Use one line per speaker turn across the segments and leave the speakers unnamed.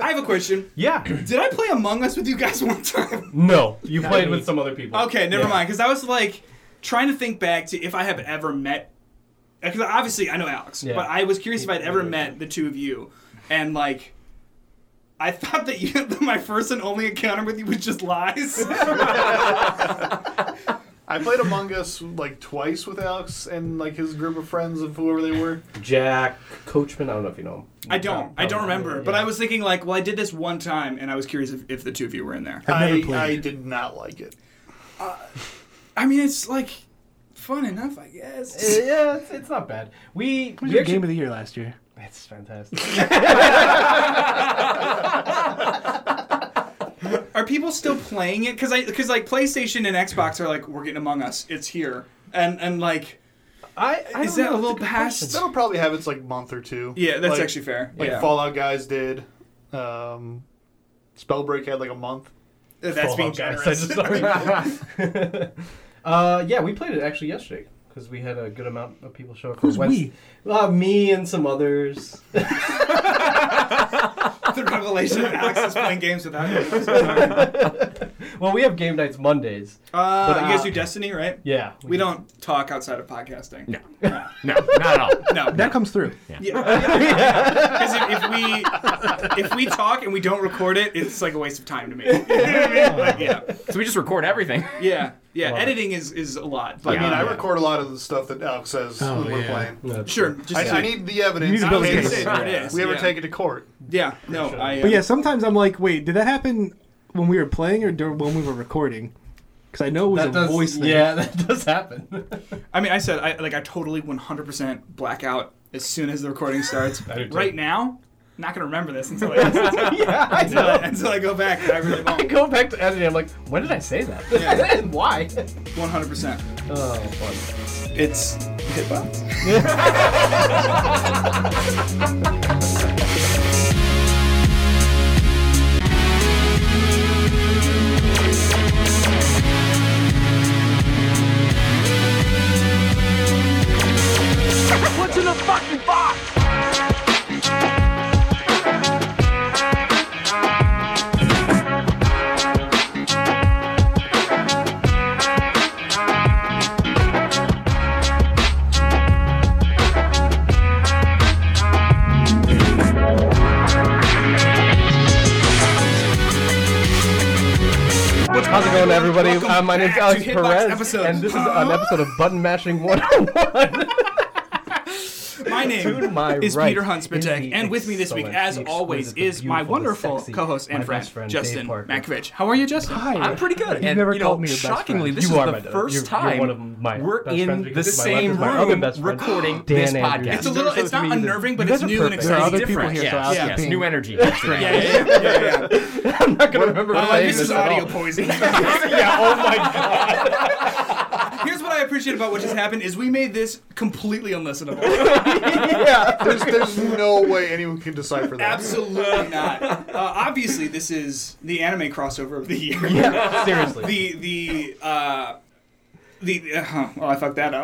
have a question.
Yeah.
Did I play Among Us with you guys one time?
No, you played
me.
with some other people.
Okay, never
Yeah.
mind. Because I was like trying to think back to if I have ever met. Because obviously I know Alex,
Yeah.
but I was curious if I'd ever met the two of you, and like. I thought that you, that my first and only encounter with you was just lies.
I played Among Us like twice with Alex and like his group of friends of whoever they were.
Jack Coachman. I don't know if you know him.
I don't. I don't remember.
yeah.
But I was thinking like, well, I did this one time, and I was curious if, if the two of you were in there.
I,
never played
I
it.
did not like it.
I mean, it's like fun enough, I guess.
Uh, Yeah, it's, it's not bad. We,
was
we
your
actually-
game of the year last year?
It's fantastic.
Are people still playing it? Because I because like PlayStation and Xbox are like, we're getting Among Us. It's here, and and like,
I, I
is
don't
that a
know,
little
it's good
past?
That'll probably have its like month or two.
Yeah, that's
Like-
actually fair.
Like
yeah.
Fallout guys did. Um, Spellbreak had like a month.
that's being
Fallout
generous.
guys,
Oh,
I just-
question. uh, yeah, we played it actually yesterday because we had a good amount of people show up. for
Who's
Wednesday. Uh, me and some others.
the revelation that Alex is playing games without Uh, you. Sorry.
well, we have game nights Mondays.
Uh,
But,
you guys
uh,
do Destiny, right?
Yeah,
We don't talk outside of podcasting.
No. No, not at all.
No.
That comes through. Yeah.
Because if, if we if we talk and we don't record it, it's like a waste of time to me. You know what I mean? Like, yeah,
So we just record everything.
yeah, yeah.
Love it.
Editing is is a lot.
I
But
mean, I
yeah.
record a lot of the stuff that Alex says
Oh,
when we're
yeah.
playing.
No, it's-
sure, just
I, I need the evidence.
You need to
in
build a
case
case.
There it is,
We ever
yeah.
take it to court?
Yeah, no, I. Uh,
But yeah, sometimes I'm like, wait, did that happen when we were playing or dur- when we were recording? Because I know it was
That
a
does,
voice thing.
Yeah, that does happen.
I mean, I said I like I totally 100% black out as soon as the recording starts.
I do too.
right now, not gonna remember this until I, until,
yeah, I
I,
know.
until I go back. I really
I
won't.
go back to editing. I'm like, when did I say that?
Yeah.
and why?
100%.
Oh, fun.
It's hitbox.
How's it going, everybody?
Welcome
Uh, my name's
back
Alex
to Hitbox
Perez,
episode.
and this is an episode of Button Mashing 101.
My
To
name
my
is
right
Peter Huntspatek,
the
and with me this week,
excellent,
as
the
always,
exquisite, the
is my
beautiful, the
wonderful
sexy,
co-host
my
and friend,
best friend, Dave
Justin
Parker.
Makovich. How are you, Justin?
Hi.
I'm pretty good.
You've
and,
never
you know,
called me your best
shockingly,
friend.
this
You
is
are
the
my best-
first
you're- you're
time
one of my best
we're
friends
in the
because to my left
same
is my other
room
best friend,
recording
Dan
this
Andrews.
podcast.
It's a little. It's not unnerving, but it's
guys are
new and
perfect. There are
exciting.
other
It's
people
different.
here, so
yeah.
I'll
yeah.
be
yes,
paying-
new energy. That's right.
yeah, yeah, yeah, yeah, yeah.
I'm not gonna remember
Uh,
saying
this is
at all.
audio poisoning.
yeah, oh my god.
Here's what I appreciate about what just happened is we made this completely unlistenable.
yeah.
There's, there's no way anyone can decipher that.
Absolutely not. Uh, obviously, this is the anime crossover of the year.
Yeah, seriously.
The the uh, the uh, huh, well, I fucked that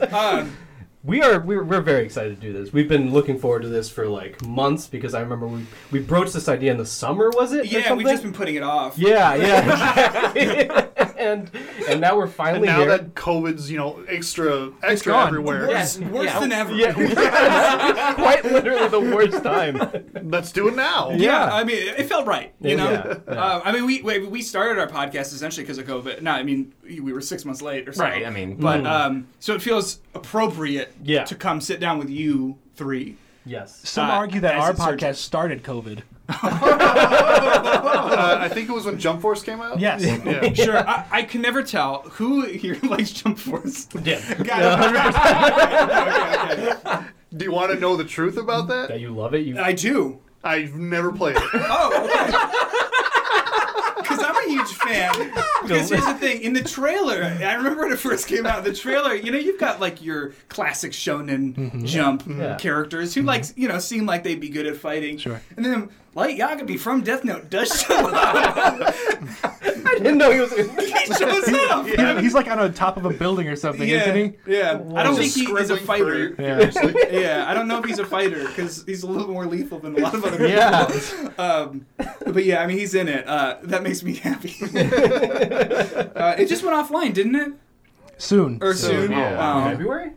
up. um,
we are we're, we're very excited to do this. We've been looking forward to this for like months because I remember we we broached this idea in the summer, was it? or
yeah, we've
something?
just been putting it off.
Yeah, yeah, exactly. and and now we're finally
now
here.
that COVID's, you know, extra extra
gone.
everywhere,
Worse,
Yeah.
worse
Yeah.
than ever.
yeah, it's quite literally the worst time.
let's do it now.
Yeah,
Yeah.
I mean, it felt right, you
Yeah,
know.
yeah,
Uh, I mean, we we we started our podcast essentially because of COVID. No, I mean, we were six months late or something.
Right, I mean-
Mm.
uh,
but um, so it feels appropriate,
Yeah.
to come sit down with you three.
Yes.
Some
Uh,
argue that
as
our
a surgeon.
podcast started COVID.
Uh, I think it was when Jump Force came out.
Yes.
Yeah.
Sure, I, I can never tell who here likes Jump Force.
Yeah.
Got it. Okay, okay, okay.
Do you want to know the truth about
That
that?
you love it. You
I do.
I've never played it.
Oh, okay. Because because I'm a huge fan. Because here's the thing: in the trailer, I remember when it first came out. The trailer, you know, you've got like your classic shonen jump
Yeah.
characters who like you know seem like they'd be good at fighting.
Sure.
And then Light Yagami from Death Note does show up.
I didn't know he was.
he shows up.
He's, he's like on the top of a building or something,
Yeah,
isn't he?
yeah. I don't think
Just
he, he's a
scribbling
fighter.
for-
Yeah.
yeah, I don't know if he's a fighter because he's a little more lethal than a lot of other people.
Yeah.
Um, but yeah, I mean, he's in it. Uh, that makes me happy. uh, it just went offline, didn't it?
Soon.
Or
So-
soon? Um,
yeah.
Wow.
February.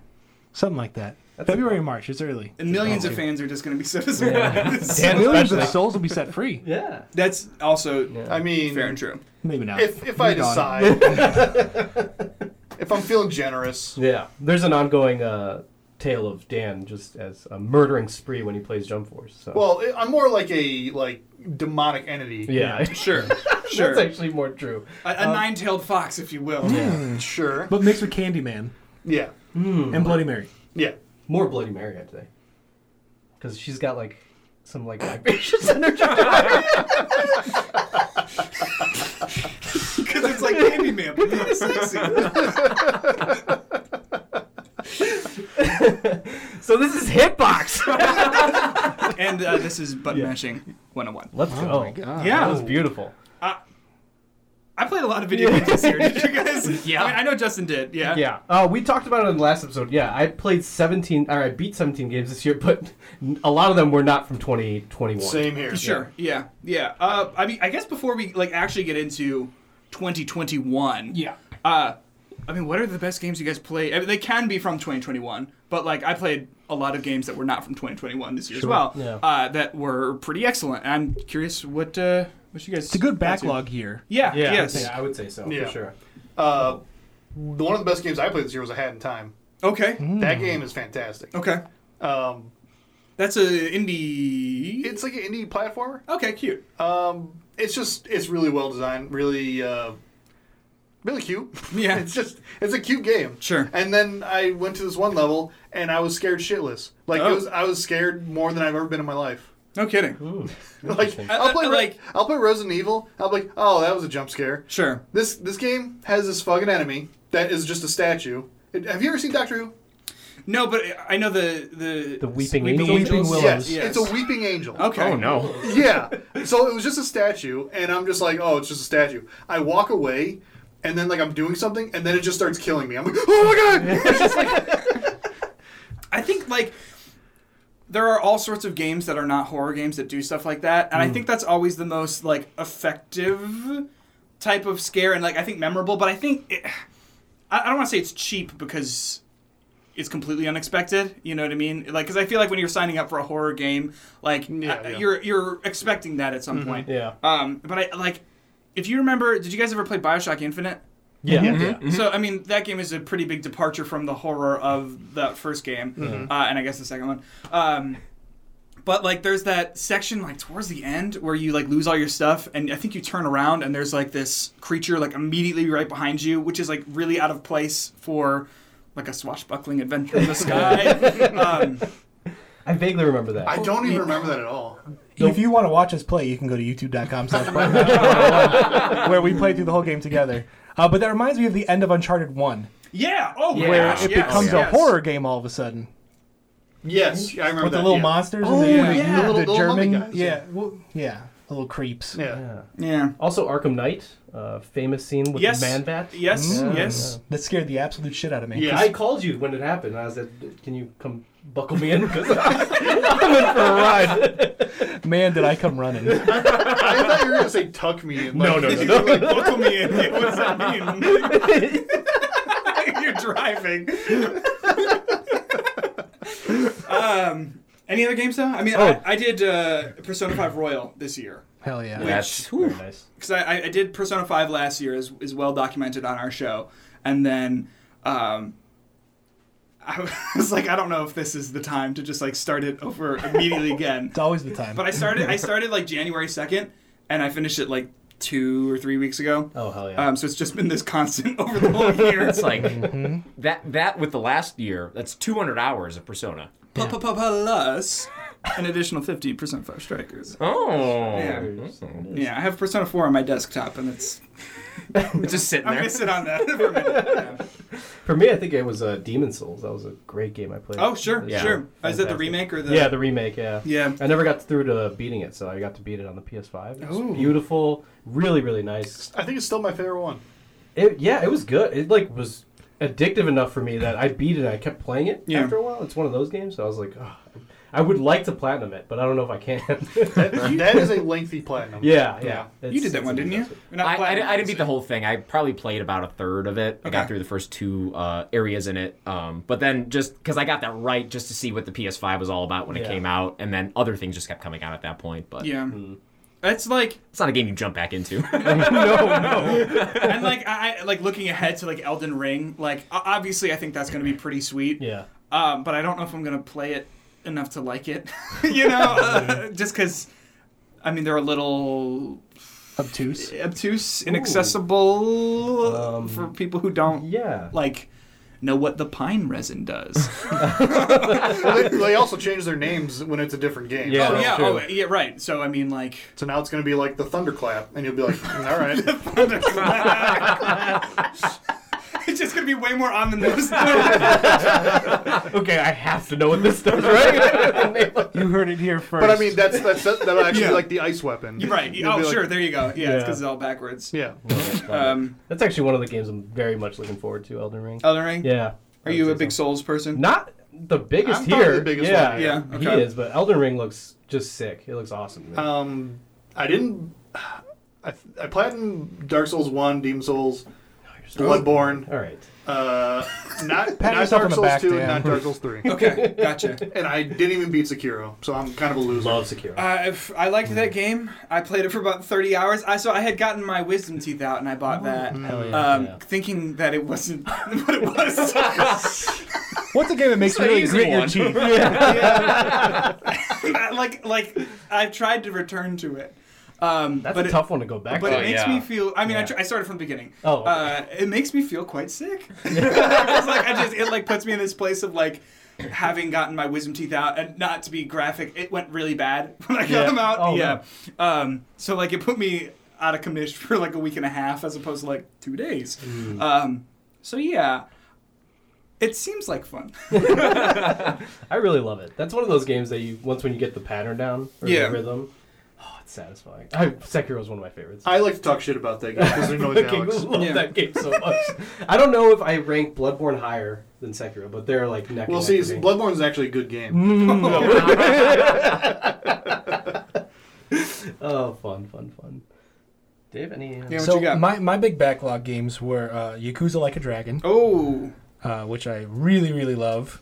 Something like that. February, March. It's early.
And millions of
Yeah.
fans are just going to be so disappointed.
Yeah.
Millions of
Especially-
souls will be set free.
Yeah.
That's also
I mean,
fair and true.
Maybe not.
if if I
Moved on.
decide, if I'm feeling generous,
Yeah. There's an ongoing uh, tale of Dan just as a murdering spree when he plays Jump Force. So.
well, I- I'm more like a like demonic entity.
yeah.
Sure,
That's
sure. A,
actually more true.
a nine-tailed fox, if you will.
Sure.
But mixed with Candyman
Yeah.
and Bloody Mary.
Yeah.
More Bloody Mary, I'd say. Because she's got like some like vibrations in her jar.
Because it's like Candyman, but really sexy.
so this is Hitbox.
And uh, this is butt mashing 101.
Let's go.
my God.
Yeah.
That was beautiful.
I played a lot of video games this year. Did you guys?
Yeah.
I, mean, I know Justin did. Yeah.
Yeah. Uh, we talked about it in the last episode. Yeah, I played 17, or I beat 17 games this year, but a lot of them were not from 2021.
Same here.
Sure. Yeah. Yeah. Uh, I mean, I guess before we like actually get into 2021.
Yeah.
Uh, I mean, what are the best games you guys play? I mean, they can be from 2021, but like I played a lot of games that were not from 2021 this year as well.
Yeah.
Uh, that were pretty excellent. And I'm curious what uh, what you guys.
It's a good
got to.
backlog year.
Yeah.
Yeah,
Yes.
I would say so,
Yeah.
for sure.
Uh, the- one of the best games I played this year was A Hat in Time.
Okay.
That game is fantastic.
Hmm. Okay.
Um,
That's a indie.
it's like an indie platformer.
okay. Cute.
Um, it's just it's really well designed, really, uh, really cute.
Yeah.
it's just it's a cute game.
Sure.
And then I went to this one level and I was scared shitless. Like
Oh.
it was, I was scared more than I've ever been in my life.
No kidding.
Like
Interesting.
I'll play
I- I-
like
like-
I'll play Resident Evil. I'll be like, oh, that was a jump scare.
Sure.
This this game has this fucking enemy that is just a statue. It- Have you ever seen Doctor Who?
No, but I know the the
The Weeping
Sleeping
Angels?
Weeping Willows.
Yes.
Yes.
It's a weeping angel.
Okay.
Oh no.
yeah. So it was just a statue, and I'm just like, oh, it's just a statue. I walk away, and then like I'm doing something, and then it just starts killing me. I'm like, oh my god! It's just like,
I think like there are all sorts of games that are not horror games that do stuff like that,
Hmm.
and I think that's always the most like effective type of scare and like I think memorable. But I think it, I, I don't want to say it's cheap because it's completely unexpected. You know what I mean? Like because I feel like when you're signing up for a horror game, like
Yeah,
uh,
yeah. Mm-hmm.
you're you're expecting that at some point.
Yeah.
Um, but I like if you remember, did you guys ever play Bioshock Infinite?
Yeah. yeah.
So
Mm-hmm.
I mean, that game is a pretty big departure from the horror of the first game,
Mm-hmm.
uh, and I guess the second one. Um, but like, there's that section like towards the end where you like lose all your stuff, and I think you turn around and there's like this creature like immediately right behind you, which is like really out of place for like a swashbuckling adventure in the sky. um,
I vaguely remember that.
I don't even remember that at all.
If you want to watch us play, you can go to youtube.com slash podcast, oh where we play through the whole game together. Uh, but that reminds me of the end of Uncharted 1,
yeah. Oh my
where
gosh.
it
yes,
becomes a
yes.
horror game all of a sudden.
Yes, I remember
With
that.
the little
yeah.
monsters
Oh,
and the,
yeah.
the-
Yeah,
the
little- little mummy
German.
guys,
yeah,
yeah.
well, yeah, the little creeps.
Yeah.
Yeah.
Yeah.
Also, Arkham Knight, uh, famous scene with
Yes.
the man bat.
Yes.
Mm.
Yes.
That scared the absolute shit out of me.
Yeah.
I called you when it happened. and I said, "Can you come buckle me in? Because I'm in for a ride."
Man, did I come running.
I thought you were gonna say tuck me in.
No, no,
like-
no, no.
Like, buckle me in. What does that mean? You're driving. um, any other games though? I mean,
Oh.
I, I did uh, Persona 5 Royal this year
Hell yeah.
Yeah.
That's
Whew.
very nice.
because I, I- I did Persona 5 last year, as is well documented on our show, and then. Um, I was like, I don't know if this is the time to just like start it over immediately again.
It's always the time.
But I started, I started like January second, and I finished it like two or three weeks ago.
Oh hell yeah!
Um, so it's just been this constant over the whole year.
It's like
Mm-hmm.
that that with the last year, that's 200 hours of Persona.
Plus, an additional 15% for strikers.
Oh.
Yeah.
Awesome.
Yeah, I have Persona 4 on my desktop, and it's.
It's just sitting
I'm
there.
gonna sit on that for a minute. Yeah.
For me, I think it was uh, Demon Souls. That was a great game I played.
Oh, sure,
Yeah.
sure. Is that the
Fantastic.
remake or the.
Yeah, the remake. Yeah.
Yeah.
I never got through to beating it, so I got to beat it on the PS5. It was
Ooh.
beautiful, really, really nice.
I think it's still my favorite one.
It, yeah, it was good. It like was addictive enough for me that I beat it. and I kept playing it
Yeah.
after a while. It's one of those games. So I was like, oh, I would like to platinum it, but I don't know if I can.
That- that is a lengthy platinum.
yeah, yeah.
You
It's-
did that
it's
one, didn't you?
impressive.
Or not
I, I,
Platinum,
didn't- I didn't beat the
obviously.
whole thing. I probably played about a third of it. I
Okay.
got through the first two uh, areas in it, um, but then just because I got that right, just to see what the PS5 was all about when it
Yeah.
came out, and then other things just kept coming out at that point. But
Yeah. It's like,
it's not a game you jump back into.
and like, I, I- like looking ahead to like Elden Ring. Like, o- obviously, I think that's gonna be pretty sweet.
Yeah.
Um, but I don't know if I'm gonna play it enough to like it. you know, uh, just because. I mean, they're a little
Obtuse.
obtuse, inaccessible uh,
Um,
for people who don't
Yeah.
like know what the pine resin does.
Well, they, they also change their names when it's a different game.
Yeah.
so-
oh yeah,
true.
oh yeah, right. So I mean, like,
So now it's going to be like the thunderclap, and you'll be like, "Mm, all right.
it's just gonna be way more on the nose. but
okay, I have to know what this does, right?
You heard it here first.
But I mean, that's that's that, that'll actually
Yeah.
be like the ice weapon.
right?
You'll
Oh
be like-
sure, there you go. Yeah, it's
Yeah.
because it's all backwards.
Yeah.
Um,
That's actually one of the games I'm very much looking forward to, Elden Ring.
Elden Ring.
Yeah.
Are you a big Souls person?
Not the biggest
I'm probably
here.
the biggest
yeah,
one
here. Yeah, okay. Uh,
he is. But Elden Ring looks just sick. It looks awesome. to me.
Um, I didn't. I I platinum Dark Souls one, Demon Souls, Bloodborne.
All right.
Uh, not
Pat
not
yourself on
Dark
the
Souls
back,
two,
Dan.
and not Dark Souls three.
Okay, gotcha.
and I didn't even beat Sekiro, so I'm kind of a loser.
Love Sekiro.
Uh, if- I liked that game. I played it for about 30 hours. I so I had gotten my wisdom teeth out and I bought that,
Mm, Hell yeah,
um,
yeah.
thinking that it wasn't what it was.
What's a game that makes you
It's the
really
easy
grit your
one.
teeth?
like like I've tried to return to it. Um,
That's
but
a
it,
tough one to go back
But
to.
it makes
yeah.
me feel. I mean, I,
Yeah.
tr- I started from the beginning.
Oh, okay.
Uh, it makes me feel quite sick. It's like I just it like puts me in this place of like having gotten my wisdom teeth out and not to be graphic. It went really bad when I got
Yeah.
them out.
Oh,
yeah. Um. So like it put me out of commission for like a week and a half as opposed to like two days.
Mm.
Um. So yeah. It seems like fun.
I really love it. That's one of those games that you once when you get the pattern down or
Yeah.
the rhythm. Oh, it's satisfying. I, Sekiro is one of my favorites.
I like to talk shit about that game because there's no
fucking
Alex.
love
Yeah.
that game so much. I don't know if I rank Bloodborne higher than Sekiro, but they're like neck
Well,
and
see,
neck
see,
for me.
Bloodborne's actually a good game.
Oh, fun, fun, fun. Dave, any? Uh...
Yeah, what
So
you got?
my, my big backlog games were uh, Yakuza Like a Dragon,
oh.
uh, which I really really love.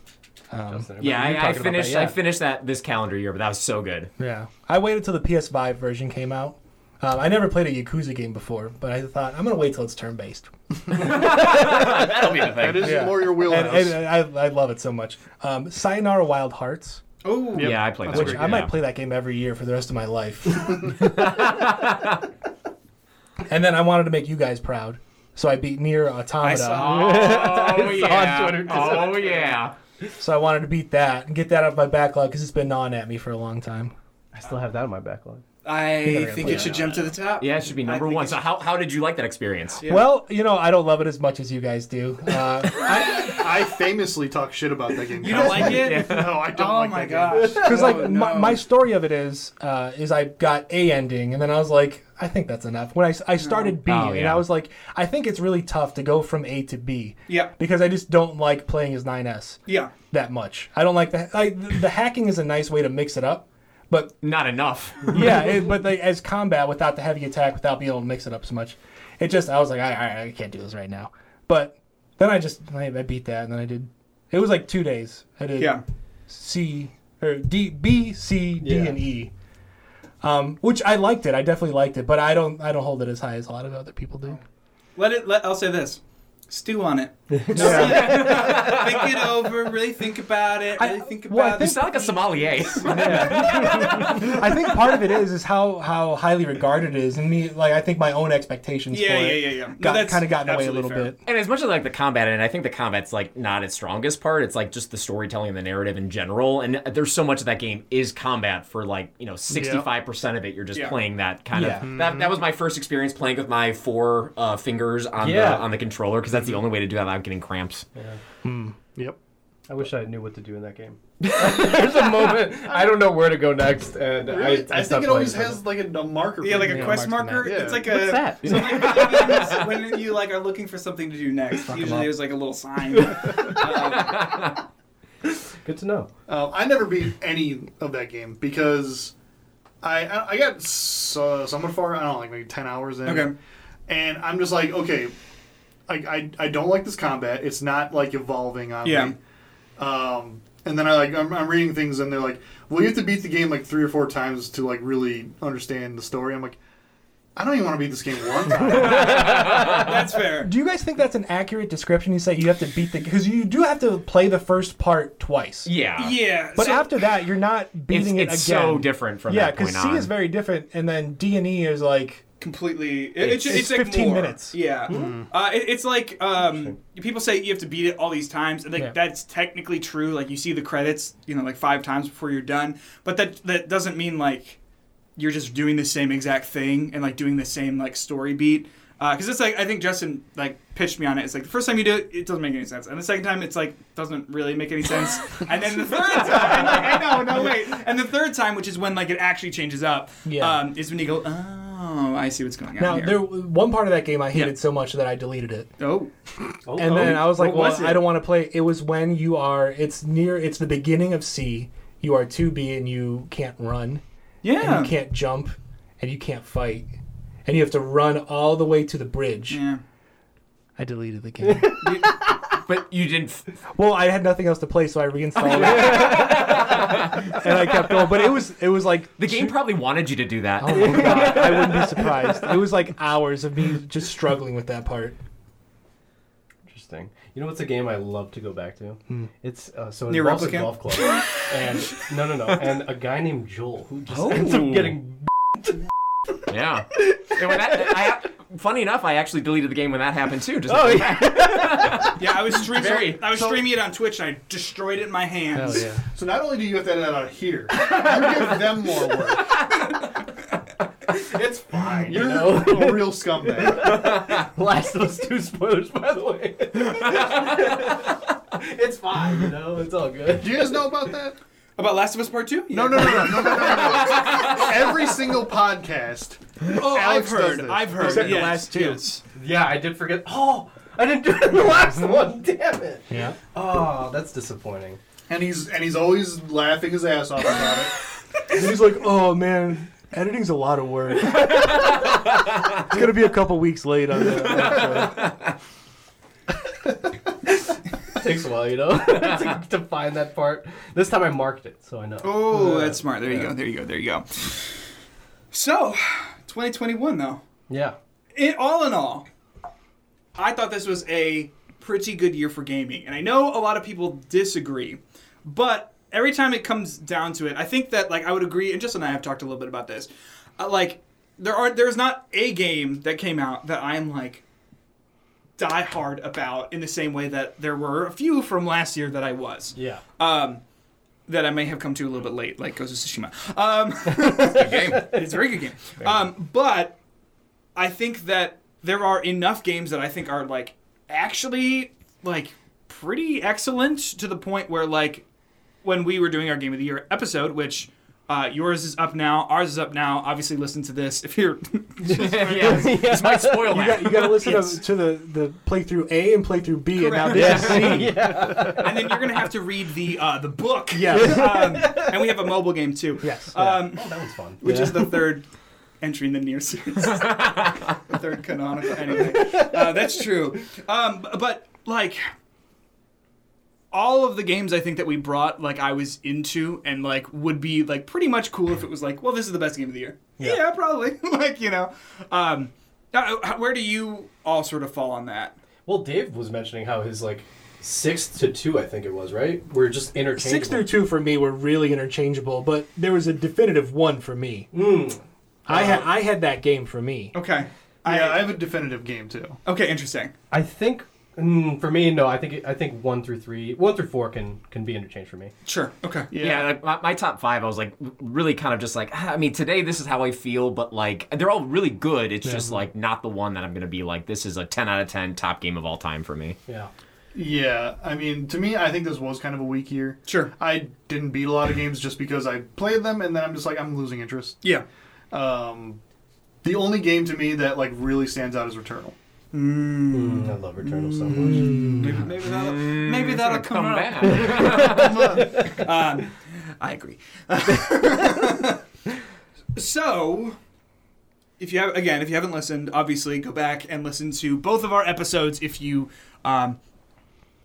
Um,
Justin,
yeah,
remember you
I, I
talking about
finished.
that,
I finished that this calendar year, but that was so good.
yeah, I waited till the PS5 version came out. Um, I never played a Yakuza game before, but I thought I'm gonna wait till it's turn based.
That'll be the
That
thing.
is
Yeah.
more your
And,
wheelhouse.
and I, I love it so much. Um, Sayonara Wild Hearts,
Oh.
Yeah, I played that.
which
one.
I
Yeah.
might play that game every year for the rest of my life. and then I wanted to make you guys proud, so I beat Nier Automata.
I saw.
Oh
on
yeah!
Twitter.
Oh yeah!
So I wanted to beat that and get that out of my backlog because it's been gnawing at me for a long time.
I still have that in my backlog.
I
gonna
think
play
it should jump to the top.
Yeah, it should be number
think
one.
it
So how, how did you like that experience?
Yeah.
Well, you know, I don't love it as much as you guys do. Uh, I,
I famously talk shit about that game.
You don't like it?
No, I don't
Oh
like
my
that game.
gosh.
Because
No,
like my,
no.
my story of it is uh, is I got a ending and then I was like I think that's enough. When I, s- I started B
Oh,
and
yeah.
I was like I think it's really tough to go from A to B.
Yeah.
Because I just don't like playing as 9S
yeah.
that much. I don't like the I, the hacking is a nice way to mix it up, but
Not enough.
yeah, it, but like, as combat without the heavy attack, without being able to mix it up so much, it just I was like, I, I, I can't do this right now. But then I just I, I beat that, and then I did. It was like two days. I did
Yeah.
C or D B C D
Yeah.
and E, um, which I liked it. I definitely liked it, but I don't I don't hold it as high as a lot of other people do.
Let it. Let I'll say this. stew on it.
Yeah.
think it over. Really think about it. Really think about
well, I
it.
You sound like a sommelier.
Oh.
I think part of it is is how how highly regarded it is, and me like I think my own expectations
Yeah,
for
yeah,
it
yeah, yeah. No,
got
that's
kind of gotten away a little
absolutely fair.
bit.
And as much as like the combat, and I think the combat's like not its strongest part. It's like just the storytelling and the narrative in general. And there's so much of that game is combat for like you know 65 percent of it. You're just
Yeah.
playing that kind
Yeah. Mm-hmm.
of. That, that was my first experience playing with my four uh, fingers on
Yeah.
the on the controller because that's
Mm-hmm.
the only way to do that without getting cramps.
Yep.
I wish I knew what to do in that game. There's a moment I don't know where to go next, and
Really?
I,
I, think it always has like a, a marker.
Yeah,
for
like
it.
a quest
marks and
marker.
that.
It's
Yeah.
like a
What's that?
something that happens when you like are looking for something to do next.
Fuck 'em
Usually
up.
there's like a little sign. Um,
good to know.
Um, I never beat any of that game because I I, I got so, somewhat far. I don't know, like maybe ten hours in.
Okay.
And I'm just like, okay, I I, I don't like this combat. It's not like evolving on
Yeah.
me. Um, and then I like I'm, I'm reading things and they're like, well, you have to beat the game like three or four times to like really understand the story. I'm like, I don't even want to beat this game one time.
that's fair.
Do you guys think that's an accurate description? You say you have to beat the because you do have to play the first part twice.
Yeah.
Yeah.
But
so-
after that, you're not
It's,
beating
it's
it again.
so different from
Yeah,
that point
because
on.
C is very different, and then D and E is like
completely. It, it's,
It's-
just, it's,
it's
like
15
more.
minutes.
Yeah, uh, it, it's like um, people say you have to beat it all these times, and like
Yeah.
that's technically true. Like you see the credits, you know, like five times before you're done, but that that doesn't mean like you're just doing the same exact thing and like doing the same like story beat. Because it's like I think Justin like pitched me on it. It's like the first time you do it, it doesn't make any sense, and the second time it's like doesn't really make any sense, and then the third time, like, I know, no wait, and the third time, which is when like it actually changes up,
Yeah.
um, is when you go, oh, I see what's going on
now
here.
there one part of that game I hated
Yeah.
so much that I deleted it.
Oh,
Oh,
And then I was like,
what
well,
was it?
I don't want to play. It was when you are, it's near, it's the beginning of C. You are 2B and you can't run,
yeah.
and you can't jump, and you can't fight. And you have to run all the way to the bridge.
yeah.
I deleted the game.
But you didn't. f-
well, I had nothing else to play, so I reinstalled it. and I kept going. But it was, it was like,
The game probably wanted you to do that.
oh my God, I wouldn't be surprised. It was like hours of me just struggling with that part.
Interesting. You know what's a game I love to go back to? It's uh, so it
Near
involves a
Replicant?
golf club, and no, no, no, and a guy named Joel who just ends up getting.
Yeah. And when that, I, funny enough, I actually deleted the game when that happened too. Just
Oh,
Yeah, I was streaming.
Very.
I was streaming it on Twitch, and I destroyed it in my
Oh,
hands.
so not only do you have to edit that out here, you give them more work.
It's fine.
You're a real scumbag.
Last of Us Two spoilers, by the way. it's fine. You know, it's all good.
Do you guys know about that?
About Last of Us Part Two?
No, no, no, no, no, no, no, no, no. Every single podcast.
Oh,
Alex
I've
does
heard.
this.
I've heard.
Except the
yes,
last two.
yes.
Yeah, I did forget. Oh, I didn't do it in the last one. Damn it.
Yeah.
Oh, that's disappointing.
And he's and he's always laughing his ass off about it.
And he's like, oh man, editing's a lot of work. it's gonna be a couple weeks late on that.
takes a while, you know, to, to find that part. This time I marked it, so I know.
Oh, that's smart. There you go. There you go. There you go. So, 2021 though.
Yeah.
It, all in all, I thought this was a pretty good year for gaming, and I know a lot of people disagree, but every time it comes down to it, I think that like I would agree, and Justin and I have talked a little bit about this. Uh, like there are there is not a game that came out that I am like die hard about in the same way that there were a few from last year that I was
Yeah.
that I may have come to a little bit late, like Ghost of Tsushima. Um, it's a very good game. Um, but I think that there are enough games that I think are like actually like pretty excellent to the point where like when we were doing our game of the year episode, which uh, yours is up now, ours is up now. Obviously, listen to this if you're
yeah, this might spoil
You,
that.
got, you gotta listen
Yes.
to, to the, the playthrough A and playthrough B, and now
Correct.
this is C.
and then you're gonna have to read the uh, the book.
Yes.
um, and we have a mobile game too.
Yes.
Um,
oh, that was fun.
which is the third entry in the near series. the third canonical. Anyway, uh, that's true. Um, b- but like all of the games I think that we brought, like I was into, and like would be like pretty much cool if it was like, well, this is the best game of the year. Yeah, probably. like you know, um, uh, uh, where do you all sort of fall on that?
Well, Dave was mentioning how his like sixth to two, I think it was, right? Were just interchangeable.
Six through two for me were really interchangeable, but there was a definitive one for me. I had I had that game for me.
Okay.
yeah, I have a definitive game too.
Okay, interesting.
I think mm, for me, no. I think I think one through three, one through four can can be interchanged for me.
Sure. Okay.
Yeah, like my, my top five, I was like really kind of just like, ah, I mean, today this is how I feel, but like they're all really good. It's just like not the one that I'm gonna be like, this is a 10 out of 10 top game of all time for me.
Yeah.
Yeah, I mean, to me, I think this was kind of a weak year.
Sure.
I didn't beat a lot of games just because I played them, and then I'm just like, I'm losing interest.
Yeah.
Um, the only game to me that like really stands out is Returnal.
I love Returnal so much.
Maybe, maybe that'll, maybe that'll come,
Come
up.
back.
Um, I agree. so, if you have again, if you haven't listened, obviously go back and listen to both of our episodes if you um,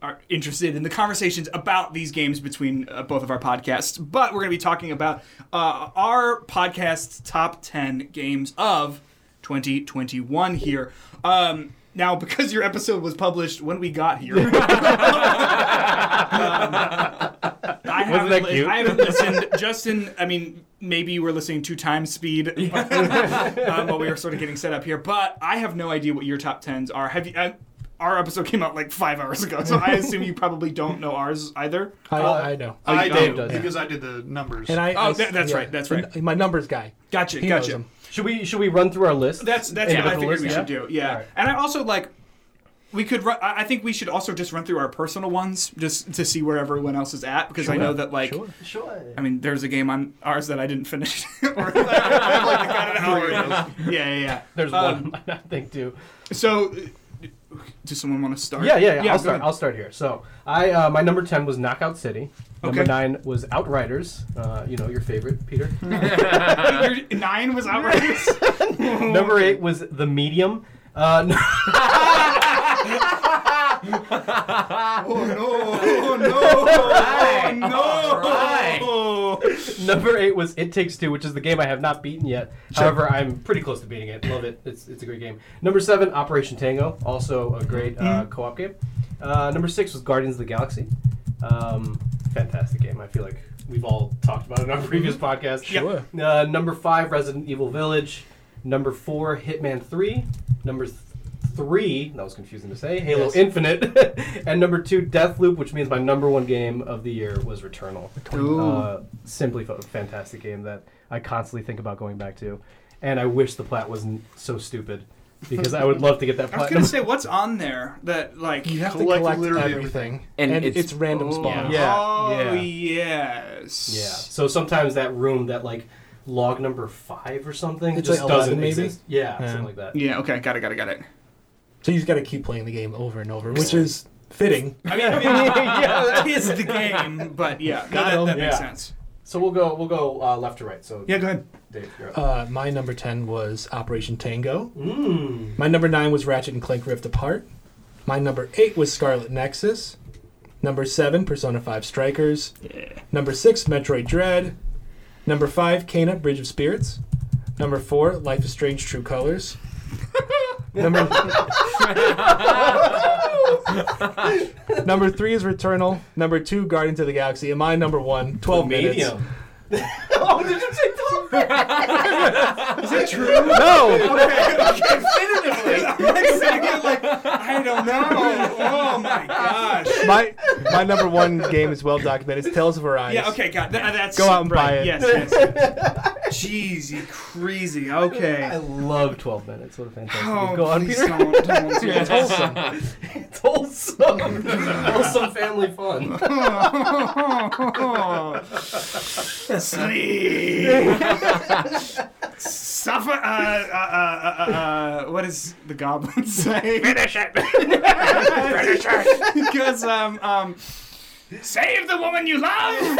are interested in the conversations about these games between uh, both of our podcasts. But we're going to be talking about uh, our podcast's top ten games of 2021 here. Um, now, because your episode was published when we got here. I haven't,
that
li-
cute?
I haven't listened. Justin, I mean, maybe you were listening two times speed um, while we were sort of getting set up here, but I have no idea what your top tens are. Have you? Uh, our episode came out like five hours ago, so I assume you probably don't know ours either.
I, Oh, I know.
Oh,
I
Dave
do
does, yeah.
because I did the numbers.
And I,
Oh,
I-
that- that's right, that's right.
And my numbers guy.
Gotcha,
He knows
gotcha.
'em.
Should we should we run through our list?
That's that's
Yeah.
what I
Yeah.
figured we
Yeah.
should do. Yeah,
Alright.
and I also like we could. Run, I I think we should also just run through our personal ones just to see where everyone else is at because I know that like.
Sure.
I mean, there's a game on ours that I didn't finish. Or, like, I like, got an hour ago. Yeah, yeah, yeah.
There's
Um,
one I think too.
So, uh, does someone want to start?
Yeah, yeah, yeah. I'll
go
start.
ahead.
I'll start here. So I uh, my number ten was Knockout City. Number
Okay.
nine was Outriders. Uh, you know your favorite, Peter.
Wait, your nine was outrageous.
number eight was The Medium. Uh, no,
oh no! Oh no!
Oh no!
number eight was It Takes Two, which is the game I have not beaten yet. However, I'm pretty close to beating it. Love it. It's, it's a great game. Number seven, Operation Tango, also a great uh, co-op game. Uh, number six was Guardians of the Galaxy. Um, fantastic game. I feel like we've all talked about it in our previous podcast.
Sure.
Uh, number five, Resident Evil Village. Number four, Hitman Three. Number th- three, that was confusing to say, Halo
Yes.
Infinite. and number two, Deathloop, which means my number one game of the year was Returnal. Uh, simply a fantastic game that I constantly think about going back to, and I wish the plat wasn't so stupid because I would love to get that
I was
platinum.
gonna say, what's on there that like?
You have to
Collect
collect,
literally
everything,
And
and,
it's-
it's, random
Oh,
spawn.
Yeah.
Oh
yeah.
yes.
Yeah. So sometimes that room, that like log number five or something,
It's
just
like 11
doesn't
maybe?
exist. Yeah,
Yeah.
something like that.
Yeah. Okay. Got it. Got it. Got it.
So you just got to keep playing the game over and over, which is fitting.
I mean, I mean that is the game, but yeah, no, that, that makes
Yeah.
sense.
So we'll go we'll go uh, left to right. So
Yeah. Go ahead.
Dave, you're up.
Uh, my number ten was Operation Tango.
Mm.
My number nine was Ratchet and Clank Rift Apart. My number eight was Scarlet Nexus. Number seven, Persona 5 Strikers. Number six, Metroid Dread. Number five, Kana Bridge of Spirits. Number four, Life is Strange True Colors. number, number three is Returnal. Number two, Guardians of the Galaxy. And my number one, 12 minutes.
Medium. oh, did you say twelve?
No!
I don't know. Oh my gosh.
My, my number one game is well documented. It's Tales of Arise.
Yeah, okay, got that. That's
Go out and buy it.
Yes, yes. yes. Jeezy, crazy.
I
Okay.
love twelve minutes. What a fantastic.
Oh,
go on,
please
Peter.
don't, don't do that.
It's wholesome. It's wholesome. wholesome family fun.
Sleep. Suffer. Uh, uh, uh, uh, uh, what does the goblin say? Finish it. Finish it. Because um um. Save the woman you love,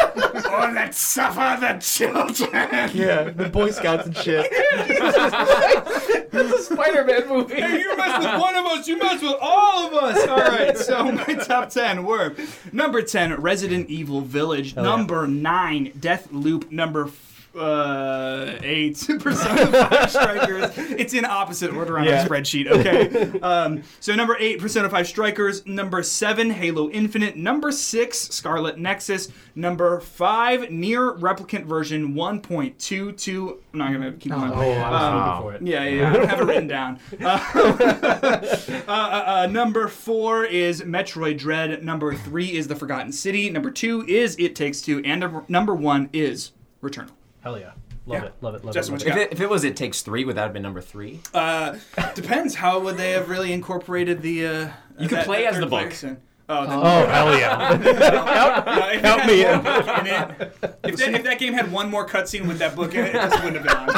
or let's suffer the children.
Yeah, the Boy Scouts and shit.
It's a Spider-Man movie.
You mess with one of us, you mess with all of us. All right, so my top 10 were number 10, Resident Evil Village, number 9, Death Loop, number f- uh, eight Persona Five Strikers. It's in opposite order on
Yeah.
our spreadsheet. Okay. Um, so number eight, Persona Five Strikers. Number seven, Halo Infinite. Number six, Scarlet Nexus. Number five, Near Replicant version 1.22. I'm not gonna keep going.
Oh, I was
Ah.
Wow.
looking for it.
Yeah, yeah, yeah. I have it written down. Uh, uh, uh, uh, number four is Metroid Dread. Number three is The Forgotten City. Number two is It Takes Two. And number- number one is Returnal.
Hell yeah. Love it. Love it. Love
Justin,
it.
what
Love
you
If
got?
it, if it was It Takes Three, would that have been number three?
Uh, depends. How would they have really incorporated the? Uh,
You could
that-
play
that
as the
third
book.
person? Oh, then,
Oh hell yeah!
uh, if it
help
had
me.
one book in it- if, that, if that game had one more cutscene with that book in it, it just wouldn't have been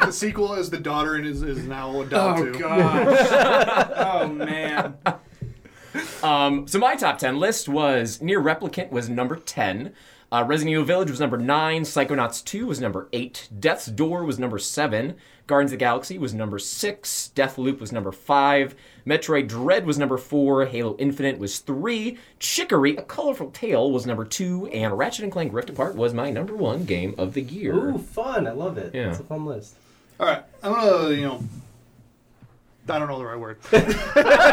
on.
the sequel is the daughter and is, is now a dog
Oh
too.
gosh. oh man.
Um, so my top ten list was Near Replicant was number ten. Uh, Resident Evil Village was number nine. Psychonauts 2 was number eight. Death's Door was number seven. Guardians of the Galaxy was number six. Death Loop was number five. Metroid Dread was number four. Halo Infinite was three. Chicory, A Colorful Tale was number two. And Ratchet and Clank Rift Apart was my number one game of the year.
Ooh, fun. I love it.
Yeah.
It's a fun list.
All right, I'm gonna you know, I don't know the right word.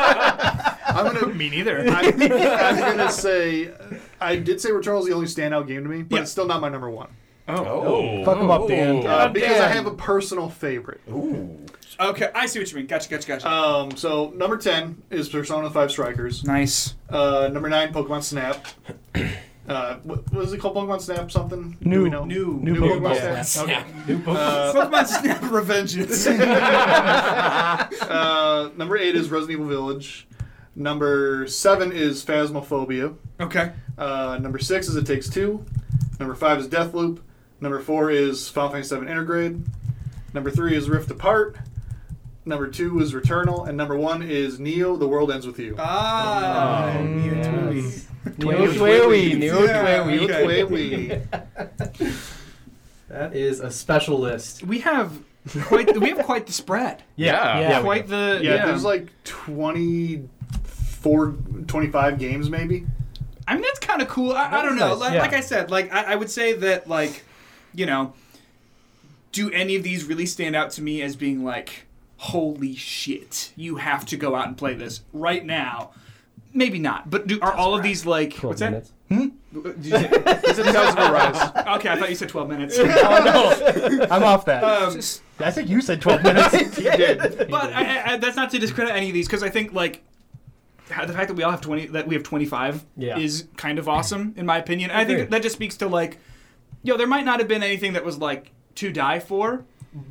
I'm gonna.
Me neither.
I'm, I'm gonna say, I did say Returnal's the only standout game to me, but
Yeah.
it's still not my number one
Oh.
Fuck 'em up, Dan.
uh,
God
because I
damn.
have a personal favorite.
Okay, I see what you mean. Gotcha, gotcha, gotcha.
Um, so number ten is Persona Five Strikers.
nice.
Uh, number nine, Pokemon Snap. Uh, what, what is it called? Pokemon Snap something? Do
New-
we know?
new-
new
Pokemon, Snap.
Pokemon Snap.
Okay.
Pokemon Snap Revengeance.
Uh, number eight is Resident Evil Village. Number seven is Phasmophobia.
okay.
Uh, number six is It Takes Two. Number five is Deathloop. Number four is Final Fantasy VII Intergrade. Number three is Rift Apart. Number two is Returnal, and number one is Neo: The World Ends with You.
Oh,
Oh,
Ah.
yes.
Neo Twiwi,
Neo Twiwi.
Either way, we-
That is a special list.
We have quite. we have quite the spread.
Yeah.
Yeah. we
quite the.
yeah, there's like 24, 25 games maybe.
I mean, that's kind of cool. I, I
That
don't
is
know.
nice,
Like,
yeah.
like I said, like I, I would say that, like, you know, do any of these really stand out to me as being like, holy shit, you have to go out and play this right now? Maybe not, but do, are all of these like what's that?
minutes.
Did you say,
It's a thousand rise.
okay, I thought you said twelve minutes.
I'm off that.
Um,
Uh, I think you said 12 minutes.
He did.
but I, I- I, that's not to discredit any of these because I think like ha- the fact that we all have twenty that we have twenty five
Yeah.
is kind of awesome in my opinion. I think
Agreed.
that just speaks to like, yo, there might not have been anything that was like to die for,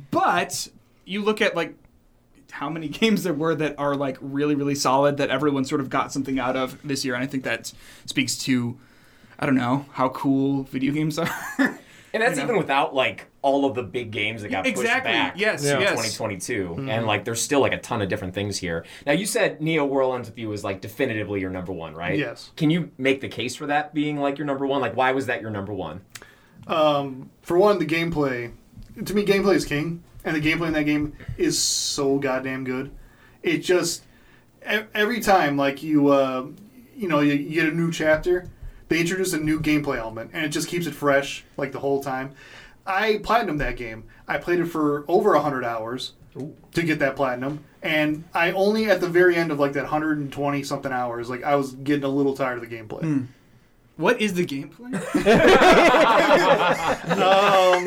but you look at like how many games there were that are like really really solid that everyone sort of got something out of this year, and I think that speaks to. I don't know how cool video games are.
And that's
You know?
even without like all of the big games that got pushed
Exactly.
back.
Yes,
to
Yeah. yes. Mm-hmm.
2022, and like there's still like a ton of different things here. Now you said Neo World Ends with You was like definitively your number one, right?
Yes.
Can you make the case for that being like your number one? Like why was that your number one?
Um, For one, the gameplay. To me, gameplay is king, and the gameplay in that game is so goddamn good. It just e- every time, like you, uh, you know, you, you get a new chapter, they introduce a new gameplay element, and it just keeps it fresh like the whole time. I platinum that game. I played it for over hundred hours to get that platinum, and I only at the very end of like that hundred and twenty something hours, like I was getting a little tired of the gameplay.
what is the gameplay?
Um,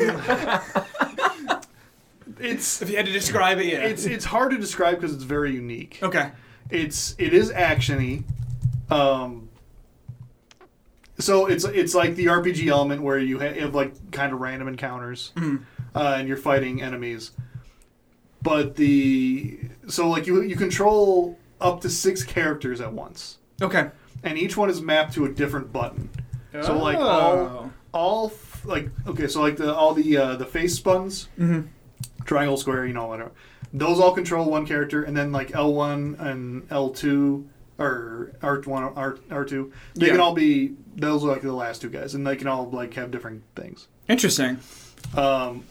It's
If you had to describe it, yeah.
it's it's hard to describe because it's very unique.
okay.
it's it is actiony. Um, so it's it's like the RPG element where you ha- have like kind of random encounters, uh, and you're fighting enemies. But the so like you you control up to six characters at once,
Okay.
and each one is mapped to a different button. So like all
Oh.
all f- like okay, so like the all the uh, the face buttons,
Mm-hmm.
triangle, square, you know, whatever. Those all control one character, and then like L one and L two or R one R R two. They
Yeah.
can all be those are like the last two guys, and they can all like have different things.
Interesting.
Um,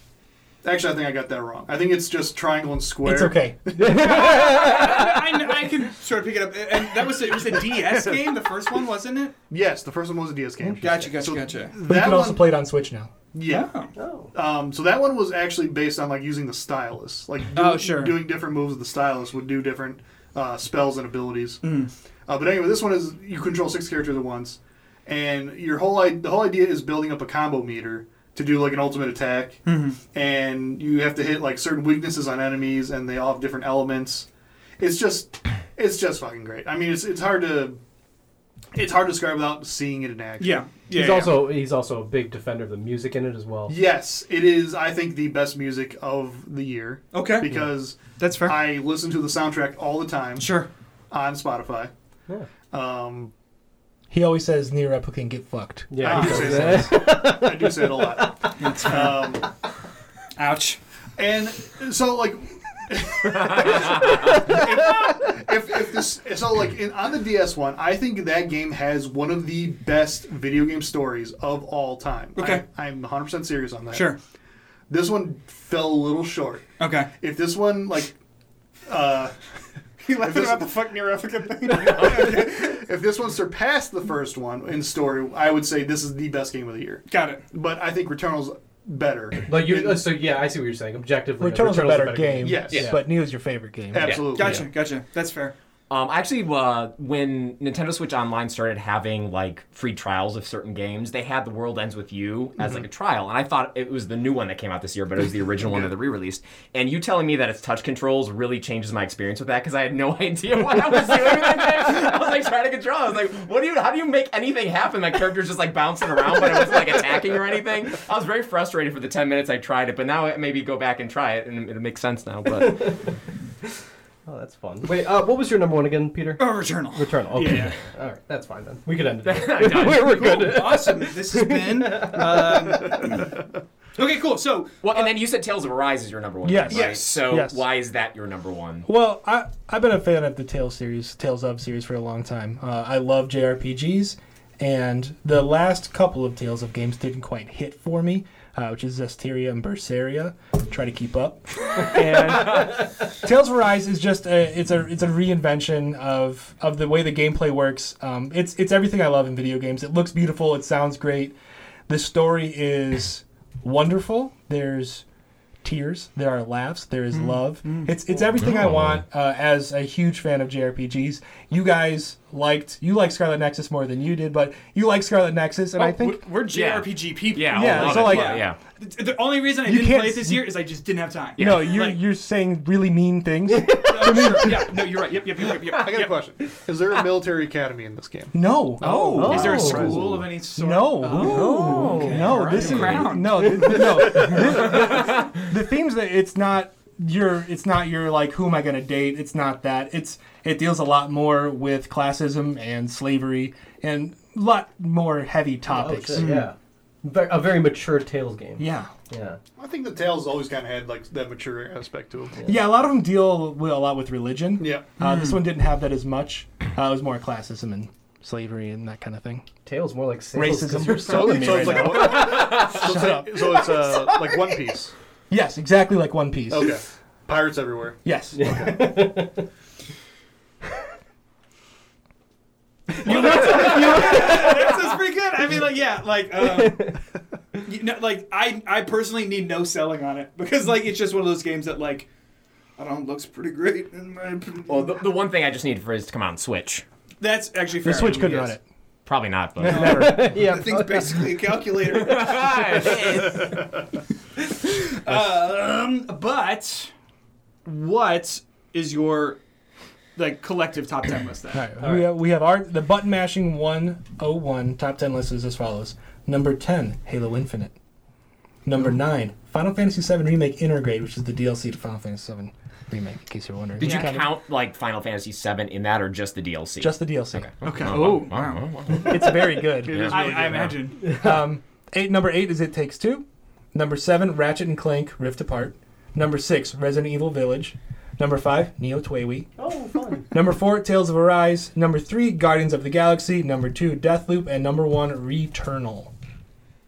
Actually, I think I got that wrong. I think it's just triangle and square.
It's okay.
I, kn- I can sort of pick it up. And that was a, it was a DS game. The first one wasn't it?
Yes, the first one was a DS game.
Gotcha, gotcha,
So
gotcha.
But you
That
can also
one,
play Ah. it on Switch now.
yeah.
Oh.
Um, so that one was actually based on like using the stylus, like do,
Oh, sure.
doing different moves with the stylus would do different uh, spells and abilities.
Hmm.
Uh, but anyway, this one is you control six characters at once, and your whole I- the whole idea is building up a combo meter to do like an ultimate attack,
Mm-hmm.
and you have to hit like certain weaknesses on enemies, and they all have different elements. It's just it's just fucking great. I mean, it's it's hard to it's hard to describe without seeing it in action.
Yeah, yeah.
he's
yeah.
also he's also a big defender of the music in it as well.
Yes, it is. I think the best music of the year
okay.
because
That's fair.
I listen to the soundtrack all the time
sure.
on Spotify.
Yeah.
Um,
He always says near replicant get fucked.
Yeah, he
Ah,
does
so
that.
I do say it a lot. um,
Ouch.
and so, like, if, if this, so like in, on the DS one, I think that game has one of the best video game stories of all time.
Okay.
I, I'm 100 percent serious on that.
Sure.
This one fell a little short.
Okay.
If this one, like, uh,
He left
about the
fuck near African thing.
if this one surpassed the first one in story, I would say this is the best game of the year.
Got it.
but I think Returnal's better.
Like you,
In-
uh, so yeah, I see what you're saying. Objectively, like,
Returnal's, a better, game,
Yes. Yeah.
but Neo's your favorite game.
absolutely.
Gotcha, gotcha. That's fair.
Um, actually, uh, when Nintendo Switch Online started having like free trials of certain games, they had The World Ends with You as like a trial, and I thought it was the new one that came out this year, but it was the original one that they re-released. And you telling me that it's touch controls really changes my experience with that because I had no idea what I was doing with that game. I was like trying to control. I was like, what do you? How do you make anything happen? My character's just like bouncing around, but it wasn't like attacking or anything. I was very frustrated for the ten minutes I tried it, but now I maybe go back and try it, and it makes sense now. But
Oh, that's fun. Wait, uh, what was your number one again, Peter?
Oh, Returnal.
Returnal. Okay.
Yeah.
All right, that's fine then. We could end it.
I'm done.
we're, we're good.
Cool. awesome. This has been. um, okay, cool. So
Well, and then you said Tales of Arise is your number one.
Yes.
game, right?
uh, Yes.
So
Yes.
why is that your number one?
Well, I I've been a fan of the Tales series, Tales of series for a long time. Uh, I love JRPGs, and the last couple of Tales of games didn't quite hit for me, uh, which is Zestiria and Berseria. Try to keep up. and Tales of Arise is just a it's a it's a reinvention of of the way the gameplay works. Um, it's it's everything I love in video games. It looks beautiful. It sounds great. The story is wonderful. There's tears. There are laughs. There
Mm.
is love. It's it's everything I want uh, as a huge fan of JRPGs. You guys liked you like Scarlet Nexus more than you did, but you like Scarlet Nexus, and
Oh,
I think
we're we're
E
JRPG people.
Yeah,
Yeah,
a lot
so
of-
like-
yeah, yeah.
The, the only reason I
You
didn't
can't
play it this
s-
year is I just didn't have time.
no, you're
Like-
you're saying really mean things.
Oh, sure. Yeah. No, you're right. Yep. Yep. Yep. Yep. yep,
I got a question: Is there a military academy in this game?
No.
Oh, is there a
Oh.
school of any sort?
No, no, no.
Right.
This is
Crown.
no, th- no. This- the themes that it's not your, it's not your like who am I going to date? It's not that. It's it deals a lot more with classism and slavery and a lot more heavy
Oh,
topics. Mm.
shit, yeah. Ve- A very mature Tales game.
Hmm. yeah,
Yeah.
I think the Tales always kind of had like that mature aspect to it.
yeah. A lot of them deal with, a lot with religion.
Yeah.
Uh, This one didn't have that as much. Uh, it was more classism and slavery and that kind of thing.
Tales more like sales 'cause
Racism.
you're
So,
Don't look at me
so it's
right
like,
now.
so it's like, so it's uh, like One Piece.
Yes, exactly like One Piece.
Okay. Pirates everywhere.
Yes.
That sounds pretty good. I mean, like, yeah, like, um, you know, like I, I personally need no selling on it because, like, it's just one of those games that, like, I don't know, looks pretty great in my opinion.
Well, the, the one thing I just need for is to come out on Switch.
That's actually fair.
The Switch could
Yes.
run it.
Probably not, but
Never.
yeah.
The
Oh,
thing's basically a calculator. um, but what is your like collective top ten list? Then?
All right, we, have, we have our the button mashing 101 top 10 list is as follows. Number 10, Halo Infinite. Number 9, Final Fantasy VII Remake Intergrade, which is the DLC to Final Fantasy VII Remake, in case you're wondering.
Did you
Yeah.
count like Final Fantasy VII in that, or just the DLC?
Just the DLC.
Okay.
Oh, wow.
It's very good.
I, I imagine.
Um, eight, number 8 is It Takes Two. Number 7, Ratchet and Clank Rift Apart. Number 6, Resident Evil Village. Number 5, Neo Twaywee.
Oh, fun.
Number four, Tales of Arise. Number three, Guardians of the Galaxy. Number two, Deathloop. And number one, Returnal.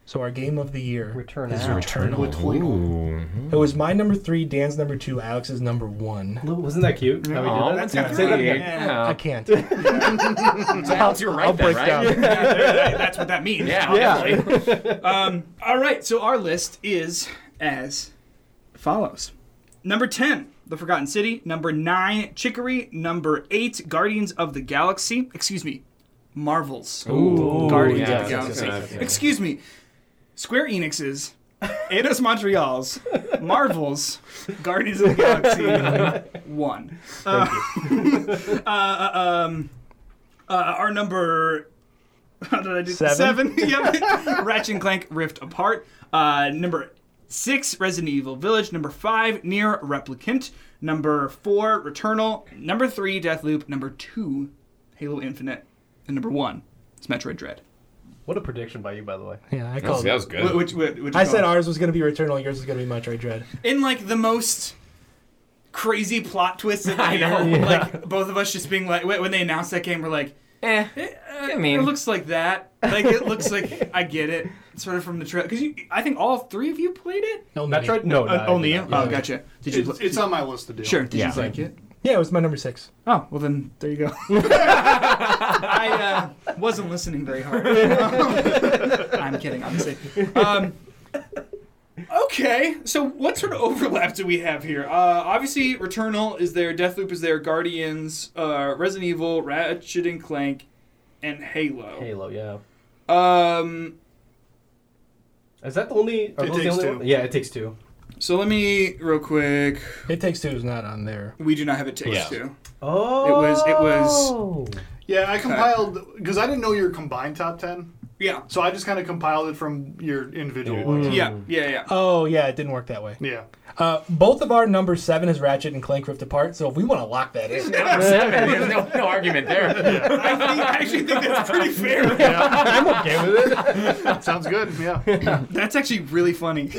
So our game of the year
Return
is
Out.
Returnal.
Ooh.
It was my number three, Dan's number two, Alex's number one.
Wasn't that cute? How we did
Aw,
that?
that's
Oh, That's kinda
kinda sweet.
cute.
I
Oh, Yeah.
can't.
So Alex, you're right
I'll
then,
break
right?
down.
Yeah, there- that- that's what that means.
Yeah.
Yeah.
obviously.
Um, all right, so our list is as follows. Number 10, The Forgotten City. Number 9, Chicory. Number 8, Guardians of the Galaxy. Excuse me, Marvel's
Oh,
Ooh,
Guardians
yeah,
of the
that's-
Galaxy.
that's-
Excuse me, Square Enix's, Eidos Montreal's, Marvel's, Guardians of the Galaxy 1. Uh, uh, um, uh, our number how did I do
Seven?
Seven. yep. Ratchet and Clank Rift Apart. Uh, number six, Resident Evil Village. Number five, Near Replicant. Number four, Returnal. Number three, Deathloop. Number two, Halo Infinite. And number one is Metroid Dread.
What a prediction by you, by the way.
Yeah, I
That was-
called.
that was
Wh-
good.
Which, which, which
I said
one?
ours was going to be Returnal. Yours was going to be Metroid Dread.
in like the most crazy plot twists of the
I know.
year, Like both of us just being like, wh- when they announced that game, we're like,
Eh,
I
mean-
it looks like that. Like it looks like I get it, sort of from the trailer. Because I think all three of you played it.
No, me.
Metroid? No,
Uh,
not
only you?
even that.
Oh, gotcha. Did you?
It's, it's on my list to do.
sure. Did
Yeah.
you like it?
Yeah, it was my number six.
Oh, well then, there you go. I uh, wasn't listening very hard. I'm kidding, obviously. Um, okay, so what sort of overlap do we have here? Uh, obviously, Returnal is there, Deathloop is there, Guardians, uh, Resident Evil, Ratchet and Clank, and Halo.
Halo, yeah.
Um,
Is that the only? Are those
It
the
Takes
only
Two.
one- Yeah, it takes two.
so let me real quick.
It Takes Two is not on there.
We do not have a taste
Yeah.
too.
Oh,
was- it
Yeah, I compiled because I didn't know your combined top ten,
Yeah.
so I just kind of compiled it from your individual
Mm.
ones.
Yeah. Yeah. Yeah.
Oh yeah, it didn't work that way.
Yeah.
Uh, both of our number seven is Ratchet and Clank Rift Apart. So if we want to lock that in,
Seven. There's no, no argument there.
I, think, I actually think that's pretty fair.
I'm okay with it.
Sounds good. Yeah.
That's actually really funny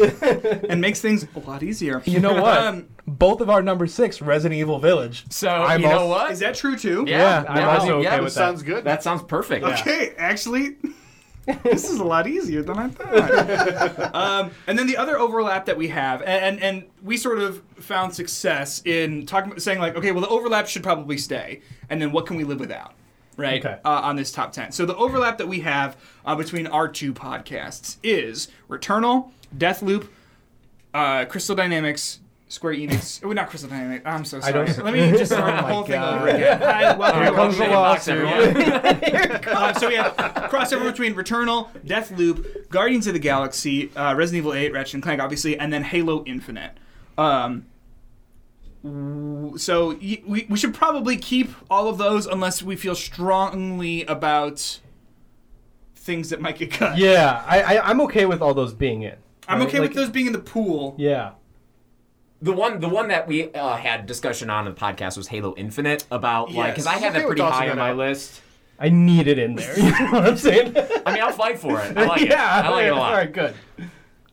and makes things a lot easier.
you know what?
Um,
both of our number six, Resident Evil Village.
So
I'm
you know
also-
what?
is that true too?
yeah,
Yeah, I'm
now-
also okay
yeah,
with
Sounds good.
That sounds perfect.
Okay, actually, this is a lot easier than I thought. um, and then the other overlap that we have, and, and and we sort of found success in talking, about saying like, okay, well the overlap should probably stay, and then what can we live without, right?
Okay.
Uh, on this top ten. So the overlap that we have uh, between our two podcasts is Returnal, Deathloop, uh, Crystal Dynamics. Square Enix, oh, not Crystal Dynamics. I'm so sorry.
don't-
Let me just start the
my
whole thing
God.
over again. I love
Here
you.
comes the
Okay.
lawsuit. Everyone.
Uh, so we have crossover between Returnal, Deathloop, Guardians of the Galaxy, uh, Resident Evil 8, Ratchet and Clank, obviously, and then Halo Infinite. Um, w- so y- we, we should probably keep all of those unless we feel strongly about things that might get cut.
Yeah, I, I I'm okay with all those being in.
I'm
Right?
okay
Like,
with those being in the pool.
Yeah.
The one, the one that we uh, had discussion on in the podcast was Halo Infinite about like because I
Yes.
had
Okay,
that
we're
pretty
tossing
high on
that
my
out.
list.
I need it in there. You know what I'm saying?
I mean, I'll fight for it. I like it.
yeah.
I like it a lot.
All right, good.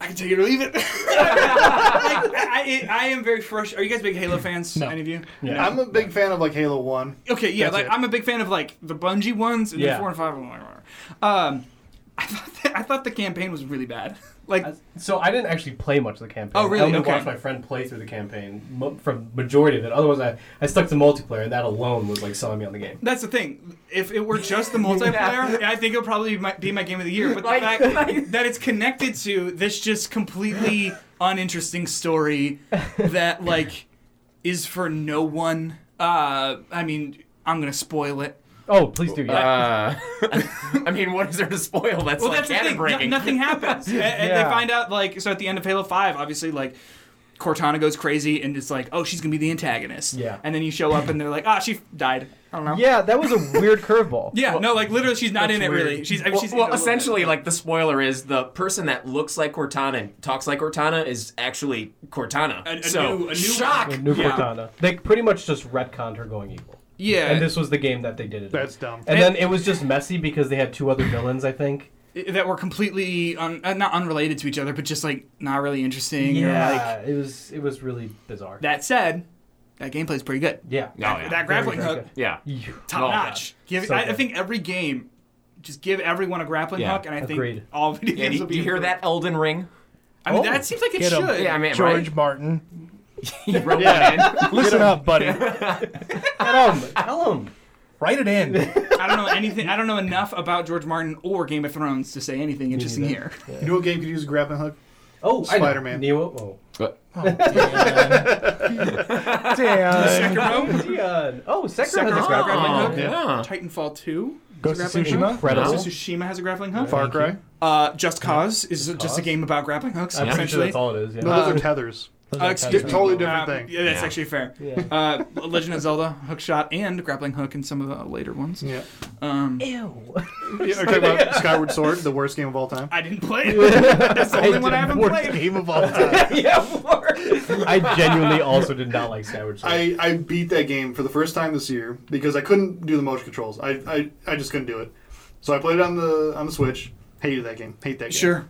I can take it or leave it. Like, I, I, I am very frustrated. Are you guys big Halo fans? Any of you?
Yeah.
I'm a big fan of like Halo One.
Okay, yeah,
That's
like
it.
I'm a big fan of like the Bungie ones and the
Yeah.
four and five. and whatever. Um, I thought that, I thought the campaign was really bad. Like,
So I didn't actually play much of the campaign.
Oh, really?
I only
Okay.
watched my friend play through the campaign mo- from majority of it. Otherwise, I, I stuck to multiplayer, and that alone was like selling me on the game.
that's the thing. If it were just the multiplayer, I think it would probably my, be my game of the year. But the
Like-
fact that it's connected to this just completely uninteresting story that like is for no one. Uh, I mean, I'm gonna spoil it.
Oh, please do. Yeah.
Uh, I mean, what is there to spoil? That's
Well,
like
that's the
canon
thing. No-
breaking.
nothing happens, and, and they
Yeah.
find out like so at the end of Halo Five, obviously like Cortana goes crazy, and it's like, oh, she's gonna be the antagonist.
Yeah.
And then you show up, and they're like, ah, she f- died. I don't know.
yeah, that was a weird curveball.
Yeah, no, like literally, she's not in it really. She's I mean,
well,
she's in
well,
it a little bit.
essentially, like the spoiler is the person that looks like Cortana and talks like Cortana is actually Cortana.
A- a
so
new- a new-
shock.
New
Yeah.
Cortana. They pretty much just retconned her going evil.
yeah.
And this was the game that they did it. in.
That's dumb.
And then it was just messy because they had two other villains, I think.
i- that were completely un, uh, not unrelated to each other, but just like not really interesting. Or, like,
it was it was really bizarre.
that said, that gameplay's pretty good.
yeah.
No, Oh, yeah.
That grappling
very
hook,
good.
yeah.
You-
top
Oh,
notch. Give,
So
I, I
good.
think every game just give everyone a grappling
Yeah,
hook, and I
agreed.
think all video
Yeah,
games
do,
will
do
be.
you hear that Elden Ring?
I mean,
Oh,
that seems like it
get 'em.
should.
Yeah, I mean,
George
right?
Martin.
He wrote that in.
Listen up, buddy.
Tell him. Tell him.
Write it in.
I don't know anything. I don't know enough about George Martin or Game of Thrones to say anything interesting here.
You know what game could use a grappling hook?
Oh, I know.
Spider-Man.
Neo. Oh.
But-
Damn. Damn.
Sekiro,
Dion. Oh, Sekiro has a
Sekiro.
grappling
Oh,
hook.
yeah.
Titanfall Two,
Ghost of
Grappling hook?
Tsushima.
Incredible.
Ghost of Tsushima has a grappling hook.
Far Cry.
Uh, Just Cause is just a
Cause?
game about grappling hooks,
I'm pretty sure
essentially.
that's all it is. Yeah.
No, those are tethers.
Those
Uh,
are
excuse
kind
me.
of-
Totally different
uh,
thing.
Yeah, that's
Yeah.
actually fair.
Yeah.
Uh, Legend of Zelda, Hookshot, and Grappling Hook in some of the later ones.
Yeah.
Um,
Ew.
yeah okay, about Skyward Sword, the worst game of all time.
I didn't play it. That's the only
I
one I haven't
Worst
played.
game of all time.
yeah, more. I genuinely also did not like Skyward Sword.
I, I beat that game for the first time this year because I couldn't do the motion controls. I, I, I just couldn't do it. So I played it on the on the Switch. Hated that game. Hate that game.
Sure.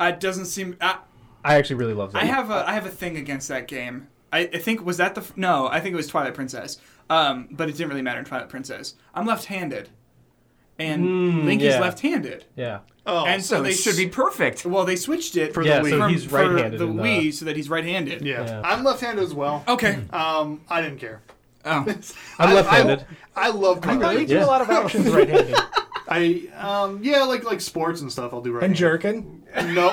Uh, It doesn't seem. I,
I actually really love that.
I have a I have a thing against that game. I, I think was that the f- no. I think it was Twilight Princess. Um, but it didn't really matter in Twilight Princess. I'm left-handed, and Link is
yeah.
left-handed,
Yeah.
Oh,
and Hmm, so
So
they
it should be perfect.
Well, they switched it for
Yeah,
the Wii.
so
From-
he's
for
right-handed
The
in the-
Wii, so that he's right-handed.
yeah.
Yeah.
I'm left-handed as well.
Okay.
Um, I didn't care.
Oh.
I'm
I-
left-handed.
I, I love
Well, you
Twilight.
do a lot of actions right-handed.
I um yeah, like like sports and stuff. I'll do right.
And jerking.
No,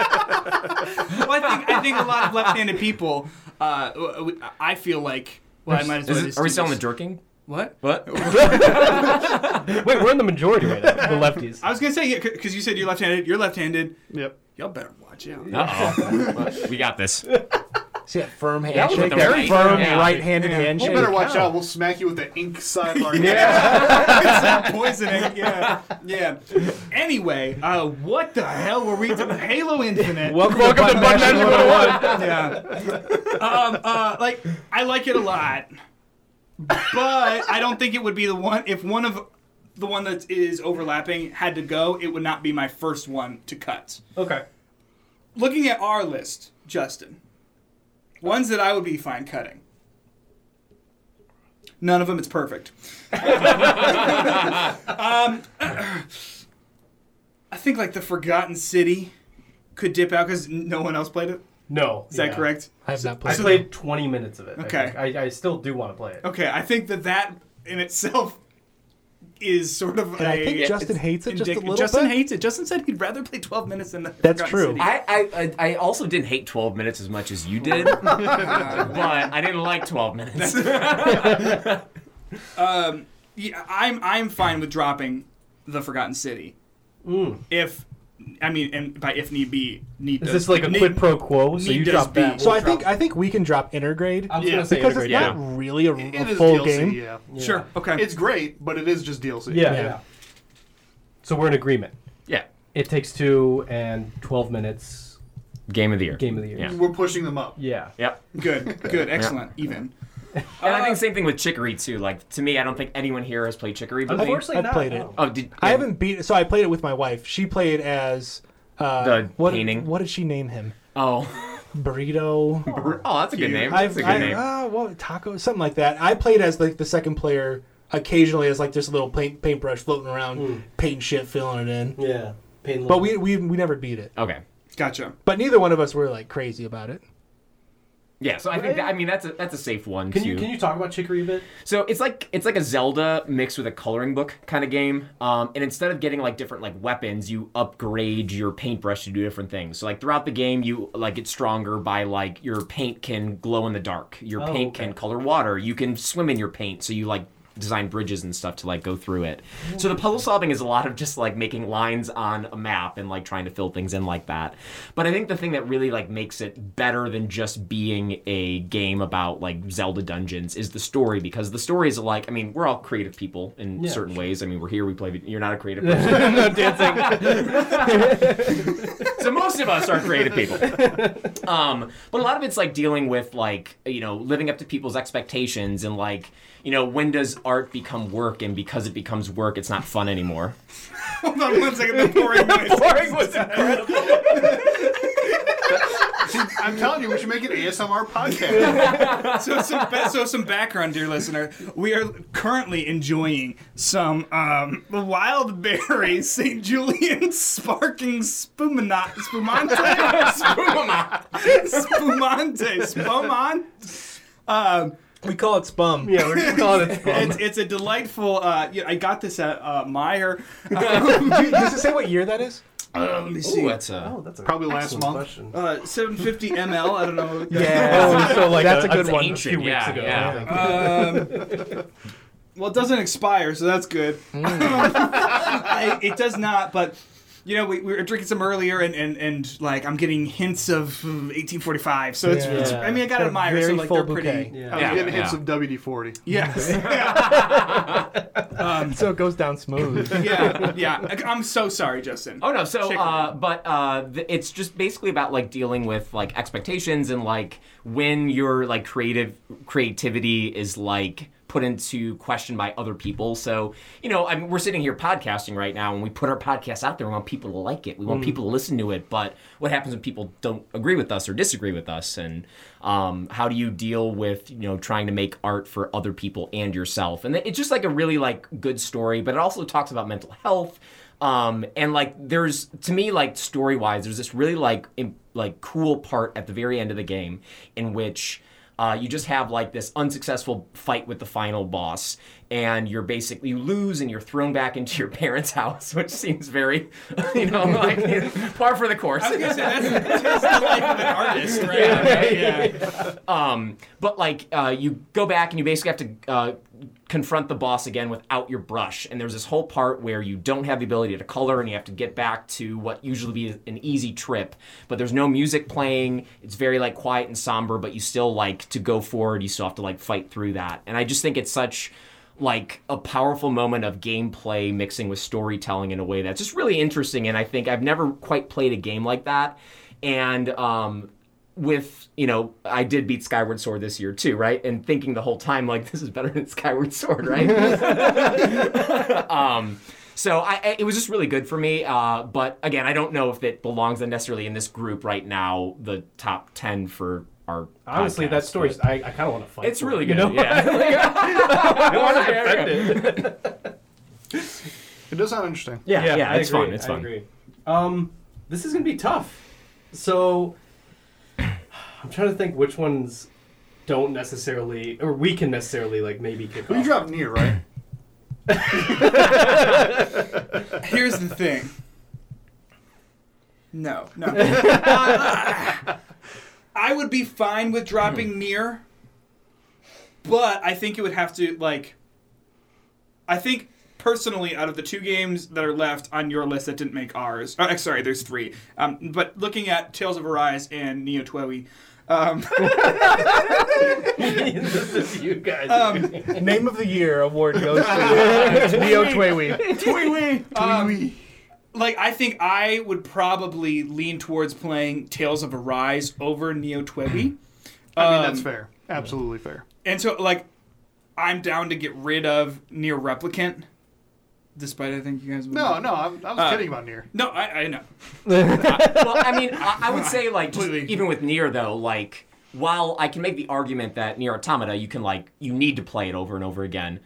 Well, I think I think a lot of left-handed people. Uh, w- w- I feel like. Well, I might as well.
Is it,
just
are we
do
still on the
this.
jerking?
What?
What?
Wait, we're in the majority right now. The lefties.
I was gonna say because you said you're left-handed. You're left-handed.
Yep.
Y'all better watch out.
Uh oh. we got this.
See that firm
was
handshake?
the
That
right-
firm
yeah.
right-handed
You
handshake.
better watch out. We'll smack you with the ink side of our
poisoning. Yeah, yeah. Anyway, uh, what the hell were we doing? Halo Infinite.
Welcome, Welcome to Bug Magic 101.
yeah. Um, uh, like I like it a lot, but I don't think it would be the one. If one of the one that is overlapping had to go, it would not be my first one to cut.
Okay.
Looking at our list, Justin, ones that I would be fine cutting. None of them. It's perfect. um, I think like the Forgotten City could dip out because no one else played it.
No.
Is that correct?
I have not
I
played.
played 20 minutes of it. I
Okay.
think. I, I still do want to play it.
Okay, I think that that in itself is sort of.
And I think Justin hates it just a little
Justin
bit.
hates it. Justin said he'd rather play 12 minutes than the.
That's
Forgotten
true.
City.
I, I- I I also didn't hate 12 minutes as much as you did, but I didn't like 12 minutes.
yeah, I'm I'm fine with dropping the Forgotten City. If I mean, and by if need be, need
Mm. Is
does-
this like a
need-
quid pro quo? So
need
you
does
drop
be.
that.
So
We'll
I think
drop-
I think we can drop intergrade
I was
Yeah,
gonna say
because it's
integrate, yeah.
not really a,
It
a
is
full
DLC,
game.
yeah.
Sure. Okay.
It's great, but it is just DLC.
Yeah.
Yeah.
yeah. So we're in agreement.
Yeah.
It takes two and 12 minutes.
Game of the year.
Game of the year.
Yeah.
We're pushing them up.
Yeah.
Yep.
good. Good. Excellent. Even.
And I think same thing with Chicory too. Like to me, I don't think anyone here has played Chicory. But
Unfortunately,
I've
not.
played
no.
it.
oh, did
I
yeah.
haven't beat. So I played it with my wife. She played as uh,
The
what,
painting.
What did she name him?
Oh,
Burrito.
oh, that's a good name. That's a good
I,
name.
Uh, what taco? Something like that. I played as like the second player occasionally as like just a little paint paintbrush floating around, painting shit, filling it in.
Yeah. Pain
But we, we we never beat it.
okay.
Gotcha.
But neither one of us were like crazy about it.
Yeah, so I think that, I mean that's a that's a safe one
Can
too.
you, can you talk about Chicory a bit?
So it's like it's like a Zelda mixed with a coloring book kind of game. Um, and instead of getting like different like weapons, you upgrade your paintbrush to do different things. So like throughout the game, you like get stronger by like your paint can glow in the dark. Your
Oh,
paint
okay.
can color water. You can swim in your paint. So you like design bridges and stuff to like go through it. So the puzzle solving is a lot of just like making lines on a map and like trying to fill things in like that. But I think the thing that really like makes it better than just being a game about like Zelda dungeons is the story because the story is like I mean we're all creative people in
Yeah.
certain ways. I mean we're here we play you're not a creative person.
no dancing.
so most of us are creative people. Um, but a lot of it's like dealing with like you know living up to people's expectations and like you know when does art become work, and because it becomes work, it's not fun anymore?
Hold on one second. The pouring noise.
Boring was incredible.
I'm telling you, we should make an ASMR podcast.
So some, ba- so some background, dear listener. We are currently enjoying some um, wild berry St. Julian sparkling spumante, spumante, spumante, spumante. Um,
We call it spum.
Yeah, we're just calling it
Um,
it's, it's a delightful. Uh, yeah, I got this at uh, Meyer.
Dude, does it say what year that is?
Um,
Ooh, that's a.
Oh, that's a
Probably last
excellent
month.
Question.
uh, 750 ml. I don't know.
Oh, so like
That's a good
that's
one.
Ancient,
Few weeks
yeah,
ago,
yeah.
I think.
Um, well, it doesn't expire, so that's good.
Hmm.
I, it does not, but you know, we, we were drinking some earlier, and, and, and like I'm getting hints of mm, 1845. So it's, it's
Yeah.
I mean, I got
Got
it
a
admire. So
very
like
full
they're
bouquet.
pretty.
I was
Yeah,
getting hits
yeah.
of WD-40.
Yes.
So it goes down smooth.
Um, yeah. Yeah. I- I'm so sorry, Justin.
Oh no, so
Shake
uh, but uh, th- it's just basically about like dealing with like expectations and like when your like creative creativity is like put into question by other people. So you know, I mean, we're sitting here podcasting right now, and we put our podcast out there. We want people to like it. We want people to listen to it. But what happens when people don't agree with us or disagree with us? And um, how do you deal with you know trying to make art for other people and yourself? And it's just like a really like good story, but it also talks about mental health. Um, and like, there's to me like story wise, there's this really like im- like cool part at the very end of the game in which uh, you just have like this unsuccessful fight with the final boss, and you're basically you lose, and you're thrown back into your parents' house, which seems very, you know, like you know, par for the course.
I was gonna say that's, that's the life of an artist, right?
Yeah, right,
yeah.
Um, but like uh, you go back and you basically have to uh, confront the boss again without your brush. And there's this whole part where you don't have the ability to color and you have to get back to what usually be an easy trip. But there's no music playing. It's very like quiet and somber. But you still like to go forward. You still have to like fight through that. And I just think it's such like a powerful moment of gameplay mixing with storytelling in a way that's just really interesting and i think i've never quite played a game like that and um, with you know i did beat skyward sword this year too right and thinking the whole time like this is better than skyward sword right um so I, I- it was just really good for me uh, but again i don't know if it belongs necessarily in this group right now the top 10 for our
Honestly,
podcast,
that story,
but
I, I kind of want to fight.
it's
for
really
it,
good
You know?
yeah
I want to
Yeah, yeah.
defend it.
It does sound interesting.
yeah, yeah,
I
it's
agree,
fun it's
I
fun
agree. Um, this is gonna be tough. So I'm trying to think which ones don't necessarily, or we can necessarily like maybe kick
Well,
off.
you dropped near, right?
Here's the thing. No, no. I would be fine with dropping near, but I think it would have to like. I think personally, out of the two games that are left on your list that didn't make ours, oh, sorry, there's three. Um, but looking at Tales of Arise and Neo Twoey, um,
this is you guys.
Um,
Name of the year award goes to Neo Twaywee.
Um, like I think I would probably lean towards playing Tales of Arise over Neo Twibi.
I mean, that's fair. Absolutely fair.
And so like I'm down to get rid of Near Replicant. Despite I think you guys would
No, no, I'm, I was kidding about near.
No, I, I know.
well, I mean, I, I would say like just
Completely.
even with Nier though, like while I can make the argument that Nier Automata, you can like you need to play it over and over again.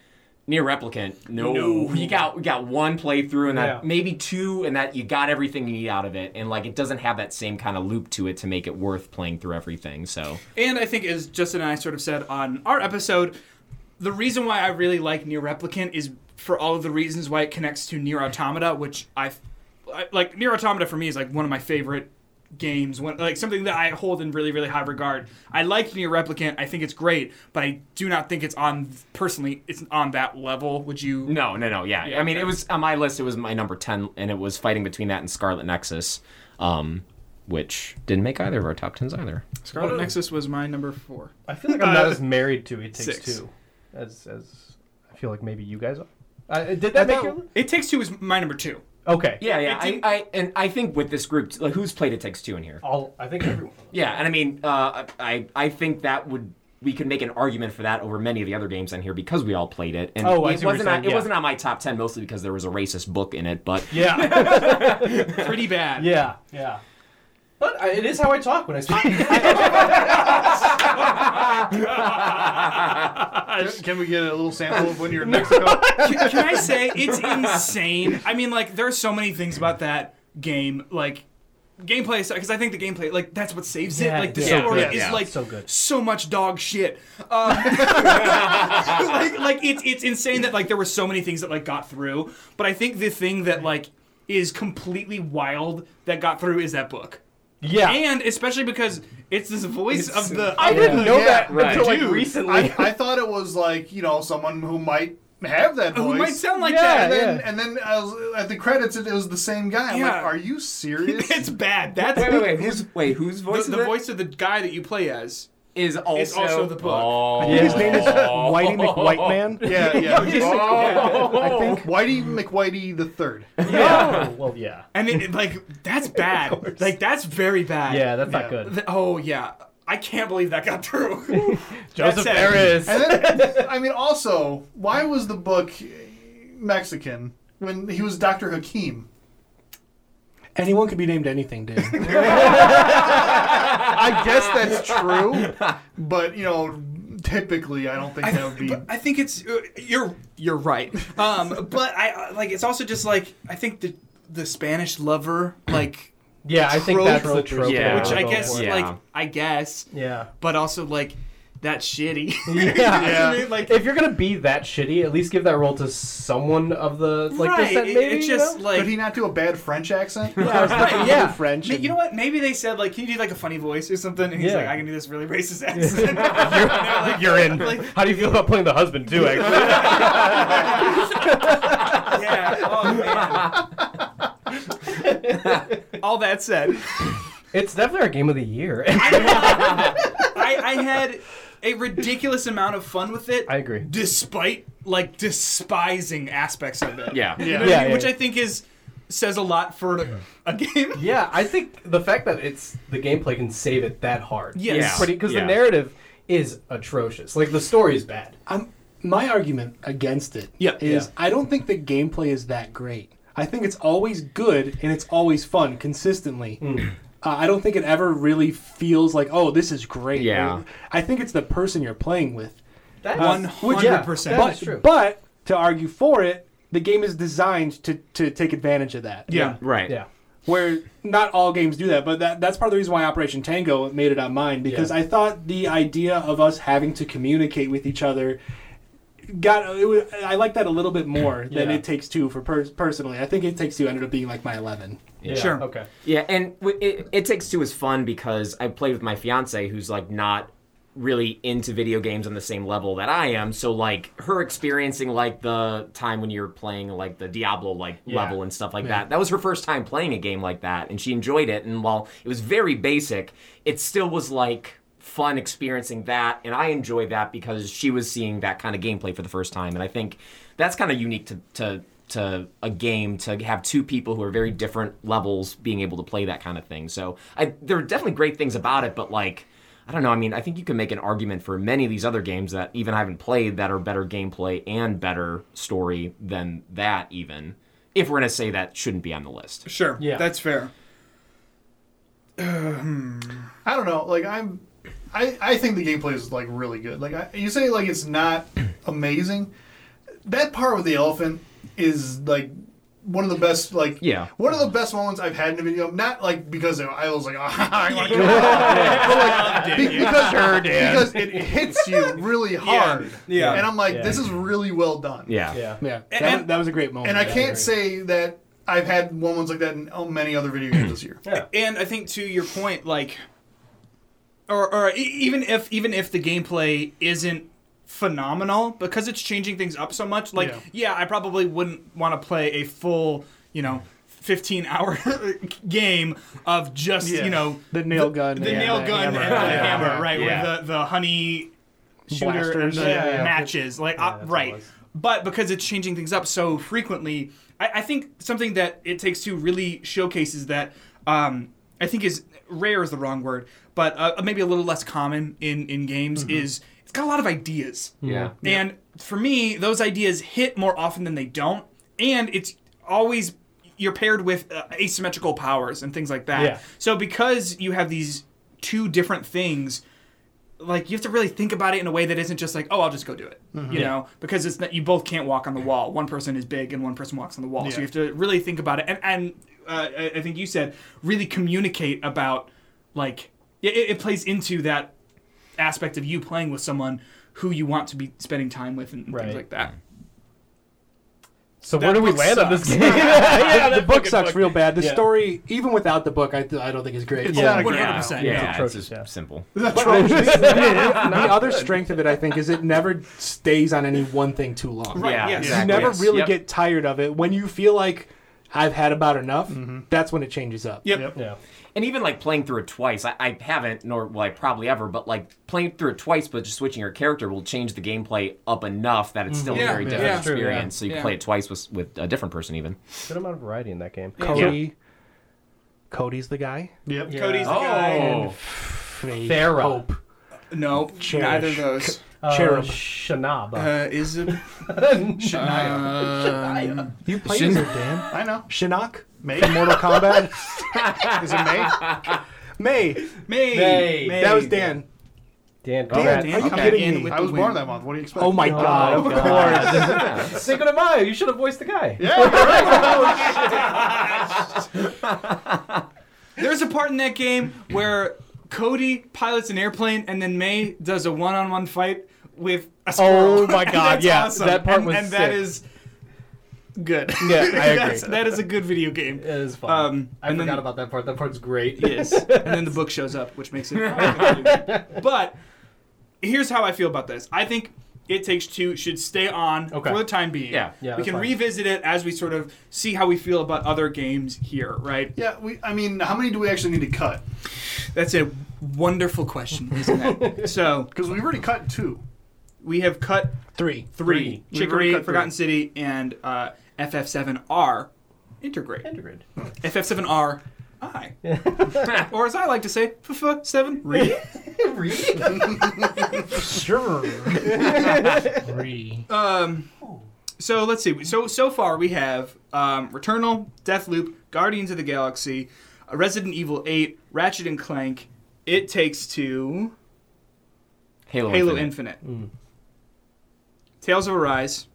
Near Replicant, no,
No.
you got we got one playthrough and that
Yeah.
maybe two, and that you got everything you need out of it, and like it doesn't have that same kind of loop to it to make it worth playing through everything. So
And I think as Justin and I sort of said on our episode, the reason why I really like Near Replicant is for all of the reasons why it connects to Near Automata, which I, I like Near Automata for me is like one of my favorite games, one, like something that I hold in really really high regard. I like Near Replicant, I think it's great, but I do not think it's on personally it's on that level. Would you?
no, no, no, yeah.
Yeah,
I mean,
okay.
it was on my list. It was my number ten, and it was fighting between that and Scarlet Nexus, um, which didn't make either of our top tens either.
Scarlet Nexus was my number 4.
I feel like I'm not
uh,
as married to It Takes
six.
Two as as I feel like maybe you guys are. Uh, did that make you?
It Takes Two was my number 2.
Okay.
Yeah, yeah.
It
I,
didn't-
I and I think with this group,
Oh.
like who's played it takes two in here.
All I think everyone.
Yeah, and I mean, uh, I I think that would we could make an argument for that over many of the other games on here because we all played it. And
Oh, I
it
see what you're
wasn't on,
saying,
it
yeah.
wasn't on my top ten mostly because there was a racist book in it, but
Yeah,
Pretty bad.
yeah, yeah. But I, it is how I talk when I speak.
Can, can we get a little sample of when you're in Mexico?
can, can I say it's insane? I mean, like there are so many things about that game, like gameplay, because I think the gameplay, like that's what saves
Yeah,
it. Like the
yeah.
story
So good,
is
yeah.
like
So good.
so much dog shit. Um, like, like it's it's insane that like there were so many things that like got through, but I think the thing that like is completely wild that got through is that book.
yeah.
And especially because it's this voice of the
I didn't know
Yeah,
that
right.
until like
Dude,
recently.
I, I thought it was like you know someone who might have that voice.
who might sound like that.
Yeah,
and then,
yeah.
and then I was, at the credits, it, it was the same guy. I'm
Yeah.
like, are you serious?
It's bad. That's
wait, wait, wait, who's wait, whose voice
the,
is
the
it?
voice of the guy that you play as.
is also,
also the book.
Oh.
I think his name is Whitey McWhiteman.
yeah, yeah.
Oh.
I think.
Whitey McWhitey the third.
Oh. yeah. well, yeah.
And it, like that's bad. like that's very bad.
Yeah, that's not
Yeah.
good.
Th- oh yeah. I can't believe that got through.
Joseph
sad.
Harris.
And then, I mean, also, why was the book Mexican when he was Doctor Hakim?
Anyone could be named anything, dude.
I guess that's true, but you know, typically, I don't think that would be.
but I think it's uh, you're you're right. Um, but I uh, like it's also just like I think the the Spanish lover like
Yeah, I think
Trope.
that's the trope.
Yeah.
that
which
we're
I
going
guess
for.
Yeah.
like I guess
Yeah.
but also like that's shitty.
Yeah.
I mean, like
If you're gonna be that shitty, at least give that role to someone of the like
right.
descent.
it-
Maybe
it's
you
just
know?
like
Could he not do a bad French accent?
Yeah, I was thinking
Right, yeah.
more French.
Ma- you know what? Maybe they said like, can you do like a funny voice or something? And he's
Yeah.
like, I can do this really racist accent. And they're like-
You're in.
Like,
How do you feel about playing the husband too? Actually,
yeah. Oh man. All that said,
it's definitely our game of the year.
I, I had a ridiculous amount of fun with it.
I agree.
Despite like despising aspects of it.
Yeah.
You know
Yeah.
what I
Yeah,
mean?
yeah,
Which
yeah.
I think is says a lot for a- a game.
Yeah, I think the fact that it's the gameplay can save it that hard.
Yes.
Yeah.
because
Yeah.
the narrative is atrocious. Like the story is bad.
I'm, my argument against it is
Yeah.
Yeah.
I don't think the gameplay is that great. I think it's always good and it's always fun consistently.
Hmm.
Uh, I don't think it ever really feels like, oh, this is great.
Yeah.
I think it's the person you're playing with.
That's
One
yeah,
hundred percent.
that
but,
is true.
but to argue for it, the game is designed to, to take advantage of that.
Yeah.
Right.
yeah.
Where not all games do that, but that, that's part of the reason why Operation Tango made it on mine because
Yeah.
I thought the idea of us having to communicate with each other got it was, I like that a little bit more than
Yeah.
it takes two for per, personally. I think it takes two ended up being like my eleven.
Yeah,
Sure.
Okay.
Yeah, and w- it, it takes two is fun because I played with my fiance who's like not really into video games on the same level that I am. So like her experiencing like the time when you're playing like the Diablo like level and stuff like that. That was her first time playing a game like that, and she enjoyed it. And while it was very basic, it still was like fun experiencing that and i enjoyed that because she was seeing that kind of gameplay for the first time and i think that's kind of unique to, to to a game to have two people who are very different levels being able to play that kind of thing so I, there are definitely great things about it but like i don't know i mean i think you can make an argument for many of these other games that even i haven't played that are better gameplay and better story than that even if we're going to say that shouldn't be on the list
Sure.
Yeah.
That's fair.
I don't know. Like I'm, I I think the gameplay is like really good. Like I, you say, like it's not amazing. That part with the elephant is like one of the best. Like
Yeah.
one of the best moments I've had in a video. Not like because I was like, ah, I want to Be- because, because it hits you really hard.
Yeah.
And I'm like,
Yeah.
this is really well done.
yeah
Yeah.
Yeah, that,
And-
was, that was a great moment.
And I can't say that I've had moments like that in oh, many other video games this year.
Yeah.
and I think to your point, like, or or e- even if even if the gameplay isn't phenomenal because it's changing things up so much, like,
Yeah.
yeah, I probably wouldn't want to play a full, you know. 15 hour game of just
Yeah.
you know
the nail gun,
the
and
nail
the
gun
hammer.
and the
Yeah.
hammer right
Yeah.
with the, the honey shooter
Blasters.
and the
Yeah, yeah.
matches like
Yeah,
uh,
that's what it
right
was.
but because it's changing things up so frequently I, I think something that it takes two really showcases that um, i think is rare is the wrong word but uh, maybe a little less common in, in games is it's got a lot of ideas.
Yeah.
And for me, those ideas hit more often than they don't, and it's always you're paired with uh, asymmetrical powers and things like that.
Yeah.
So because you have these two different things, like you have to really think about it in a way that isn't just like, oh, I'll just go do it. You know, because it's not, you both can't walk on the wall. One person is big and one person walks on the wall. So you have to really think about it. And and uh, I I think you said really communicate about like it, it plays into that aspect of you playing with someone who you want to be spending time with and
Right.
things like that.
So
That
where do we
book
land on this
sucks.
game? yeah,
the book sucks real bad. The
Yeah.
story, even without the book, I, th- I don't think is great.
It's
But
Oh,
not a great
100%.
novel.
Yeah.
Yeah, it's
atrocious,
just
yeah.
simple.
the other strength of it, I think, is it never stays on any one thing too long.
Right,
Yeah,
yes.
You
exactly.
never
Yes.
really
Yep.
get tired of it. When you feel like I've had about enough, that's when it changes up.
Yep.
yeah.
And even like playing through it twice, I, I haven't, nor will I probably ever, but like playing through it twice, but just switching your character will change the gameplay up enough that it's still
Yeah,
a very
yeah,
different
that's
true, yeah.
experience. So you can
Yeah.
play it twice with, with a different person, even.
Good amount of variety in that game.
Cody. Cody's the guy.
Yep.
Cody's the guy.
Oh,
Faith,
Thera.
Hope.
No,
Cherish.
neither of those.
Uh,
Cherub.
Shanab.
Uh, is a, Shania.
You played
Shin-
as her, Dan.
I know.
Shinnok
May
from Mortal Kombat.
is it May?
May.
May.
May.
May.
That was Dan.
Dan,
Dan,
congrats.
Dan,
Are you
come
kidding
in
me?
with
I
the
was born
win.
that month. What do you expect?
Oh my god, of course.
Cinco de Mayo, you should have voiced the guy.
Yeah, you're right.
There's a part in that game where Cody pilots an airplane and then May does a one-on-one fight with a squirrel.
Oh my
And
God,
that's
yeah,
awesome.
that part
and,
was
and that
sick.
is good.
Yeah, I agree.
That's- that is a good video game.
It is fun.
Um,
I
and
forgot
then-
about that part. That part's great.
Yes. and then the book shows up, which makes it. but here's how I feel about this. I think it takes two should stay on
Okay.
for the time being.
Yeah.
Yeah,
we
that's
can
fine.
revisit it as we sort of see how we feel about other games here, right?
yeah, we. I mean, how many do we actually need to cut?
That's a wonderful question, isn't it? so
Because we've already cut two.
we have cut
Three.
three: Chicory,
Three. We've already cut
Forgotten City, and uh, FF7R. Integrate.
Integrated.
FF7R. I. or as I like to say, FF7 re.
Sure. Three.
Um, so let's see. So so far we have um, Returnal, Deathloop, Guardians of the Galaxy, uh, Resident Evil Eight, Ratchet and Clank, It Takes Two,
Halo,
Halo
Infinite.
Infinite, Tales of Arise,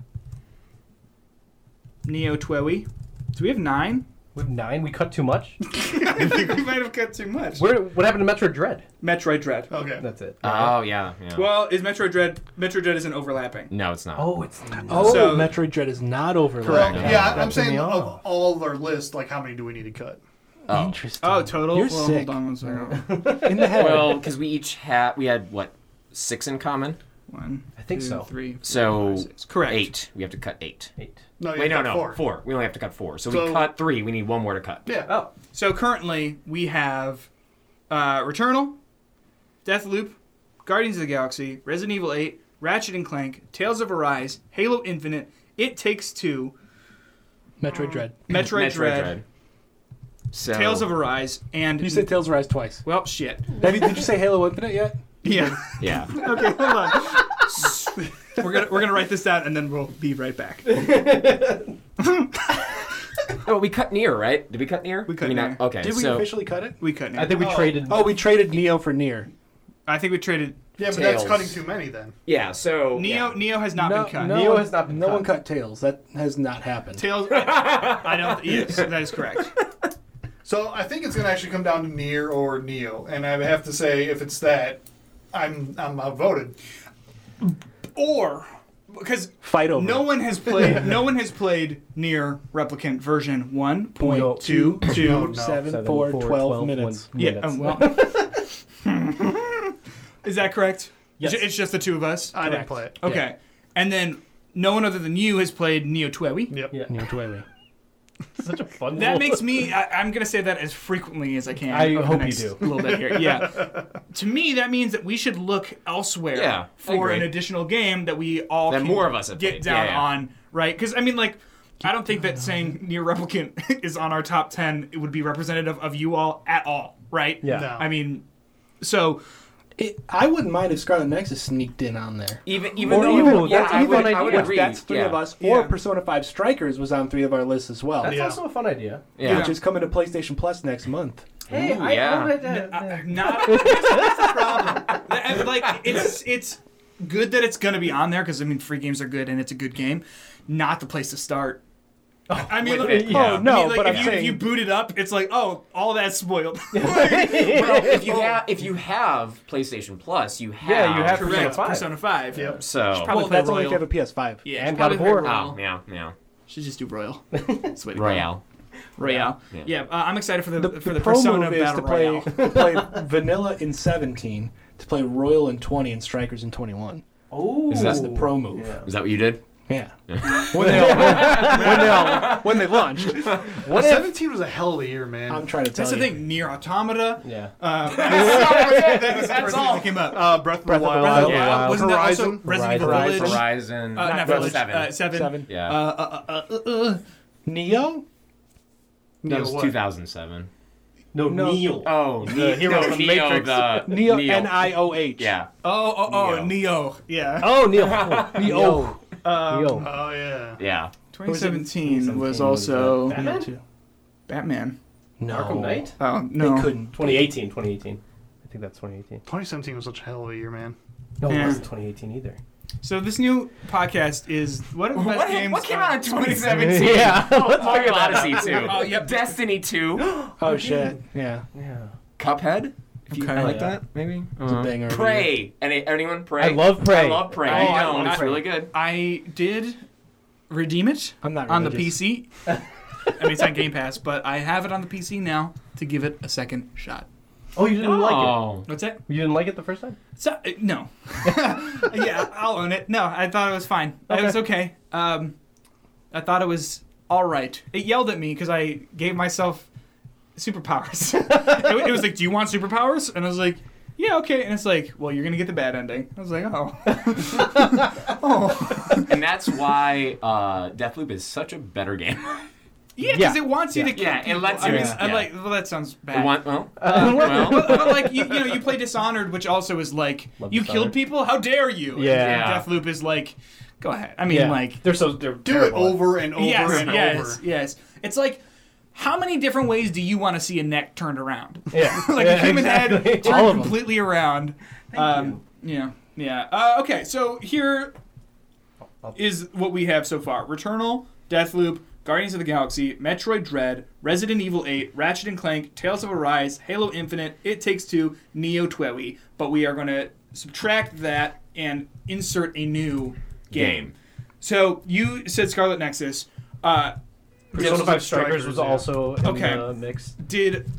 Neo Twoey. Do we have nine?
We have nine. We cut too much.
I think we might have cut too much.
Where, what happened to Metroid Dread?
Metroid Dread.
Okay.
That's it.
Oh, yeah. yeah.
Well, is Metroid Dread? Metroid Dread isn't overlapping.
no, it's not.
oh, it's
Oh,
So-
Metroid Dread is not Oh,
Correct.
overlapped.
Yeah,
yeah, I'm
that's in
saying
the
of
off.
all of our list, like how many do we need to cut?
Oh.
Interesting.
Oh, total.
You're
well,
sick.
Hold on one second.
In the head.
Well, because we each had, we had what, six in common?
One.
I think
two,
so.
three, four,
So,
five, six. correct.
Eight. We have to cut eight.
Eight.
No, Oh, you
Wait, no,
cut
no. Four. We only have to cut four. So, we
So-
cut three. We need one more to cut.
Yeah.
Oh,
So currently we have uh, Returnal, Deathloop, Guardians of the Galaxy, Resident Evil 8, Ratchet and Clank, Tales of Arise, Halo Infinite, It Takes Two,
Metroid Dread.
Metroid, Dread,
Metroid Dread. Oh. So,
Tales of Arise, and
You said Tales Rise twice.
well shit.
Have you, did you say Halo Infinite yet?
Yeah.
Yeah.
okay, hold on. we're gonna we're gonna write this down and then we'll be right back.
Oh, we cut near, right? Did we cut near? We
cut
I mean,
Nier.
I- okay,
Did we
so
officially cut it?
We couldn't.
I think we traded.
Oh, we traded Neo for Near.
I think we traded
Yeah, but that's
Tails.
cutting too many then.
yeah, so
Neo.
yeah.
Neo has not
No,
been cut.
no
Neo
one-
has not been
No
cut.
one cut Tails. That has not happened.
Tales. I, I don't. Yes, that is correct.
So I think it's gonna actually come down to near or Neo, and I have to say if it's that, I'm I'm outvoted.
Or because
Fight over.
No one has played. no one has played near replicant version one point two two.
Seven,
Seven,
four,
four,
12
12
minutes.
one-
Yeah.
minutes.
um, well. Is that correct?
Yes.
Ju- It's just the two of us. Uh,
I
Correct.
didn't play it.
okay. And then no one other than you has played Neo Twoey.
Yep.
Yeah.
Neo Dwelly.
Such a fun.
That
little-
makes me. I, I'm gonna say that as frequently as I can.
I
over the
hope you
next
do.
Little bit here. Yeah. to me, that means that we should look elsewhere
Yeah, I
for
agree.
an additional game that we all
That
can
more of us have
get
played.
down
Yeah, yeah.
on, right? Because I mean, like, I don't think that saying near replicant is on our top ten. It would be representative of you all at all, right?
Yeah.
No.
I mean, so
It, I wouldn't mind if Scarlet Nexus sneaked in on there.
Even even
or
though
even,
yeah,
that's,
I
even
would, I would
if
agree.
that's three
yeah.
of us, or
Yeah.
Persona 5 Strikers was on three of our lists as well,
That's
Yeah.
also a fun idea.
Yeah.
which is coming to PlayStation Plus next month.
Hey, Ooh, I- yeah. I-
Uh, not that's, that's the problem. That- Like it's it's good that it's gonna be on there because I mean free games are good and it's a good game. Not the place to start. I mean,
with
look,
it,
I
yeah. Oh,
mean,
no,
like, if
but I'm
you, if
saying-
you boot it up, it's like, oh, all that's spoiled.
well, if you have if you have PlayStation Plus, you have
Yeah, you have
Correct,
Persona 5.
Persona Five. Yep.
so
Probably
well, that's
play
only if you
Royal.
have a PS5.
Yeah,
And
should probably
God of War.
play
oh
Royal.
yeah yeah
Should just do Royal. That's the way to go.
Royale.
Royale.
Yeah.
Yeah, uh, I'm excited for the,
The,
for
the
the
pro
Persona
move is
Battle
to play,
Royale.
to play vanilla in 17, to play royal in 20, and strikers in 21.
Oh,
Is
That's
that-
the pro move.
Yeah.
Is that what you did?
Yeah. when, they all, when, they all, when they launched.
What if?
Seventeen was a hell of a year, man.
I'm trying to tell
That's
you.
the thing. Near Automata.
Yeah.
Um, that's that's all that came up.
uh, Breath of the
Breath of the
Wild.
Wild.
Uh,
Yeah.
Wasn't that also
Horizon?
Resident Evil
Horizon.
Village?
Horizon.
Uh, not
Village,
Village.
seven.
Uh, seven.
Seven.
yeah.
Uh, uh, uh, uh, uh, uh.
Neo?
that
Neo
was
what?
2007.
No,
No.
Neil.
Oh, the
hero from Matrix.
The,
Neo,
Neo.
N-I-O-H.
Yeah.
Oh, oh, oh,
Neo.
Neo. Yeah.
Oh, Neil. Neil.
Um,
Neil.
Oh yeah.
Yeah.
2017 was,
was, uh,
also
Batman?
Neo too.
Batman.
No.
Arkham Knight?
Oh
They
no.
couldn't.
2018. 2018. I think that's 2018.
2017 was such a hell of a year, man.
No, it
Yeah.
wasn't 2018 either.
So this new podcast is what are the best
What,
games?
what came
on-
out in 2017?
Let's
Mario
figure that
Odyssey 2.
Oh, yep.
Destiny 2.
Oh, shit. Yeah.
Yeah.
Cuphead. If you,
Okay.
I like
Yeah.
that, maybe.
a banger of a
Prey. Any, anyone? Prey.
I love Prey.
I love Prey.
Oh,
you
I
don't.
love
It's
Prey.
really good.
I did redeem it
I'm not
on the
religious.
PC. I mean, it's on Game Pass, but I have it on the PC now to give it a second shot.
Oh, you didn't like
Oh.
What's that?
it? You didn't like it the first time?
So, uh, no. yeah, I'll own it. No, I thought it was fine. It was okay. Um, I thought it was all right. It yelled at me because I gave myself superpowers. it, wa- it was like, "Do you want superpowers?" And I was like, "Yeah, okay." And it's like, "Well, you're gonna get the bad ending." I was like, "Oh,
And that's why uh, Deathloop is such a better game.
yeah," because
Yeah.
it wants you to
Yeah.
kill
Yeah, it
people.
lets
I
you-
mean,
yeah.
I
Yeah.
like. Well, that sounds bad.
You want- well, well,
but, but like you, you know, you play Dishonored, which also is like
Love
you
Dishonored.
killed people. How dare you?
Yeah.
Yeah.
And Deathloop is like, go ahead. I mean, like
they're so they're
Do it over and over
yes,
and
yes,
over.
yes. It's like, how many different ways do you want to see a neck turned around?
Yeah.
like a
Yeah,
human
exactly.
head
All of
turned
'em.
completely around. um, Yeah, yeah. Uh, okay, so here is what we have so far: Returnal, Deathloop, Guardians of the Galaxy, Metroid Dread, Resident Evil 8, Ratchet and Clank, Tales of Arise, Halo Infinite, It Takes Two, Neo Twoey. But we are going to subtract that and insert a new game.
Game.
So you said Scarlet Nexus. Uh,
Persona
did-
5 Strikers was
yeah.
also in
Okay.
the mix.
Did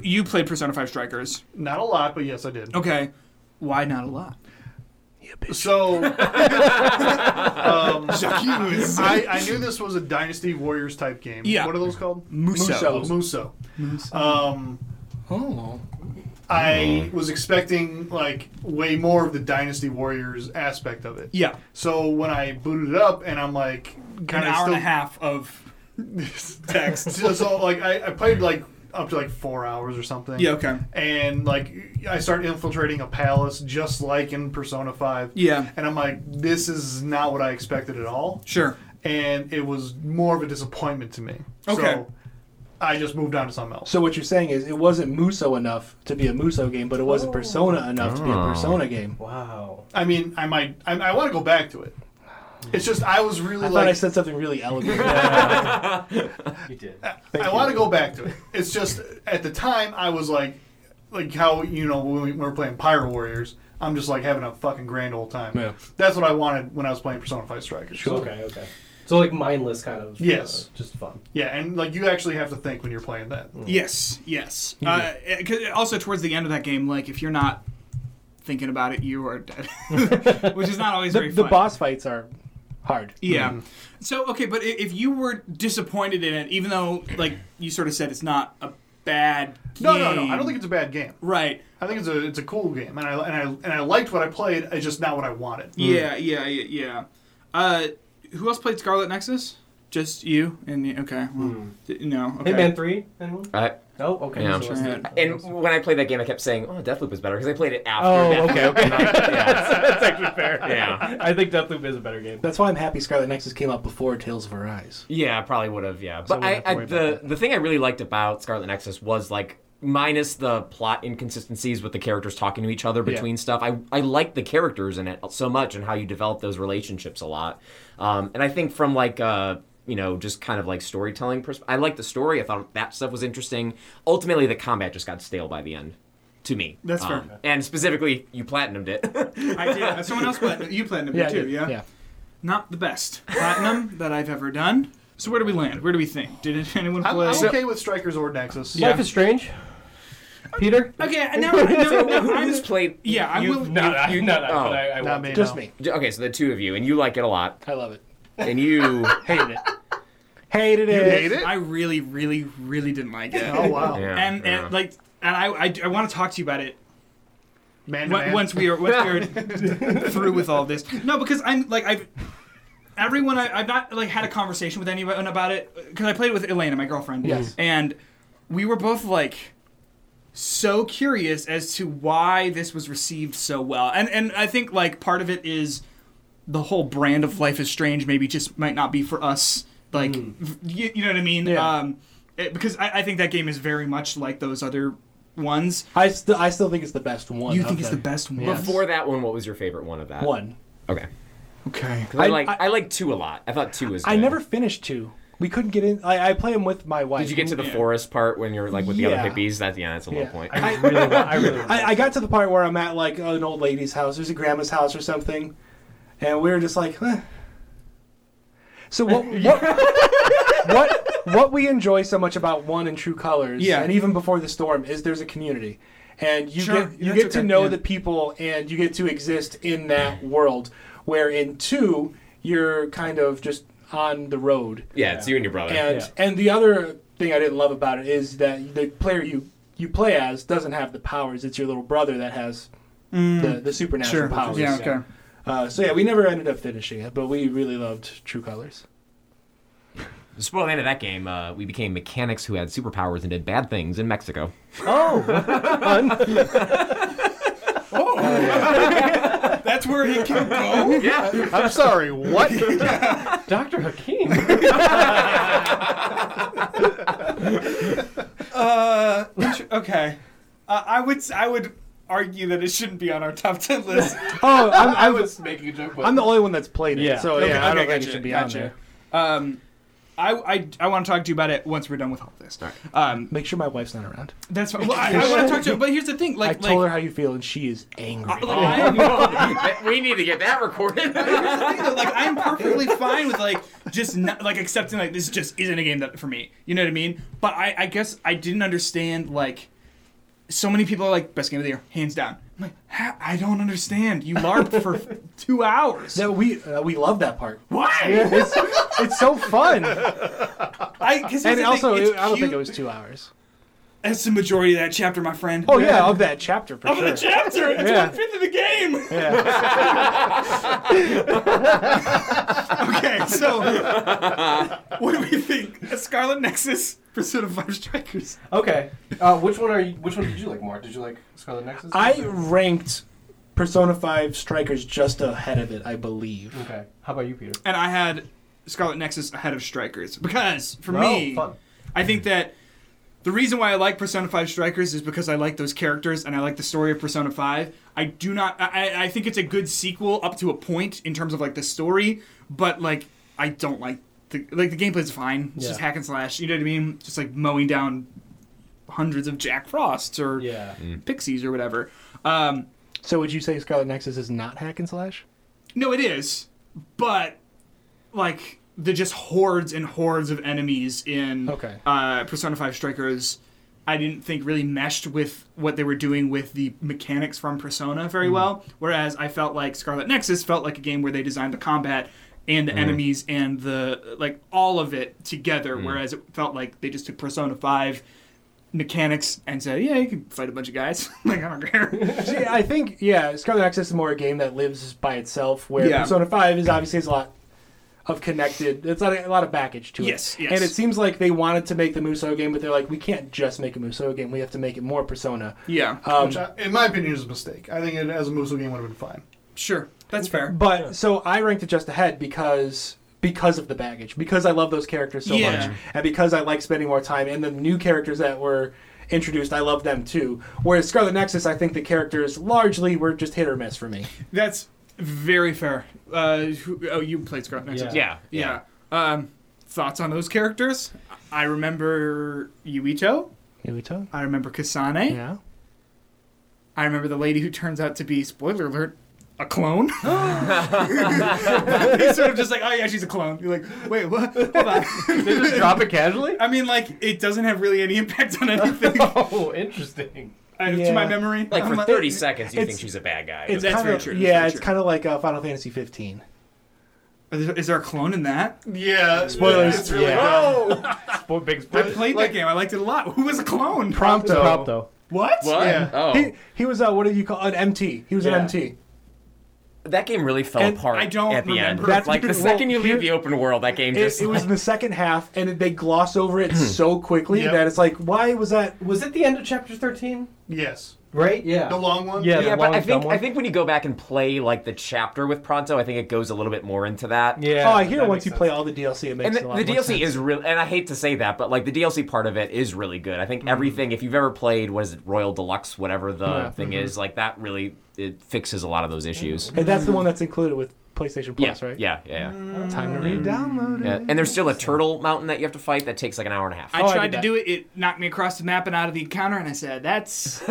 you played Persona Five Strikers?
Not a lot, but yes, I did.
Okay. Why not a lot?
So, um, I, I knew this was a Dynasty Warriors type game.
Yeah.
What are those called?
Muso.
Muso. Um,
Oh.
I
Mm-hmm.
was expecting like way more of the Dynasty Warriors aspect of it.
Yeah.
So when I booted it up and I'm like,
An
kind
hour and a
of
half of text.
still, so like I, I played like up to like four hours or something.
Yeah. Okay.
And like I start infiltrating a palace just like in Persona Five.
Yeah.
And I'm like, this is not what I expected at all.
Sure.
and it was more of a disappointment to me.
Okay.
So I just moved on to something else.
So what you're saying is it wasn't Muso enough to be a Muso game, but it wasn't Persona enough to be a
Oh.
Persona game.
Wow.
I mean, I might, I, I want to go back to it. It's just I was really
I
like,
thought I said something really elegant.
You did.
I want to go back to it. It's just at the time I was like, like how you know when we were playing Pyro Warriors, I'm just like having a fucking grand old time.
Yeah.
That's what I wanted when I was playing Persona Five Strikers.
Okay, okay. So like mindless kind of.
Yes.
uh, just fun.
Yeah, and like you actually have to think when you're playing that.
Yes. Yes. Uh, it- 'cause also, towards the end of that game, like if you're not thinking about it, you are dead, which is not always
the,
very
the
fun.
boss fights are hard.
Yeah. So okay, but i- if you were disappointed in it, even though like you sort of said it's not a bad game.
No, no, no. I don't think it's a bad game.
Right.
I think it's a it's a cool game, and I and I and I liked what I played. It's just not what I wanted.
Hmm.
Yeah, yeah, yeah, yeah. Uh, who else played
Hmm.
Scarlet Nexus? Just you and you, okay. Well, d- No, okay.
Hitman 3? Anyone?
I,
Oh, okay.
Yeah.
so it's not-
And when I played that game, I kept saying, "Oh, Deathloop is better" because I played it after.
Oh,
Deathloop.
okay, okay.
And I- yeah.
that's, that's actually fair.
Yeah.
I think Deathloop is a better game.
That's why I'm happy Scarlet Nexus came out before Tales of Arise.
Yeah, I probably would have. Yeah,
I
but
wouldn't
I,
have to
I,
worry
the the thing I really liked about Scarlet Nexus was like minus the plot inconsistencies with the characters talking to each other between stuff. I I liked the characters in it so much and how you develop those relationships a lot. Um, and I think from like uh you know just kind of like storytelling perspective, I liked the story. I thought that stuff was interesting. Ultimately, the combat just got stale by the end. To me, Um,
That's fair.
And specifically, you platinumed it.
I did. uh, Someone else planned. You planned them
Yeah, I
too,
did.
yeah?
Yeah.
Not the best platinum that I've ever done. So where do we land? Where do we think? Did anyone
I'm,
play?
I'm okay with Strikers or Nexus.
Yeah.
Life is strange. Peter?
okay, now, now, now
Who
I'm
just played?
Yeah, I will-
not you,
not I,
oh.
but I, I
Not
want
me.
to.
Just
no.
me.
Okay, so the two of you, and you like it a lot,
I love it.
and you.
Hated it. Hated it.
You hate it?
I really, really, really didn't like it.
oh wow.
Yeah,
and
yeah.
and like, and I I, want to talk to you about it
Man, to
when-
man.
once we are once we are through with all this. No, because I'm like I've. Everyone, I, I've not like had a conversation with anyone about it because I played it with Elena, my girlfriend.
Yes.
and we were both like so curious as to why this was received so well, and and I think like part of it is the whole brand of Life is Strange maybe just might not be for us. Like, v- you, you know what I mean?
Mm. Yeah.
Um, it- because I, I think that game is very much like those other ones.
I still I still think it's the best one.
You
of
think it's the
them.
best one?
Yes.
Before that one, what was your favorite one of that?
one?
Okay.
Okay.
'Cause I,
I-
like I,
I-
like two a lot. I thought two was.
I
good.
never finished two. We couldn't get in. I, I play them with my wife.
Did you get to the
Yeah.
forest part when you're like with the
Yeah.
other hippies? That's yeah, that's a low
Yeah.
point.
I really want. I really want.
I, I got to the part where I'm at like an old lady's house. There's a grandma's house or something, and we were just like, eh. so what? What? what? What we enjoy so much about one and True Colors,
Yeah.
and even before the storm, is there's a community, and you
Sure,
get you
that's
get to
okay,
know
yeah.
the people, and you get to exist in that world. Where in two, you're kind of just on the road.
yeah, it's you and your brother.
And and the other thing I didn't love about it is that the player you you play as doesn't have the powers. It's your little brother that has the, the
Sure.
supernatural powers.
Yeah. Okay.
Uh, so yeah, we never ended up finishing it, but we really loved True Colors.
Spoiler end of that game, uh, we became mechanics who had superpowers and did bad things in Mexico.
That's where it can
oh.
go.
Yeah.
I'm sorry. What?
Dr. Hakeem.
Uh, int- okay. Uh, I would s- I would argue that it shouldn't be on our top ten list.
Oh, I'm,
I was making a joke. But
I'm the only one that's played it,
Yeah.
so yeah,
Okay,
I
okay,
don't think
gotcha,
it should be on
gotcha.
there.
Um, I I, I want to talk to you about it once we're done with all this. Um,
Make sure my wife's not around.
that's fine. Well, I, I want to talk to you, but here's the thing. Like,
I told
like, Uh,
her how you feel, and she is angry.
like, I am-
we need to get that recorded.
Here's the thing, though, like I am perfectly fine with like just not, like accepting like this just isn't a game that for me. You know what I mean? But I, I guess I didn't understand like so many people are like best game of the year, hands down. I'm like, "Ha- I don't understand. You LARP for two hours.
No, we uh, we love that part.
Why?
It's, it's so fun, and
I, cause here's the
also
thing,
it,
it's
I don't think
cute.
it was two hours.
That's the majority of that chapter, my friend.
Oh yeah, of that chapter for sure.
the chapter. It's
Yeah.
one fifth of the game.
yeah.
Okay, so what do we think? Scarlet Nexus, Pursuit of Five Strikers.
okay. Uh, which one are you? Which one did you like more? Did you like Scarlet Nexus?
I ranked Persona 5 Strikers just ahead of it, I believe.
Okay. How about you, Peter?
and I had Scarlet Nexus ahead of Strikers because for
Oh,
me,
fun.
I think that the reason why I like Persona Five Strikers is because I like those characters and I like the story of Persona Five. I do not. I, I- I think it's a good sequel up to a point in terms of like the story, but like I don't like the like the gameplay's fine. It's just
Yeah.
hack and slash. You know what I mean? Just like mowing down hundreds of Jack Frosts or
Yeah.
Pixies or whatever. Um,
So would you say Scarlet Nexus is not hack and slash?
no, it is, but like the just hordes and hordes of enemies in
Okay.
uh, Persona Five Strikers, I didn't think really meshed with what they were doing with the mechanics from Persona very well. Whereas I felt like Scarlet Nexus felt like a game where they designed the combat and the enemies and the like all of it together. Whereas it felt like they just took Persona Five mechanics and said, "Yeah, you can fight a bunch of guys. like I don't care."
See, I think, yeah, Scarlet Nexus is more a game that lives by itself, where
Yeah.
Persona 5 is obviously is a lot of connected. It's not a, a lot of baggage to
Yes,
it.
yes.
And it seems like they wanted to make the Musou game, but they're like, we can't just make a Musou game. We have to make it more Persona.
Yeah,
Um,
Which, I, in my opinion, is a mistake. I think it, as a Musou game would have been fine.
sure, that's fair.
But so I ranked it just ahead because because of the baggage, because I love those characters so
Yeah.
much, and because I like spending more time. And the new characters that were introduced, I love them too. Whereas Scarlet Nexus, I think the characters largely were just hit or miss for me.
That's very fair. Uh, who, oh, you played Scarlet Nexus.
Yeah.
yeah. Um, thoughts on those characters? I remember Yuito.
Yuito,
I remember Kasane.
yeah,
I remember the lady who turns out to be, spoiler alert, a clone. He's sort of just like, oh yeah, she's a clone. You're like, wait, what? Hold on.
They just drop it casually?
I mean, like, it doesn't have really any impact on anything
Oh, interesting.
uh, to
Yeah.
my memory.
Like
I'm
for 30
it-
seconds, you
it's-
think she's a bad guy.
it's
That's
kind
very
of
true, that's
yeah,
very
it's
true.
kind of like uh, Final Fantasy 15.
Is there- is there a clone in that?
Yeah.
Spoilers,
It's really
yeah.
bad.
Spoil- big
I
spoil-
played that game. I liked it a lot. Who was a clone?
Prompto,
Prompto.
What?
what?
yeah.
Oh,
He, he was uh, what do you call an MT? He was
Yeah.
an MT.
Oh, that game really fell
And
apart.
I don't
at the
remember.
end.
That's
like the
because-
second you
well,
leave
here-
the open world, that game just
It, it was in the second half, and they gloss over it so quickly
Yep.
that it's like, why was that?
Was it the end of chapter 13?
Yes.
Right? Yeah.
The long one.
Yeah.
yeah,
the
but
long
I think
dumb one.
I think when you go back and play like the chapter with Pronto, I think it goes a little bit more into that.
Yeah.
oh, I hear
that
once
makes
you
sense.
play all the DLC, it makes
And the,
a lot
the
more
DLC
sense.
is real, and I hate to say that, but like the DLC part of it is really good. I
Mm-hmm.
think everything, if you've ever played, what is it, Royal Deluxe, whatever the
Yeah. mm-hmm.
thing is, like that really it fixes a lot of those issues.
And that's the one that's included with PlayStation
Yeah,
Mm-hmm. Plus, right? Mm-hmm. Mm.
yeah, yeah, yeah.
Time to re-download it.
yeah. And there's still a turtle mountain that you have to fight that takes like an hour and a half.
I
Oh, I
tried
did
to
that.
do it. It knocked me across the map and out of the encounter, and I said, "That's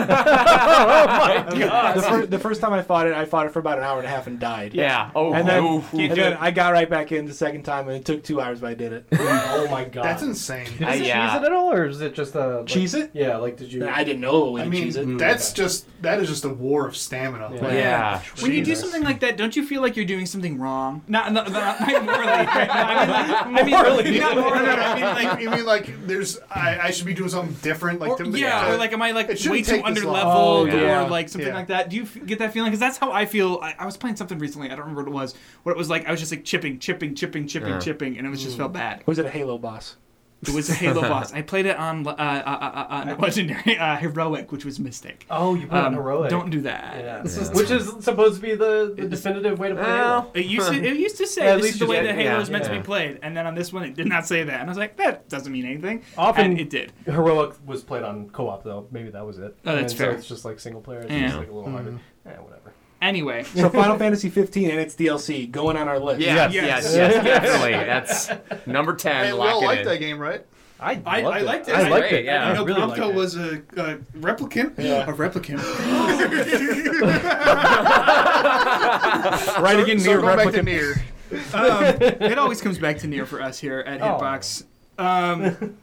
The, fir- the first time I fought it, I fought it for about an hour and a half and died.
yeah. Oh,
And then,
oof,
and
oof.
then I got right back in the second time, and it took two hours, but I did it.
Oh my god.
That's insane.
Did
I-
you
yeah.
cheese it at all, or is it just a like,
Cheese it?
Yeah, like did you?
I didn't know we
I
could
mean,
cheese it.
that's just that is just a war of stamina.
Yeah.
Like,
yeah.
When you do
Jesus.
something like that, don't you feel like you're doing something wrong? Not, not, not, not morally. I mean, like, I mean,
Morally.
not
No,
morally.
no, no,
I
I
mean, like,
you mean like there's I, I should be doing something different like
or,
to-
yeah,
to-
or like, am I like
It shouldn't
way too
take
under
this long.
level,
Oh, yeah.
or like something
Yeah.
like that? Do you f- get that feeling? Because that's how I feel. I, I was playing something recently. I don't remember what it was. Where it was like I was just like chipping, chipping, chipping, chipping,
Yeah.
chipping, and it was just
Mm.
felt bad.
Was it a Halo boss?
It was a Halo boss. I played it on uh, uh, uh, uh, uh, legendary uh, heroic, which was a mistake.
Oh, you put
Um,
on heroic.
Don't do that.
Yeah. Which is supposed to be the, the definitive way to play Halo.
Well,
It used to, it used to say
At
this
least
is the
you
way
said-
that Halo
yeah,
is meant to
yeah.
be played, and then on this one it did not say that, and I was like, that doesn't mean anything.
Often-
and it did.
Heroic was played on co-op though. Maybe that was it.
Oh, that's
And
fair.
So it's just like single player. It's
Yeah.
just like a little harder. Yeah, whatever.
Anyway,
So Final Fantasy 15 and its DLC going on our list.
Yeah,
Yes.
yes, yes,
Yes.
definitely. That's number ten.
Hey, we
lock
all
it
liked
in.
that game, right?
I
I, I liked it.
I liked it.
Great, yeah.
I
I know
really liked
Prompto
it.
was a, a replicant.
Yeah.
A replicant.
Right again,
so
near
going back to
replicant.
Nier.
um, it always comes back to near for us here at
Oh.
Hitbox. Um,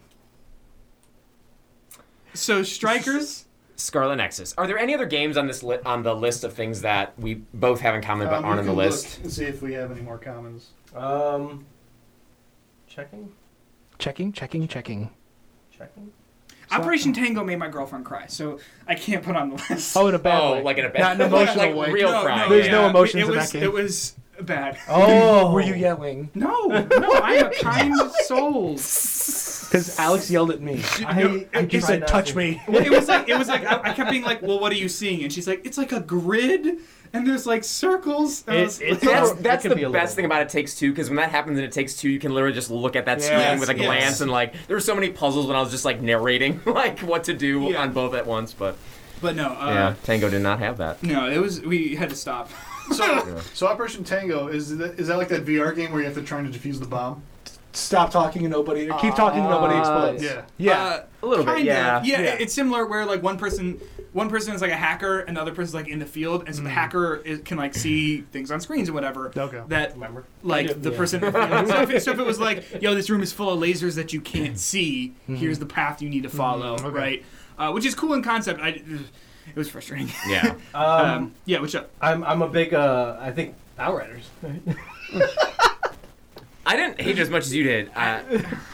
so strikers.
Scarlet Nexus. Are there any other games on this li- on the list of things that we both have in common but
Um,
aren't
you
on
can
the
look
list?
and see if we have any more commons.
Um, checking,
Checking, checking, checking.
checking.
Operation Tango made my girlfriend cry, so I can't put on the list.
Oh, in a bad
Oh,
way.
like in a bad,
Not in an emotional
like
way.
real
No,
cry.
no,
There's
yeah.
no
yeah.
emotions
it
in that
was,
game.
It was bad.
Oh,
Were you yelling?
No, no, I'm a kind soul.
Because Alex yelled at me. I, I
tried
just said,
not
touch
to."
me.
Well, it was like it was like I, I kept being like, "Well, what are you seeing?" And she's like, "It's like a grid, and there's like circles." And I
It-
was
it's-
like,
That's,
It
that's
could
the
be a
best
little-
thing about It Takes Two because when that happens in It Takes Two, you can literally just look at that screen
Yes,
with a
yes.
glance and like there were so many puzzles when I was just like narrating like what to do
Yeah.
on both at once. But
but no, uh,
yeah, Tango did not have that.
no, it was we had to stop.
So, so Operation Tango is that, is that like that VR game where you have to try to defuse the bomb?
Stop talking to nobody. Or keep talking to nobody. Explodes.
Yeah.
Yeah.
Uh,
A little bit,
Kind
yeah.
of. Yeah,
Yeah.
it- it's similar where like one person one person is like a hacker and the other person's like in the field and so the hacker is, can like see things on screens and whatever
Okay.
that
remember?
like the
Yeah.
person in the field. so, if it, so if it was like yo this room is full of lasers that you can't see here's the path you need to follow right uh, which is cool in concept I, it was frustrating
Yeah.
Um,
um, yeah which up
I'm I'm a big uh, I think Outriders.
I didn't hate it as much as you did. Uh,
I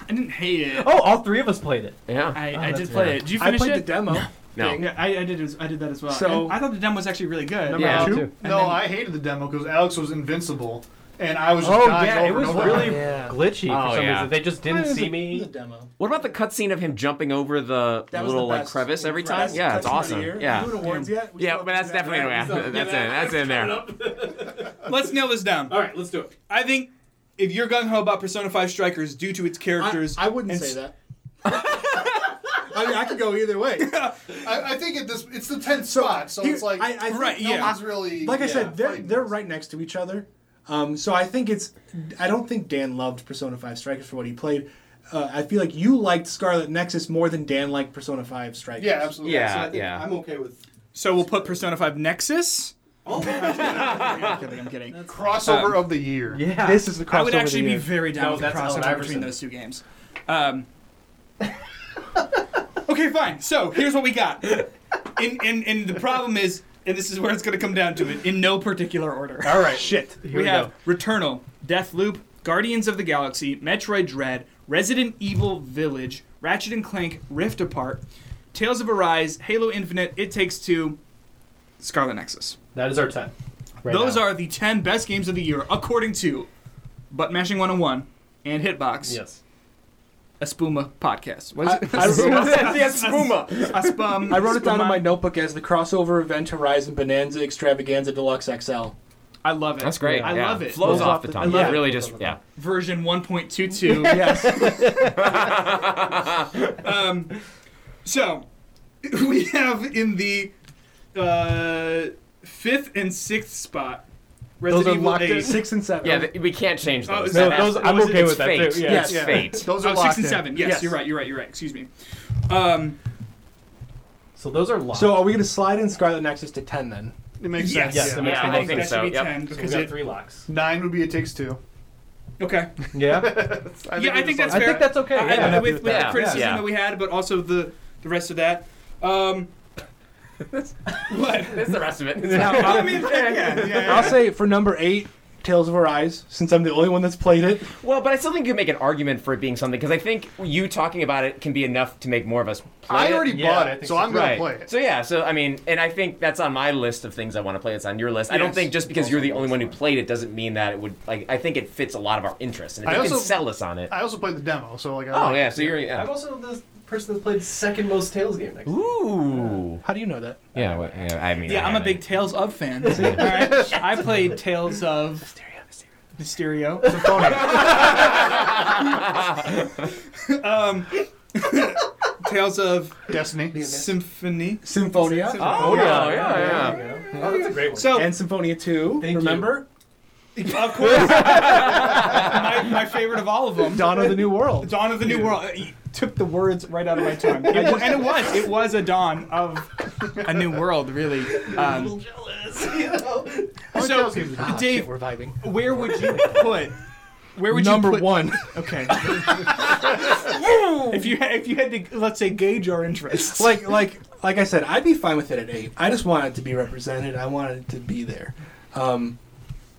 didn't hate it
Oh, all three of us played it.
yeah.
I,
Oh,
I did
that's weird.
play it did you
I
finish
played the
it
demo.
No.
yeah I, I did as- I did that as well
So-
And I thought the demo was actually really good
Yeah.
Two?
And
No,
then-
I hated the demo because Alex was invincible and I was just
Oh
dying
yeah,
over
it was
and over.
really
Yeah.
glitchy
Oh,
for some
yeah.
reason. They just didn't see
The
me.
demo.
What about the cutscene of him jumping over the
That was
little
the
like
best.
crevice every time?
Best
Yeah, it's
cutscene of the
awesome.
year.
Yeah.
You doing awards yet? We
Yeah,
still
but that's
haven't done that.
definitely that's in that's in there.
Let's nail this down.
All right, let's do it.
I think if you're gung ho about Persona 5 Strikers due to its characters.
I, I wouldn't
and
say
s-
that. I mean, I could go either way.
I, I think it this it's the tenth spot, so
here-
it's like
I- I think
Right,
no
yeah.
one's
it's really
like I
yeah,
said, they're
fighting.
they're right next to each other. Um, so I think it's. I don't think Dan loved Persona Five Strikers for what he played. Uh, I feel like you liked Scarlet Nexus more than Dan liked Persona Five Strikers.
Yeah, absolutely.
Yeah,
So I think
yeah.
I'm okay with
So we'll put Persona 5 Nexus. I'm kidding, I'm kidding.
crossover of the year.
Yeah.
This is the crossover.
I would
of the
actually be
year.
very down
No,
with the
that's Allen
crossover
Iverson.
between those two games. Um, okay, fine. So here's what we got. In, in, in the problem is, and this is where it's going to come down to it, in no particular order.
All right. Shit. Here
we, have Returnal, Deathloop, Guardians of the Galaxy, Metroid Dread, Resident Evil Village, Ratchet and Clank, Rift Apart, Tales of Arise, Halo Infinite, It Takes Two, Scarlet Nexus.
That is our time.
Those are the 10 best games of the year, according to Butt Mashing 101 and Hitbox,
Yes.
a Spuma podcast. What is it?
I wrote,
Yes, Spuma.
a spum,
I wrote it down in
Spuma.
my notebook as the crossover event Horizon Bonanza Extravaganza Deluxe XL.
I love it.
That's great.
I
yeah.
love it.
Flows
Flows
off
off
the
the-
tongue.
I love
It
it.
really just yeah.
Version 1.22.
Yes.
Um, so we have in the uh, fifth and sixth spot Resident
are
Evil
locked in.
8.
Six and seven.
Yeah, th- we can't change
Oh,
those.
is that-
That has
those-
to-
I'm
it's-
okay
it's
with that, too.
fate.
Yeah.
It's
Yeah.
fate.
Those are
Oh,
locked
six and
in.
seven. Yes,
Yes.
you're right. You're right. You're right. Excuse me. Um,
So those are locked.
So are we going to slide in Scarlet Nexus to 10 then?
It makes
yes.
sense.
Yes, it makes
Yeah,
the
I
most
think
that
so,
should be
yep.
ten
So
because
we got
it.
three locks.
Nine would be it takes two.
Okay.
Yeah.
I
yeah, I think
it was
that's
I
fair.
think that's okay.
I- I-
Yeah, I'm
with,
happy with
with
that.
the criticism
Yeah.
that we had, but also the the rest of that. Um, what?
It's the rest of it.
I mean, yeah, yeah, yeah.
I'll say for number eight, Tales of Arise, since I'm the only one that's played it.
Well, but I still think you can make an argument for it being something because I think you talking about it can be enough to make more of us. Play
I
it.
already
Yeah,
bought
I
it,
think
so
so.
I'm gonna
Right.
play it.
So yeah, so I mean, and I think that's on my list of things I want to play. It's on your list. I don't
Yes.
think just because you're the only one who played it doesn't mean that it would. Like, I think it fits a lot of our interests, and if
I
you can
also-
sell us on it.
I also played the demo, so like I
oh
like-
yeah, so you're
I'm
yeah.
also the person that played second most Tails game next.
Ooh.
How do you know that?
Yeah, well, yeah, I mean.
Yeah,
I
I'm a
haven't.
big Tales of fan. All right. I played Tales of Mysterio. um, Tales of
Destiny.
Symphony.
Symphonia.
Oh yeah, yeah, yeah.
Oh, that's a great one.
So,
And Symphonia 2.
Thank you.
remember?
of course, my, my favorite of all of them,
Dawn of the New World.
Dawn of the New World. You took the words right out of my tongue, It wa- and it was, it was a dawn of a new world, really. Um,
jealous. You know?
so,
Tales games are
Dave,
Oh, We're vibing.
where would you put? Where would
Number
you put,
one.
Okay. if you if you had to let's say gauge our interests,
like, like, like I said, I'd be fine with it at eight. I just want it to be represented. I want it to be there. Um,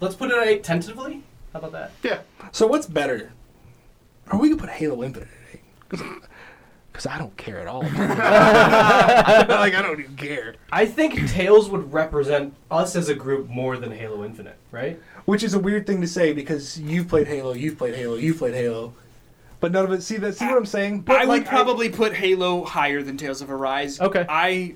Let's put it at eight tentatively. How about that?
Yeah.
so what's better? Or we could put Halo Infinite at eight. Because I don't care at all. like, I don't even care.
I think Tails would represent us as a group more than Halo Infinite, right?
Which is a weird thing to say because you've played Halo, you've played Halo, you've played Halo, but none of it. See that? See what I'm saying? But
I
like,
would probably put Halo higher than Tales of Arise.
Okay.
I.
I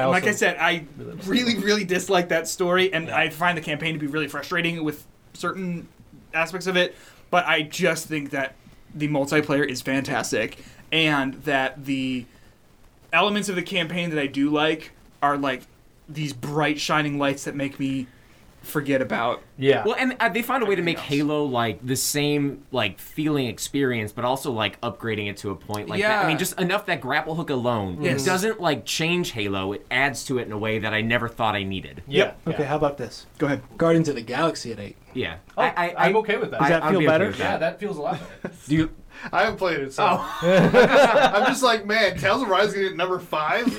and like
also-
I said, I really, really dislike that story, and I find the campaign to be really frustrating with certain aspects of it. But I just think that the multiplayer is fantastic, and that the elements of the campaign that I do like are like these bright, shining lights that make me forget about
Yeah.
Well, and uh, they found a way to make
else.
Halo like the same like feeling experience, but also like upgrading it to a point like that. I
Yeah.
mean, just enough that grapple hook alone
Yes.
doesn't like change Halo. It adds to it in a way that I never thought I needed.
yeah. yeah.
Okay, how about this?
Go ahead.
Guardians of the Galaxy at eight.
Yeah,
Oh, I, I, am okay with that.
Does that
I'd
feel
be okay
better?
with
yeah,
that.
that feels a lot. better.
Do you?
I haven't played it, so Oh. I'm just like, man, Tales of Arise is gonna get number five,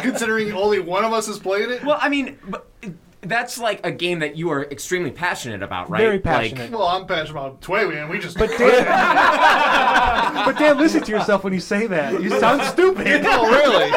considering only one of us has played it.
Well, I mean, but that's like a game that you are extremely passionate about, right?
Very
Like,
passionate.
Well, I'm passionate about Tway, man. We just
But Dan, but Dan, listen to yourself when you say that. You sound stupid.
oh, really?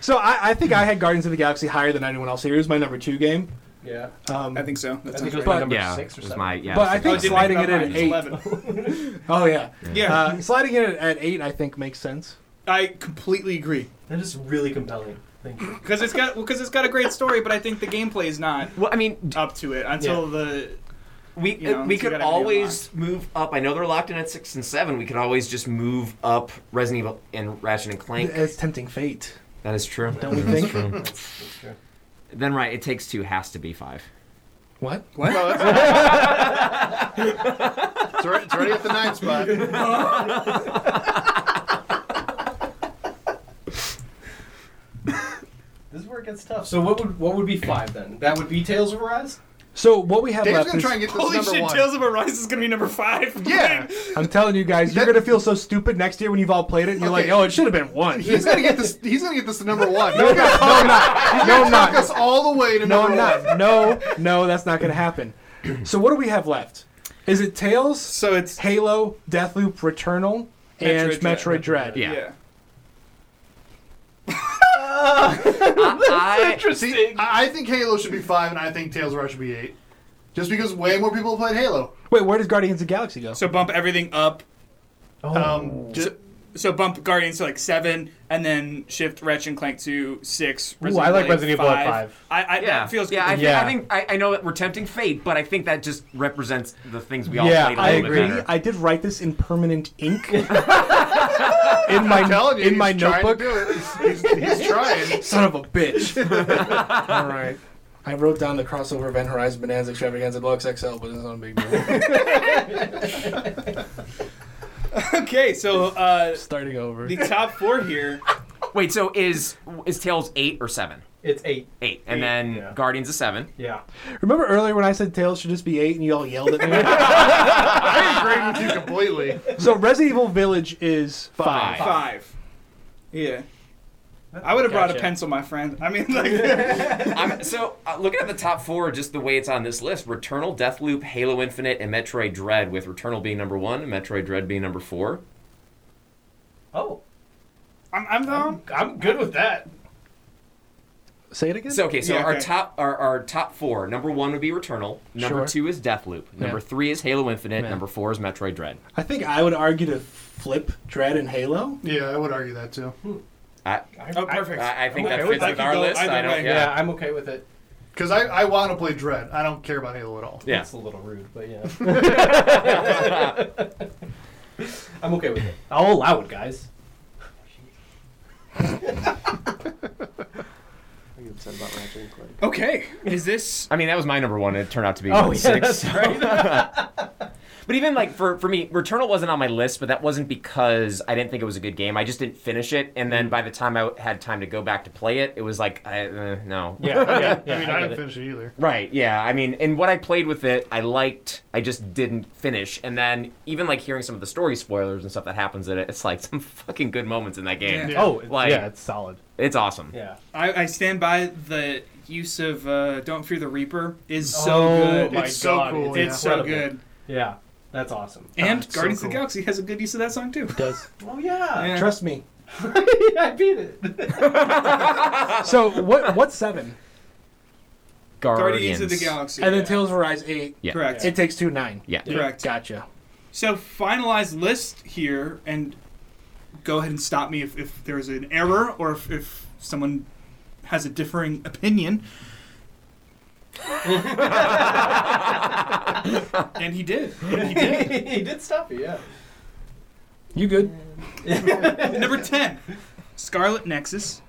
So I, I think I had Guardians of the Galaxy higher than anyone else here. It was my number two game.
Yeah.
Um,
I think so.
I
That
think
sounds
it was
right.
my number
yeah,
six or
it was
seven.
my yeah.
but I
Oh,
think
didn't
sliding
make
it in
that
at
mine.
eight.
It's 11.
Oh yeah,
Yeah,
uh, sliding in at eight I think makes sense.
I completely agree
That is really compelling. Thank you.
because it's got because it's got a great story, but I think the gameplay is not
well, I mean,
up to it until the
We
You know,
uh, we
so you
could
gotta be
always move up. I know they're locked in at six and seven. We could always just move up Resident Evil and Ratchet and Clank.
It's tempting fate.
that is true.
Don't we
That is
think?
true.
That's, that's true.
then right, it takes two has to be five.
What?
No, that's it's, already, it's already at the nine spot.
This is where it gets tough. So what would what would be five then? That would be Tales of Arise.
So what we have
Dave's
left
gonna
is
try and get this
Holy
number
shit,
one.
Tales of Arise is gonna be number five.
yeah,
I'm telling you guys, you're
That-
gonna feel so stupid next year when you've all played it. and You're
Okay.
like, oh, it should have been one.
he's gonna get this. He's gonna get this to number one. No,
no, I'm not. No, I'm
Knock us
not.
all the way to
No,
number
I'm
one.
not. No, no, that's not gonna happen. So what do we have left? Is it Tails,
So it's
Halo, Deathloop, Returnal, and
Metroid
Metroid
Dread.
Dread?
Yeah.
yeah.
I,
See, I I think Halo should be five, and I think Tales of Arise should be eight, just because way more people played Halo.
Wait, where does Guardians of the Galaxy go?
So bump everything up.
Oh.
Um, ju-
So bump Guardians to like seven, and then shift Ratchet and Clank to six.
I like Resident Evil at five.
I, I
yeah,
that feels
yeah. I,
good.
thi-
Yeah.
I think I, I know that we're tempting fate, but I think that just represents the things we all
Yeah,
played a
I
little
agree.
bit better.
I did write this in permanent ink in my
I'm telling you,
in
he's
my
trying to
notebook.
do it. He's, he's- he's trying.
Son of a bitch. All right. I wrote down the crossover event Horizon Bonanza Extravaganza Deluxe XL, but it's not a big deal.
Okay, so uh,
Starting over.
the top four here.
Wait, so is is Tails eight or seven?
it's eight.
Eight, and then
yeah.
Guardians is seven.
Yeah.
Remember earlier when I said Tails should just be eight and you all yelled at
I agree with you completely.
me? so Resident Evil Village is
Five.
five.
Five. Yeah. I would have brought a
Gotcha.
pencil, my friend. I mean, like,
I'm, so uh, looking at the top four, just the way it's on this list: Returnal, Deathloop, Halo Infinite, and Metroid Dread. With Returnal being number one, and Metroid Dread being number four.
Oh,
I'm, I'm down.
I'm good with that.
Say it again.
So okay, so
Yeah,
our
okay.
top our, our top four. Number one would be Returnal. Number
Sure.
two is Deathloop. Number
Yeah.
three is Halo Infinite.
Yeah.
Number four is Metroid Dread.
I think I would argue to flip Dread and Halo.
Yeah, I would argue that too.
I,
I,
Oh,
I-
perfect.
I, I think
Okay,
that
well,
fits
I
with
could
our
go
list.
either
I don't.
way.
yeah.
Yeah.
I'm okay with it.
Because I, I want to play Dread. I don't care about Halo at all.
Yeah.
It's a little rude, but yeah. I'm okay with it. I'll allow it, guys.
Are you upset about Ratchet and Clank?
Okay. Is this
I mean, that was my number one. It turned out to be
Oh,
number
yeah,
six.
that's
but even like for, for me, Returnal wasn't on my list, but that wasn't because I didn't think it was a good game. I just didn't finish it, and then by the time I had time to go back to play it, it was like, I, uh, no,
Yeah, yeah,
I mean,
I
I,
get
didn't
it.
finish it either.
Right, yeah. I mean, and what I played with it, I liked. I just didn't finish. And then even like hearing some of the story spoilers and stuff that happens in it, it's like some fucking good moments in that game.
Yeah.
Oh, it-
Like-
yeah, it's solid.
It's awesome.
Yeah.
I, I stand by the use of uh, "Don't Fear the Reaper" is so
Oh
good.
my
It's so
God,
cool,
it's so
incredible.
good.
Yeah, that's awesome.
And
it's so
Guardians of
cool.
the Galaxy has a good use of that song too.
does.
Oh yeah,
Yeah.
Trust me.
I beat it.
So what? What's seven?
Guardians of the Galaxy.
And then Tales of Arise eight.
Yeah.
Correct.
It takes two nine.
Yeah.
Correct.
Gotcha.
So finalized list here, and go ahead and stop me if, if there's an error or if, if someone has a differing opinion. and he did. He did.
he did stop you. Yeah.
You good?
Number 10, Scarlet Nexus.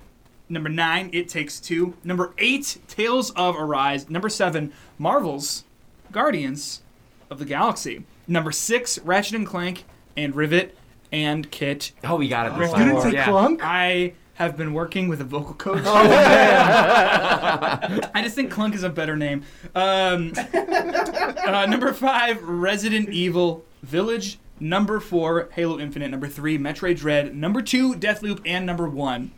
Number 9, It Takes Two. Number 8, Tales of Arise. Number 7, Marvel's Guardians of the Galaxy. Number 6, Ratchet and Clank and Rivet and Kit.
Oh, we got it. this
You didn't
time.
say
yeah.
clunk.
I have been working with a vocal coach. I just think Clunk is a better name. Um, uh, number five, Resident Evil Village. Number four, Halo Infinite. Number three, Metroid Dread. Number two, Deathloop. And number one,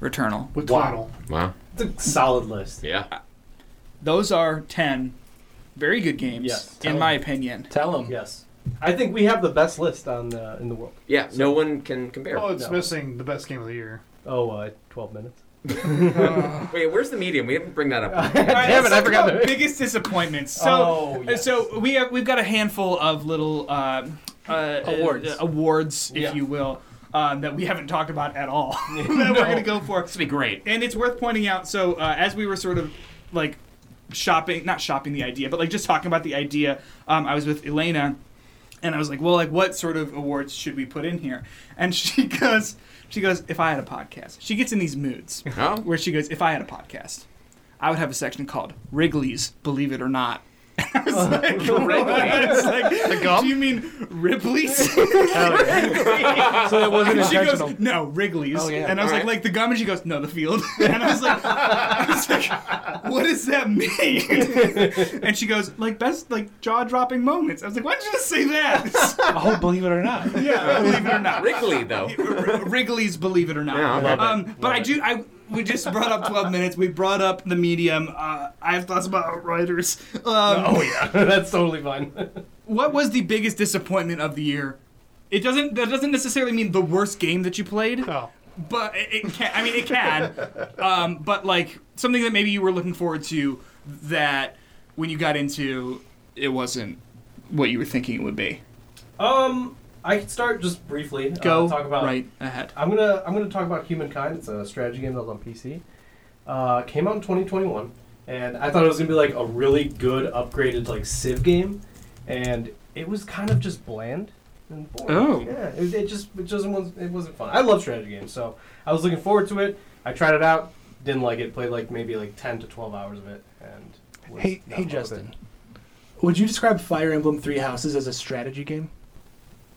Returnal.
With Twinal.
Wow.
It's a solid list.
Yeah.
Those are 10 very good games,
Yes.
in my opinion.
Tell him.
Yes, I think we have the best list on uh, in the world.
Yeah. No one can compare.
Oh, it's
No.
missing the best game of the year.
Oh, uh, 12 minutes.
Wait, where's the medium? We didn't bring that up.
All right,
Damn it,
let's
I
talk
forgot
about
the-
biggest disappointments. So, uh,
Oh, yes.
so we have we've got a handful of little uh, uh,
Awards.
uh, awards, if
Yeah.
you will, um, that we haven't talked about at all that we're gonna go for.
This would be great.
And it's worth pointing out. So uh, as we were sort of like shopping, not shopping the idea, but like just talking about the idea, um, I was with Elena, and I was like, "Well, like what sort of awards should we put in here?" And she goes, "She goes, if I had a podcast." She gets in these moods
Oh.
where she goes, "If I had a podcast, I would have a section called Wrigley's Believe It or Not." I was like, Wrigley's? like, do you mean Ripley's?
So that wasn't
And she
intentional.
goes, no, Wrigley's.
Oh, yeah.
And I was
All
like,
right.
like the gum, and she goes, no, the field. And I was like, I was like what does that mean? and she goes, like best like jaw dropping moments. I was like, why did you just say that?
oh, believe it or not.
yeah, believe it or not,
Wrigley, though.
R- Wrigley's Believe It or Not.
Yeah, I love
um, but I do. I we just brought up 12 minutes. We brought up the medium. Uh, I have thoughts about writers. Um,
Oh yeah, that's totally fine.
What was the biggest disappointment of the year? It doesn't. That doesn't necessarily mean the worst game that you played.
Oh.
But it, it can. I mean, it can. um, but like something that maybe you were looking forward to that when you got into, it wasn't what you were thinking it would be.
um, I could start just briefly.
Go
uh, talk about
right ahead.
I'm gonna I'm gonna talk about Humankind. It's a strategy game that was on PC. Uh, came out in 2021, and I thought it was gonna be like a really good upgraded like Civ game, and it was kind of just bland. And boring.
Oh.
yeah, it, it just it just wasn't it wasn't fun. I love strategy games, so I was looking forward to it. I tried it out, didn't like it. Played like maybe like 10 to 12 hours of it, and was
Hey,
not
hey,
in love with
Justin.
it.
Would you describe Fire Emblem Three Houses as a strategy game?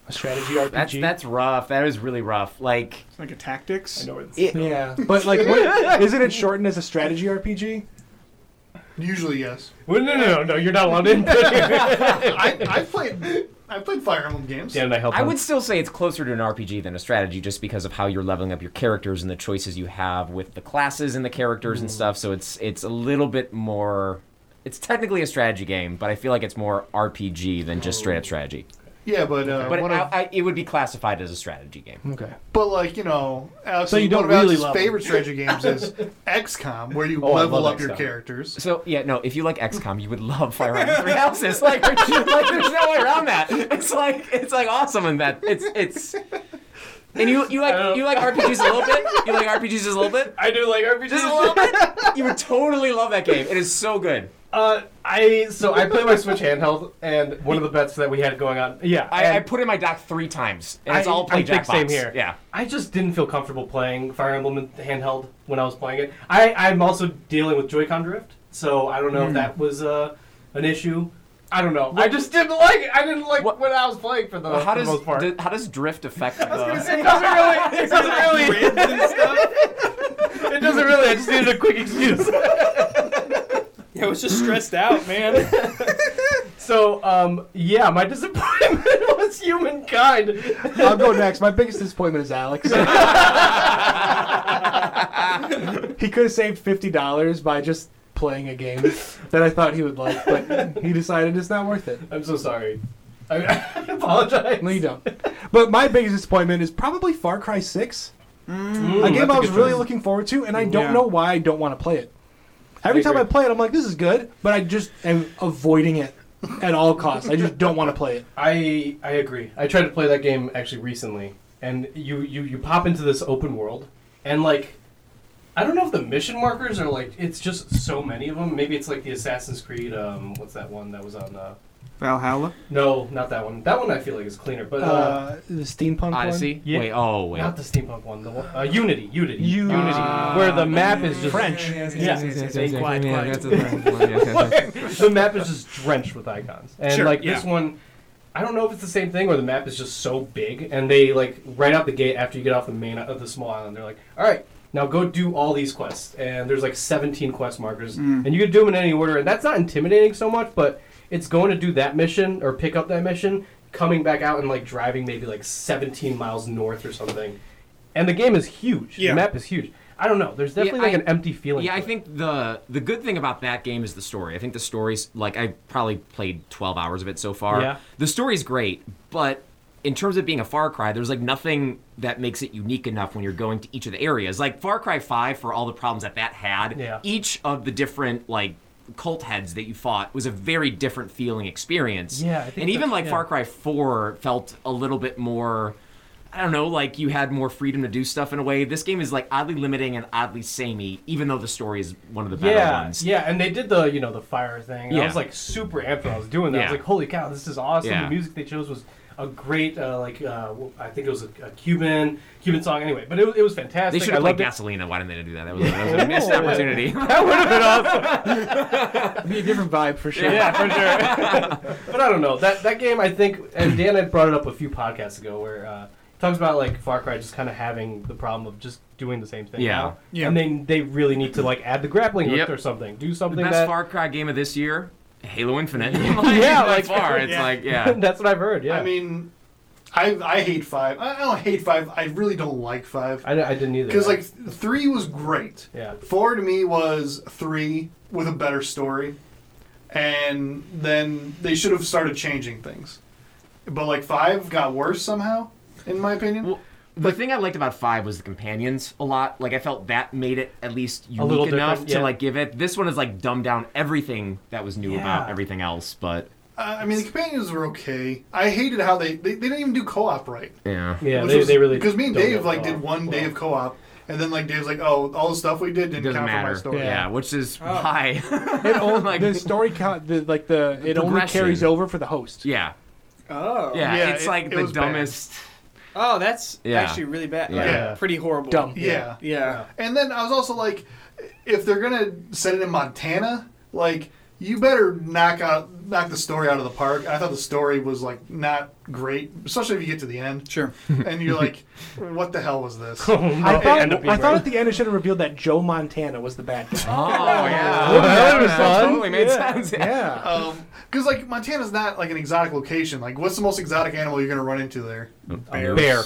A strategy RPG.
That's that's rough. That is really rough. Like
It's like a tactics.
I know where this.
it,
yeah, but like, what, isn't it shortened as a strategy RPG?
Usually, yes.
Well, no, no, no, no, you're not allowed in.
I, I've played I've played Fire Emblem games.
Damn, I helped.
I
him.
would still say it's closer to an RPG than a strategy just because of how you're leveling up your characters and the choices you have with the classes and the characters and stuff. So it's it's a little bit more it's technically a strategy game, but I feel like it's more RPG than just straight up strategy.
Yeah, but uh,
But
one
I,
of,
I, it would be classified as a strategy game.
Okay.
but like you know, Alex,
So you don't
one of
really
Alex's
love
favorite strategy games is XCOM, where you
Oh, I
level
love
up your
XCOM.
characters.
So yeah, no. If you like XCOM, you would love Fire Emblem Three Houses. Like, there's- like there's no way around that. It's like it's like awesome in that it's it's. And you you like you like RPGs a little bit. You like RPGs just a little bit.
I do like RPGs.
Just a little bit. You would totally love that game. It is so good.
Uh, I so I play my Switch handheld, and one of the bets that we had going on, yeah,
I, I
and
put in my dock three times, and it's
I-
all play
I think
Jackbox.
same here.
Yeah.
I just didn't feel comfortable playing Fire Emblem in- handheld when I was playing it. I I'm also dealing with Joy-Con drift, so I don't know if that was uh, an issue. I don't know. I just didn't like it. I didn't like
What-
what, I was playing for the,
Well, how
for the
does
most part.
do- how does drift affect? the-
it doesn't really. It doesn't really.
Grids and stuff.
It doesn't really. I just needed a quick excuse.
Yeah, I was just stressed out, man.
So um, yeah, my disappointment was humankind.
I'll go next. My biggest disappointment is Alex. he could have saved fifty dollars by just playing a game that I thought he would like, but he decided it's not worth it.
I'm so sorry. I, I apologize.
No, you don't. But my biggest disappointment is probably Far Cry Six.
Mm.
a game I was really looking forward to, and I don't
Yeah.
know why I don't want to play it. Every
I
time I
agree.
play it, I'm like, this is good, but I just am avoiding it at all costs. I just don't want to play it.
I I agree. I tried to play that game actually recently, and you you you pop into this open world, and like, I don't know if the mission markers are like it's just so many of them. Maybe it's like the Assassin's Creed. Um, what's that one that was on? Uh,
Valhalla.
no, not that one. That one I feel like is cleaner, but uh,
Uh, the steampunk one?
Odyssey.
Yeah.
Wait. Oh wait.
not the steampunk one. The one uh, Unity. Unity.
Unity.
Ah.
where the map is just
French.
Yeah. the map is just drenched with icons. And
Sure,
like
yeah.
this one, I don't know if it's the same thing or the map is just so big. And they like right out the gate after you get off the main of the small island, they're like, all right. Now go do all these quests, and there's like 17 quest markers,
Hmm.
and you can do them in any order, and that's not intimidating so much, but it's going to do that mission or pick up that mission, coming back out and like driving maybe like 17 miles north or something, and the game is huge.
Yeah.
The map is huge. I don't know. There's
Yeah,
definitely like
I-
an empty feeling.
Yeah,
to
I
it.
think the the good thing about that game is the story. I think the story's like I probably played 12 hours of it so far.
Yeah.
The story's great, but in terms of being a Far Cry, there's like nothing that makes it unique enough when you're going to each of the areas. Like Far Cry 5, for all the problems that that had,
Yeah.
each of the different like cult heads that you fought was a very different feeling experience.
Yeah, I think
and even
that's-
like
yeah.
Far Cry 4 felt a little bit more. I don't know, like you had more freedom to do stuff in a way. This game is like oddly limiting and oddly samey, even though the story is one of the better
yeah,
ones.
yeah, and they did the you know the fire thing. and I
Yeah.
was like super amped when I was doing that. I was
Yeah.
like, holy cow, this is awesome.
Yeah.
The music they chose was a great uh, like uh, I think it was a, a Cuban Cuban song anyway, but it, was- it was fantastic.
They should
I
have played
loved it.
Gasolina. Why didn't they do that? That was, that was a missed opportunity.
It'd be a different vibe for sure.
Yeah, for sure. but I don't know that that game. I think, and Dan had brought it up a few podcasts ago, where uh, it talks about like Far Cry just kind of having the problem of just doing the same thing.
Yeah.
now.
Yeah.
And then they really need to like add the grappling
Yep.
hook or something. Do something
the best
that.
Far Cry game of this year, Halo Infinite.
Yeah,
yeah,
like-
like far, it's
yeah.
like yeah,
that's what I've heard. Yeah.
I mean, I I hate five. I I don't hate five. I really don't like five
I, I didn't either.
because like three was great.
Yeah.
Four to me was three with a better story, and then they should have started changing things. But like five got worse somehow, in my opinion.
Well, the thing I liked about Five was the companions a lot. Like I felt that made it at least
little
unique enough
different,
to
yeah.
like give it. This one is like dumbed down everything that was new about
Yeah.
everything else, but
Uh, I mean, the companions were okay. I hated how they they, they didn't even do co-op right.
yeah.
Yeah, they, they really
because me and
don't
Dave
get
like
along
did one day
well.
of co-op, and then like Dave's like, oh, all the stuff we did
It
didn't
doesn't
count for
matter.
my story.
Yeah. which is
Oh.
high.
It only,
Like-
the story count, the, like the, it only
progression.
carries over for the host.
yeah.
Oh.
Yeah,
Yeah,
it's
it-
like
it
the
was bad.
dumbest.
Oh, that's
Yeah.
actually really bad.
Yeah.
Yeah.
Yeah.
Pretty horrible.
Dumb.
Yeah.
Yeah.
And then I was also like, if they're gonna set it in Montana, like you better knock out knock the story out of the park. I thought the story was like not great, especially if you get to the end
Sure.
and you're like, what the hell was this?
Oh.
I
end up
thought,
being
I thought
right.
at the end it should have revealed that Joe Montana was the bad guy.
Oh yeah,
Well, that
Yeah,
was fun.
totally made sense.
yeah.
Um, because like Montana's not like an exotic location. Like, what's the most exotic animal you're gonna run into there?
Bear.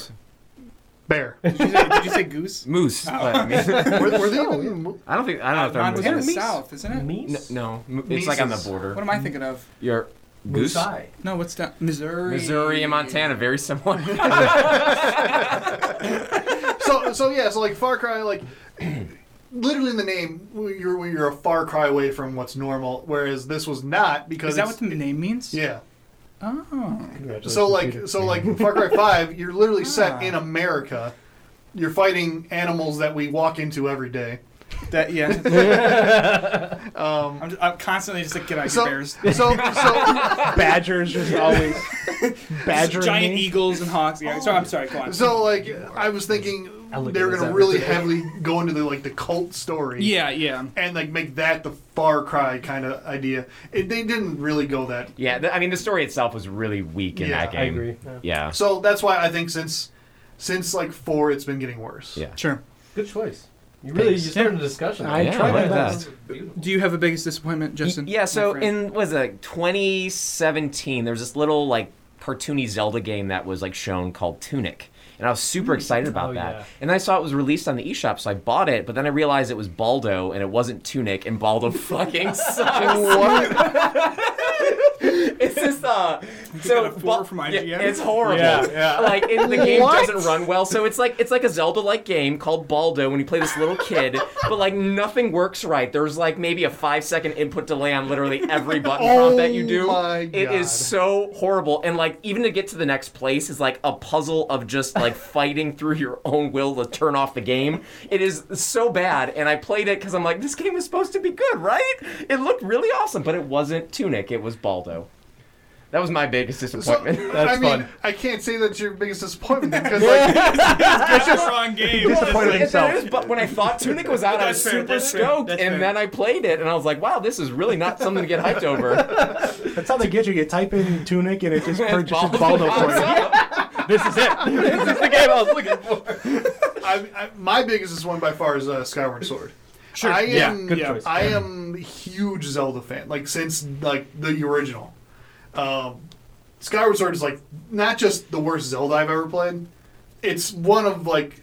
Bear.
Did you say, did you say goose?
Moose. I, mean,
were, were they
Oh,
even?
I don't think I don't know if
Mine was
they're
in the
moose.
south, isn't it?
N-
Meese?
no, mo- it's like on the
Mises.
What
border.
am I thinking of?
Your goose.
Moosai.
No, what's down? Missouri.
Missouri and Montana, very similar.
So so yeah. So like Far Cry, like literally in the name, you're you're a Far Cry away from what's normal. Whereas this was not because
Is that
it's-
what the name means?
Yeah.
Oh.
Congratulations,
So like
Peter.
so like Far Cry Five, you're literally set
Ah.
in America. You're fighting animals that we walk into every day.
That yeah.
Um,
I'm, just, I'm constantly just like get out your
so,
bears.
so so
Badgers was always badgering
Giant
me.
eagles and hawks. Yeah. So I'm sorry. Go on.
so like I was thinking they were
Alligators
gonna
every
really
day.
heavily go into the like the cult story.
yeah. Yeah.
And like make that the Far Cry kind of idea. It, they didn't really go that.
Yeah, th- I mean the story itself was really weak in
Yeah,
that
I
game.
agree. Yeah.
Yeah.
So that's why I think since since like four, it's been getting worse.
Yeah.
Sure.
Good choice. You really you started a discussion.
I
Yeah,
tried
I
my
like that.
best.
Do you have a biggest disappointment, Justin?
yeah,
My
so
friend.
in was it 2017 there was this little like cartoony Zelda game that was like shown called Tunic. And I was super
Hmm.
excited about
Oh,
that.
yeah.
And I saw it was released on the eShop, so I bought it, but then I realized it was Baldo and it wasn't Tunic and Baldo fucking sucks. it's just uh so
got a four from
yeah,
IGN.
it's horrible.
Yeah, yeah.
Like it, the game
What?
doesn't run well, so it's like it's like a Zelda-like game called Baldo when you play this little kid, but like nothing works right. There's like maybe a five-second input delay on literally every button prompt that you do.
Oh my
It
God.
is so horrible, and like even to get to the next place is like a puzzle of just like fighting through your own will to turn off the game. It is so bad, and I played it because I'm like, this game is supposed to be good, right? It looked really awesome, but it wasn't Tunic. It was Baldo. That was my biggest
So,
disappointment.
I
That's
mean,
fun.
I can't say that's your biggest disappointment because like,
it's just wrong game.
Disappointed
It- it
himself.
is, but when I thought Tunic was out, I was
That's fair,
super
that's fair,
stoked,
that's fair.
and then I played it, and I was like, "Wow, this is really not something to get hyped over."
That's how they get you. You type in tunic and it just
And
purchases
Baldo
Baldo for
pops
you.
up.
This is it. this is the game I was looking for.
I, I, my biggest disappointment by far is uh, Skyward Sword. Sure. I
Yeah,
am,
good choice.
I am a huge Zelda fan, like since like the original. Um, Skyward Sword is like not just the worst Zelda I've ever played. It's one of like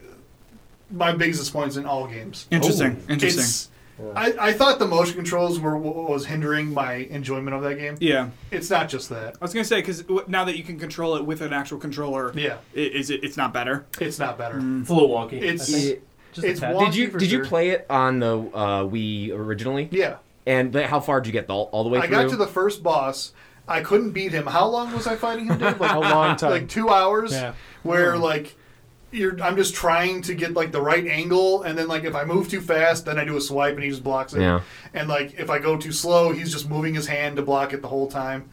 my biggest disappointments in all games.
Interesting. Interesting.
It's I, I thought the motion controls were what was hindering my enjoyment of that game.
Yeah,
It's not just that.
I was gonna say because now that you can control it with an actual controller,
Yeah,
i- is it? It's not better.
it's not better.
It's a little wonky.
It's-
I think. Just a
it's
tad.
wonky
Did you
for
did you
sure.
play it on the uh, Wii originally?
Yeah,
And th- how far did you get the, all the way
I
through?
got to the first boss. I couldn't beat him. How long was I fighting him? Dave?
A
Like,
long time.
like two hours.
Yeah.
Where like you're, I'm just trying to get like the right angle, and then like if I move too fast, then I do a swipe and he just blocks it.
Yeah.
And like if I go too slow, he's just moving his hand to block it the whole time.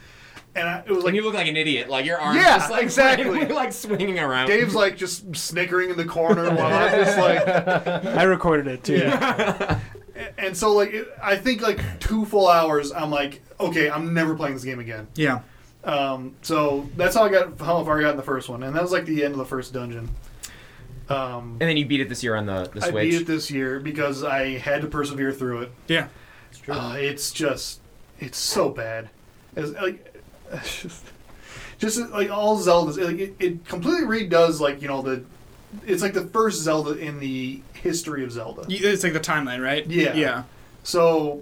And I, it was like
and you look like an idiot, like your arms
Yeah,
just like,
exactly.
like swinging around.
Dave's like just snickering in the corner while I'm just like,
I recorded it too.
and so like it- I think like two full hours. I'm like, okay, I'm never playing this game again.
Yeah.
Um, so that's how I got how far I got in the first one, and that was like the end of the first dungeon. Um,
and then you beat it this year on the, the
I
Switch.
beat it this year because I had to persevere through it.
Yeah.
Uh, it's just, it's so bad. It's, like, just, like all Zeldas, it, like, it, it completely redoes like you know the, it's like the first Zelda in the history of Zelda.
You- It's like the timeline, right?
Yeah.
Yeah.
So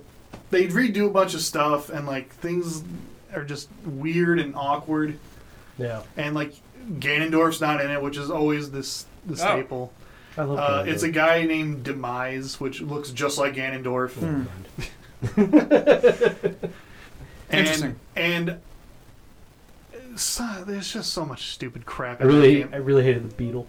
they redo a bunch of stuff and like things are just weird and awkward
yeah.
and like Ganondorf's not in it, which is always this the staple.
I love
Uh,
Ganondorf.
it's a guy named Demise, which looks just like Ganondorf.
Hmm.
Hmm.
and,
Interesting.
And so, there's just so much stupid crap.
I
in that
really,
game.
I really hated the beetle.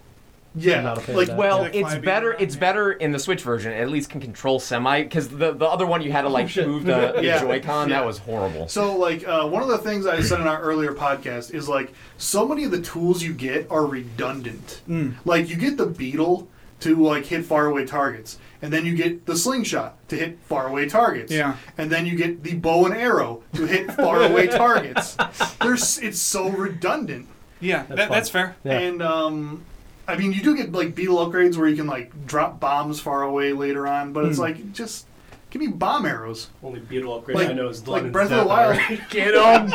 yeah,
I'm not a fan of
like
that.
Well,
Like
it's
five
better.
beat
It's
around,
better in the Switch version. It at least can control semi because the the other one you had to like
shit.
move the, the
Yeah.
Joy-Con.
Yeah.
That was horrible.
So, like, uh, one of the things I said in our earlier podcast is like, so many of the tools you get are redundant.
Hmm.
Like, you get the beetle to like hit faraway targets, and then you get the slingshot to hit faraway targets.
Yeah.
And then you get the bow and arrow to hit faraway targets. There's, it's so redundant.
Yeah. That,
fun.
that's fair.
Yeah.
And um, I mean, you do get like beetle upgrades where you can like drop bombs far away later on, but it's
Hmm.
like just give me bomb arrows.
Only beetle upgrade
Like-
I know is
like
London's
Breath of the
death
Wild.
already. Get on.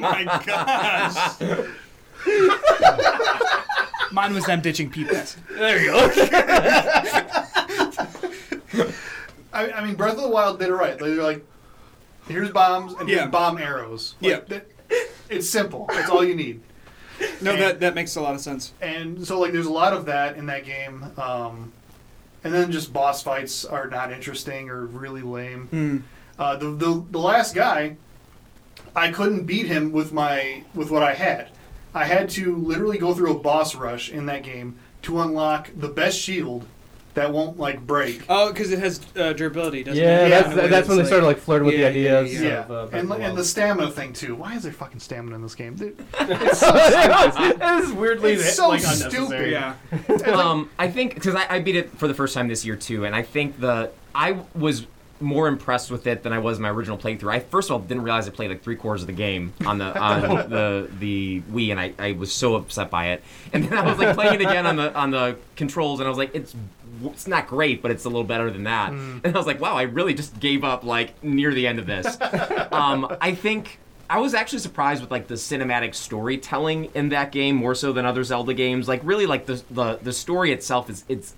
My gosh. Mine was them ditching people.
There you go.
I, I mean, Breath of the Wild did it right. They're like, here's bombs and
Yeah.
here's bomb arrows. Like,
Yeah.
that- it's simple. That's all you need.
No, that that makes a lot of sense.
And so, like, there's a lot of that in that game. Um, and then just boss fights are not interesting or really lame.
Hmm.
Uh, the, the the last guy, I couldn't beat him with my with what I had. I had to literally go through a boss rush in that game to unlock the best shield that won't like break.
Oh, because it has uh, durability, doesn't it?
Yeah,
In
that's
a way
that's when they
it's
started like flirting with
Yeah,
the
yeah,
ideas.
Yeah,
Of, uh, Breath
and,
of
and
Wild.
the stamina thing too. Why is there fucking stamina in this game? Dude,
This is weirdly
It's so
like,
stupid.
unnecessary.
Yeah.
um, I think because I, I beat it for the first time this year too, and I think the I was more impressed with it than I was my original playthrough. I first of all didn't realize I played like three quarters of the game on the on the the Wii, and I, I was so upset by it. And then I was like playing it again on the on the controls, and I was like, it's it's not great, but it's a little better than that. And I was like, wow, I really just gave up like near the end of this. um, I think I was actually surprised with like the cinematic storytelling in that game more so than other Zelda games. Like really, like the the, the story itself is it's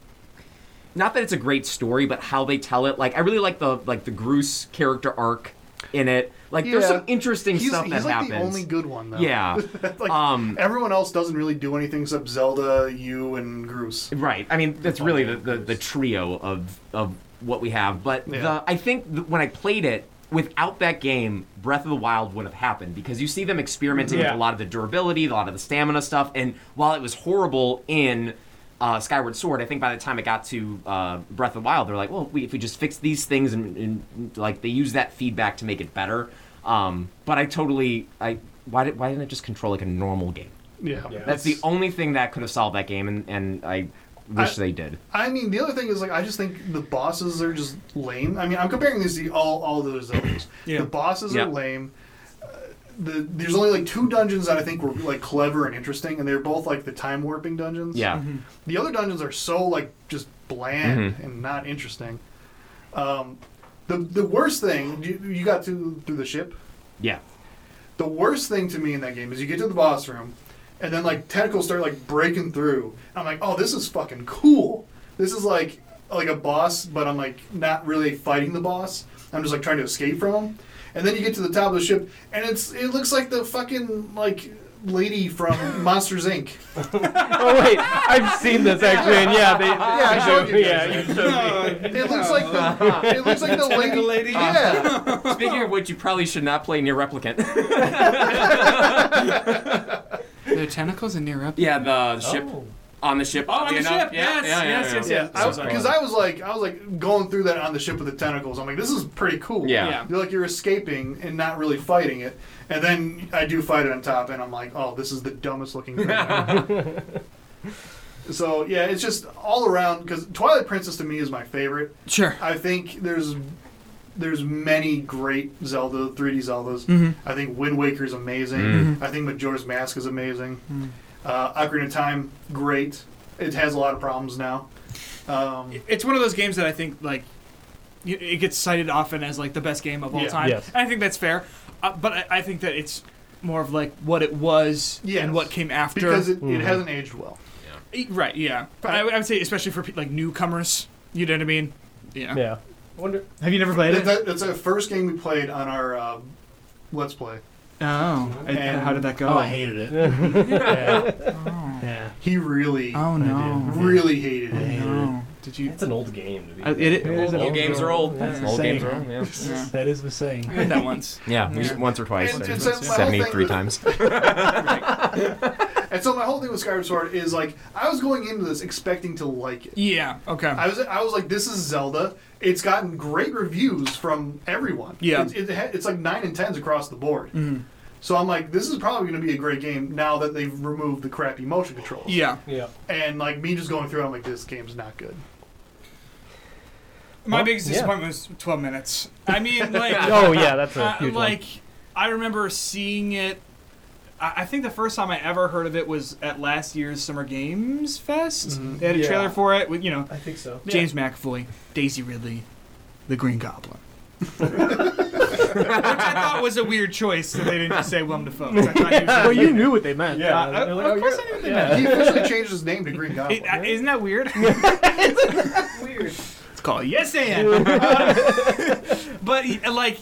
not that it's a great story, but how they tell it. Like I really like the like the Groose character arc in it. Like there's
Yeah.
some interesting
he's,
stuff
he's
that
like
happens.
the only good one though.
yeah.
like
um,
everyone else doesn't really do anything except Zelda, you, and Groose.
Right. I mean, that's really the, the, the trio of of what we have. But
Yeah.
the, I think th- when I played it, without that game, Breath of the Wild would have happened because you see them experimenting with
Yeah.
a lot of the durability, a lot of the stamina stuff. And while it was horrible in uh, Skyward Sword, I think by the time it got to uh, Breath of the Wild, they're like, well, we, if we just fix these things and, and like they use that feedback to make it better. Um, but I totally, I why did why didn't it just control like a normal game?
Yeah.
That's the only thing that could have solved that game, and, and I wish
I-
they did.
I mean, the other thing is like I just think the bosses are just lame. I mean, I'm comparing these to all all those Zeldas.
Yeah.
The bosses
Yeah.
are lame. Uh, The, there's only like two dungeons that I think were like clever and interesting, and they're both like the time warping dungeons.
Yeah.
The other dungeons are so like just bland
Mm-hmm.
and not interesting. Um, the the worst thing you, you got to through the ship.
Yeah.
The worst thing to me in that game is you get to the boss room, and then like tentacles start like breaking through. I'm like, oh, this is fucking cool. This is like like a boss, but I'm like not really fighting the boss. I'm just like trying to escape from him. And then you get to the top of the ship, and it's it looks like the fucking like lady from Monsters Inc.
oh wait, I've seen this actually, and yeah, they, yeah,
I showed you guys
yeah,
that.
you showed me.
It looks like the it looks like the lady.
lady?
Yeah.
Speaking of which, you probably should not play near replicant.
There are tentacles in near up.
yeah, the, the ship
Oh.
on the ship.
on
you
the
know?
ship, yes, yes, yes,
Yeah,
So sorry.
because I, was like, I was like going through that on the ship with the tentacles. I'm like, this is pretty cool.
Yeah.
Yeah.
you're like you're escaping and not really fighting it, and then I do fight it on top, and I'm like, oh, this is the dumbest looking thing. ever. so yeah, it's just all around because Twilight Princess to me is my favorite.
Sure.
I think there's there's many great Zelda 3D Zeldas. I think Wind Waker is amazing. I think Majora's Mask is amazing. Uh, Ocarina of Time, great. It has a lot of problems now. Um,
It's one of those games that I think like y- it gets cited often as like the best game of all
Yeah.
time,
Yes.
and I think that's fair. Uh, but I, I think that it's more of like what it was
Yes.
and what came after.
because it, it hasn't aged well.
E- right? Yeah. But I, would- I would say especially for pe- like newcomers, you know what I mean? Yeah.
Yeah. Wonder.
Have you never played
That,
it?
that, that's the first game we played on our uh, Let's Play.
Oh, and,
And-
how did that go?
Oh, I hated it. yeah. yeah.
He really,
Oh no.
really hated it.
No. Did you?
It's an old game to be.
I, it, it,
It is an
Old games are old.
That's
Old
insane.
games are old. Yeah,
yeah.
That is the saying.
I heard that once.
yeah, we-
Yeah.
once or twice.
And- and so my whole
73
thing-
times.
And so my whole thing with Skyward Sword is like I was going into this expecting to like it.
Yeah. Okay.
I was I was like, this is Zelda. It's gotten great reviews from everyone.
Yeah. Mm-hmm.
it, it, ha- it's like nine and tens across the board. So I'm like, this is probably going to be a great game now that they've removed the crappy motion controls.
yeah.
yeah.
And like me just going through, it, I'm like, this game's not good.
My
Well,
biggest
yeah.
disappointment was 12 minutes. I mean, like,
Oh yeah, that's a
uh,
huge
like I remember seeing it. I I think the first time I ever heard of it was at last year's Summer Games Fest. They had a
Yeah.
trailer for it with you know
one. Mm-hmm. I think so.
James McAvoy, Daisy Ridley, the Green Goblin. Which I thought was a weird choice that they didn't just say Willem Dafoe. 'cause I thought he was-
Well, you knew what they meant.
Yeah.
Uh,
they're
of
oh,
course
you're-
I knew they
yeah.
He officially changed his name to Green Goblin.
It- uh, isn't that weird?
Weird.
It's called Yes and. Uh, but like,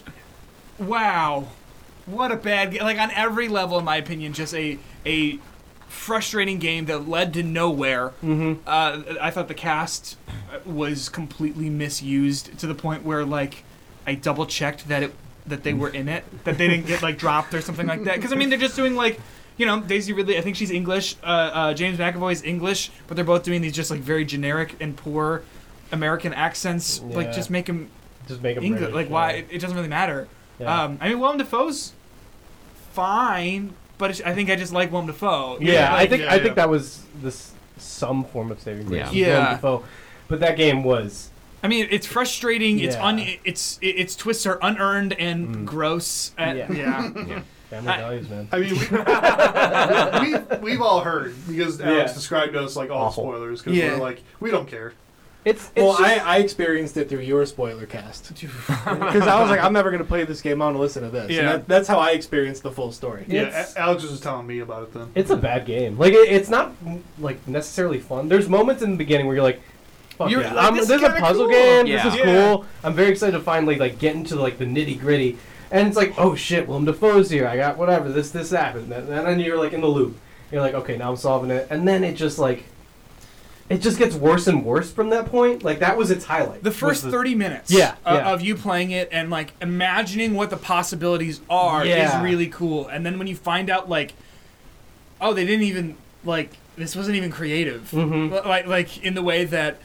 wow, what a bad game! Like on every level, in my opinion, just a a frustrating game that led to nowhere. Mm-hmm. Uh, I thought the cast uh, was completely misused to the point where like I double checked that it that they were in it that they didn't get like dropped or something like that because I mean they're just doing like. You know, Daisy Ridley. I think she's English. Uh, uh, James McAvoy's English, but they're both doing these just like very generic and poor American accents. Like,
Yeah.
just make them
Just make him
English.
British,
Like,
yeah.
why? It, it doesn't really matter.
Yeah.
Um, I mean, Willem Dafoe's fine, but it's, I think I just like Willem Dafoe.
yeah, I think
yeah,
I
yeah.
think that was this some form of saving grace.
Yeah.
Willem
Yeah.
Dafoe. But that game was
I mean, it's frustrating. It's
Yeah. Mm.
un. It's it- its twists are unearned and gross. Uh,
Yeah.
yeah.
family
I-
values, man.
I mean, we, we, we've all heard because Alex
Yeah.
described us like all
Awful.
spoilers because
Yeah.
we're like, we don't care.
It's, it's
Well,
just-
I, I experienced it through your spoiler cast because I was like, I'm never gonna play this game. I want to listen to this.
Yeah.
And that, that's how I experienced the full story.
Yeah,
It's-
A- Alex was just telling me about it then.
It's a bad game. Like it, it's not like necessarily fun. There's moments in the beginning where you're like, "Fuck
You're
yeah.
like,
I'm-
this is
there's a
kinda
puzzle
cool."
game.
Yeah.
This is
Yeah.
cool. I'm very excited to finally like get into like the nitty gritty." And it's like, "Oh shit, Willem Dafoe's here. I got whatever. This this happened." And then, and then you're like in the loop. You're like, "Okay, now I'm solving it." And then it just like, it just gets worse and worse from that point. Like that was its highlight.
The
was
first thirty minutes.
Yeah,
o-
yeah.
Of you playing it and like imagining what the possibilities are
Yeah.
is really cool. And then when you find out like, oh, they didn't even like this wasn't even creative.
Mhm.
Li- Like like in the way that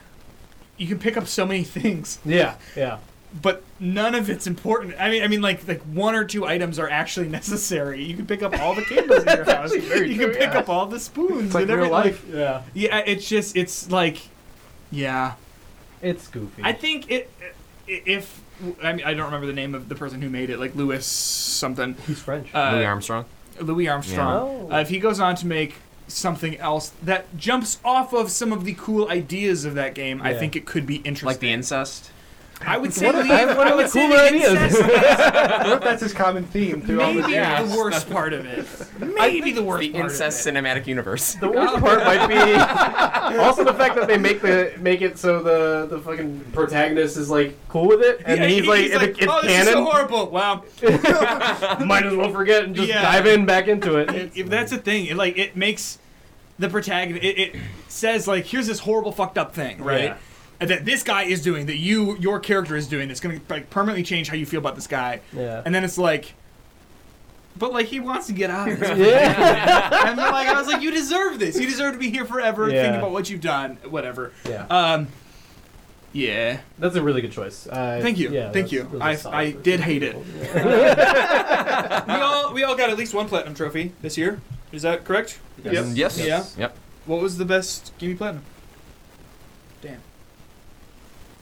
you can pick up so many things
Yeah, yeah.
but none of it's important. I mean, I mean, like like one or two items are actually necessary. You can pick up all the candles in your house. You
very
can
true,
pick
yeah.
up all the spoons.
It's like
and
real
everything.
life.
Yeah,
Yeah, it's just it's like, yeah.
it's goofy.
I think it i- if I mean I don't remember the name of the person who made it, like Louis something.
He's French.
Uh,
Louis Armstrong.
Louis Armstrong.
Yeah. Oh.
Uh, if he goes on to make something else that jumps off of some of the cool ideas of that game, I
Yeah.
think it could be interesting.
Like the incest.
I would say leave.
That's one
I
of the
would say
cooler
the
ideas.
incest
What if that's his common theme through all
Maybe
the
Yeah.
the worst part of it. Maybe the worst
the
part
incest
of it.
cinematic universe.
Oh,
The worst part might be also the fact that they make the make it so the the fucking protagonist is like cool with it, and
Yeah,
he's like, it's, it's
oh, this
canon.
is so horrible. Wow.
Might as well forget and just
Yeah.
dive in back into it.
It- if that's the thing, it, like it makes the protagonist. It, it says like, here's this horrible fucked up thing, right?
Yeah.
And That this guy is doing, that you, your character is doing, that's gonna like permanently change how you feel about this guy.
Yeah.
And then it's like, but like he wants to get out. of this.
yeah.
and then, like I was like, you deserve this. You deserve to be here forever,
Yeah.
thinking about what you've done, whatever.
Yeah.
Um, yeah.
That's a really good choice. Uh,
Thank you.
yeah,
Thank
that's-
you.
those are
I,
solid
I
choices.
did hate it. we all we all got at least one platinum trophy this year. Is that correct?
Yep.
Yes.
Yes.
Yep.
What was the best gimme platinum? Damn.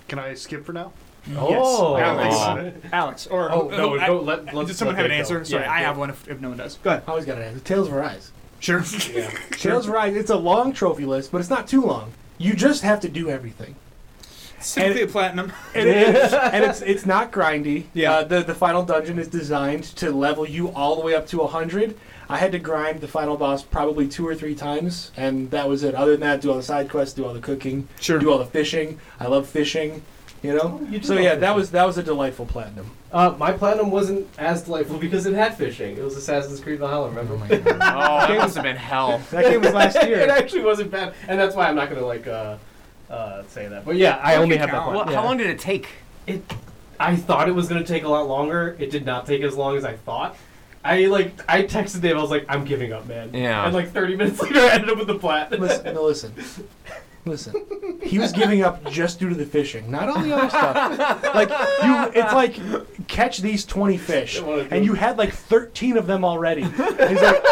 Can I skip for now?
Oh.
I gotta think
Alex.
about it.
Alex or
Oh, no,
I-
go, let, let,
did someone
let
have an
Dave go.
answer? Sorry,
Yeah,
I
yeah.
have one if, if no one does. Go ahead.
I always got an answer. Tales of Arise.
Sure.
Tales of Arise, it's a long trophy list, but it's not too long. You just have to do everything.
Simply a platinum.
And, it- and it's it's not grindy.
Yeah.
Uh, the, the final dungeon is designed to level you all the way up to 100. I had to grind the final boss probably two or three times, and that was it. Other than that, do all the side quests, do all the cooking,
Sure.
do all the fishing. I love fishing, you know?
you do
so,
love
yeah, that
fishing.
was that was a delightful platinum.
Uh, my platinum wasn't as delightful because it had fishing. It was Assassin's Creed Valhalla, remember?
Oh, that must have been hell.
That game was last
it
year.
actually wasn't bad, and that's why I'm not gonna like uh, uh, say that. But yeah, I only have that
count.
one.
Well,
Yeah.
How long did it take?
It, I thought it was gonna take a lot longer. It did not take as long as I thought. I like, I texted Dave. I was like, I'm giving up, man.
Yeah.
And like 30 minutes later, I ended up with the plat.
Listen, no, listen. Listen. He was giving up just due to the fishing, not all the other stuff. Like you it's like catch these 20 fish
Don't wanna do
and you had like 13 of them already. And he's like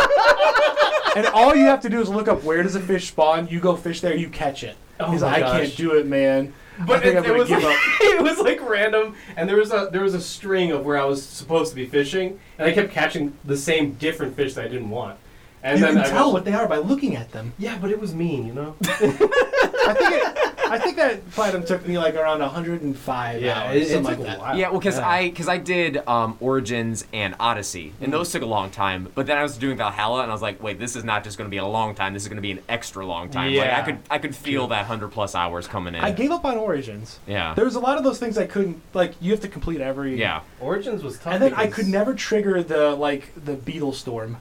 And all you have to do is look up where does a fish spawn, you go fish there, you catch it.
Oh
he's
my
like I
gosh.
can't do it, man. I
But
think
it,
I'm
it
gonna
was
give
like,
up.
it was like random, and there was a there was a string of where I was supposed to be fishing, and I kept catching the same different fish that I didn't want. And
you
then
can
I
tell
was-
what they are by looking at them.
Yeah, but it was mean, you know.
I think it, I think that platinum took me like around 105 hours,
it, it
something
took
like
a
that.
while.
Yeah, well, because I because I did um, Origins and Odyssey, and those took a long time. But then I was doing Valhalla, and I was like, wait, this is not just going to be a long time. This is going to be an extra long time. Like I
Yeah.
could I could feel that hundred plus hours coming in.
I gave up on Origins.
yeah.
There was a lot of those things I couldn't like. You have to complete every.
yeah.
Origins was tough.
And then I
because-
could never trigger the like the beetle storm,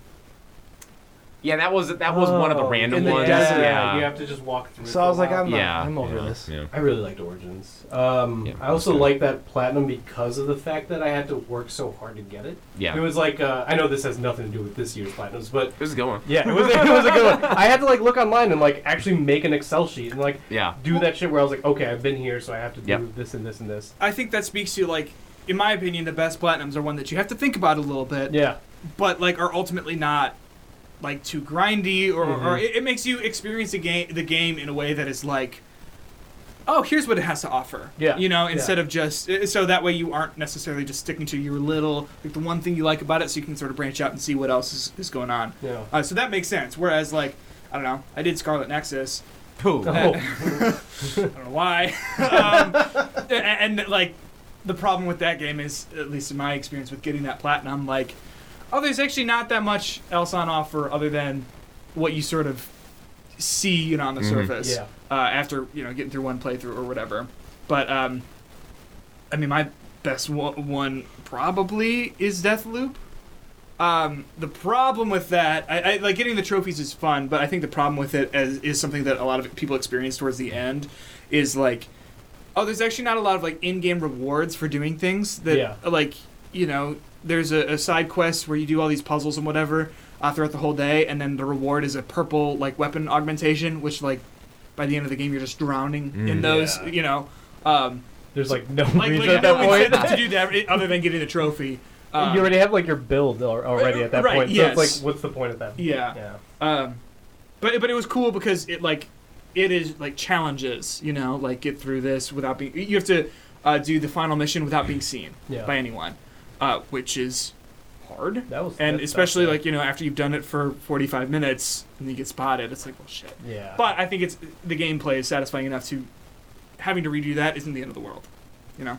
Yeah, that was that was one of the
Oh,
random
in the
ones.
desert,
yeah.
You have to just walk through.
so
for
I
a
was like,
while.
I'm, not-
yeah.
I'm over
yeah,
this.
yeah.
I really liked Origins. Um,
Yeah,
I also
that's good.
liked that platinum because of the fact that I had to work so hard to get it.
Yeah.
It was like uh, I know this has nothing to do with this year's platinums, but
It was a good one.
yeah, it was it was a good one. I had to like look online and like actually make an Excel sheet and like
Yeah.
do that shit where I was like, okay, I've been here, so I have to do
Yep.
this and this and this.
I think that speaks to like, in my opinion, the best platinums are one that you have to think about a little bit.
Yeah.
but like are ultimately not like too grindy or, or
Mhm.
it, it makes you experience the game the game in a way that is like oh here's what it has to offer
Yeah.
you know
Yeah.
instead of just i- so that way you aren't necessarily just sticking to your little like the one thing you like about it so you can sort of branch out and see what else is, is going on
Yeah.
uh, so that makes sense whereas like i don't know i did scarlet nexus
Oh,
I don't know why. um, a- and, like the problem with that game is, at least in my experience with getting that platinum, like, oh, there's actually not that much else on offer other than what you sort of see, you know, on the
Mhm.
surface
yeah.
uh, after you know getting through one playthrough or whatever. But um, I mean, my best one, one probably is Deathloop. Um, the problem with that, I, I like getting the trophies is fun, but I think the problem with it as, is something that a lot of people experience towards the end, is like, oh, there's actually not a lot of like in-game rewards for doing things that
Yeah.
like you know there's a, a side quest where you do all these puzzles and whatever uh, throughout the whole day, and then the reward is a purple like weapon augmentation, which like by the end of the game you're just drowning in those,
Yeah.
you know. Um,
There's like no
like,
reason
like
at
no
that point.
incentive to do that other than getting the trophy. Um,
you already have like your build al- already at that
right,
point. So
yes.
it's like, what's the point of that?
yeah.
Yeah.
Um, but but it was cool because it like it is like challenges, you know, like get through this without being. You have to uh, do the final mission without being seen
Yeah.
by anyone, uh, which is hard.
That was
And
that's
especially
tough,
like you know after you've done it for 45 minutes and you get spotted, it's like well shit.
yeah.
But I think it's the gameplay is satisfying enough to having to redo that isn't the end of the world, you know.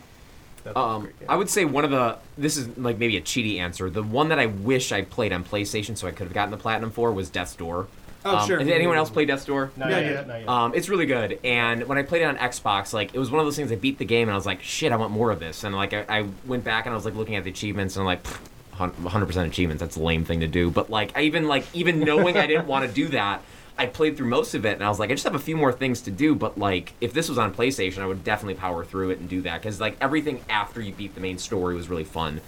That's
Um,
great game.
I would say one of the this is like maybe a cheaty answer. The one that I wish I played on PlayStation so I could have gotten the platinum for was Death's Door.
Oh,
Um,
sure.
Did anyone else play Death's Door?
Not
Yeah,
yet,
yeah.
not yet.
Um, it's really good. And when I played it on Xbox, like it was one of those things. I beat the game and I was like, shit, I want more of this. And like I, I went back and I was like looking at the achievements and I'm like. "Pfft, hun- 100% achievements that's a lame thing to do but like i even like even knowing i didn't want to do that i played through most of it and i was like i just have a few more things to do but like if this was on playstation i would definitely power through it and do that because like everything after you beat the main story was really fun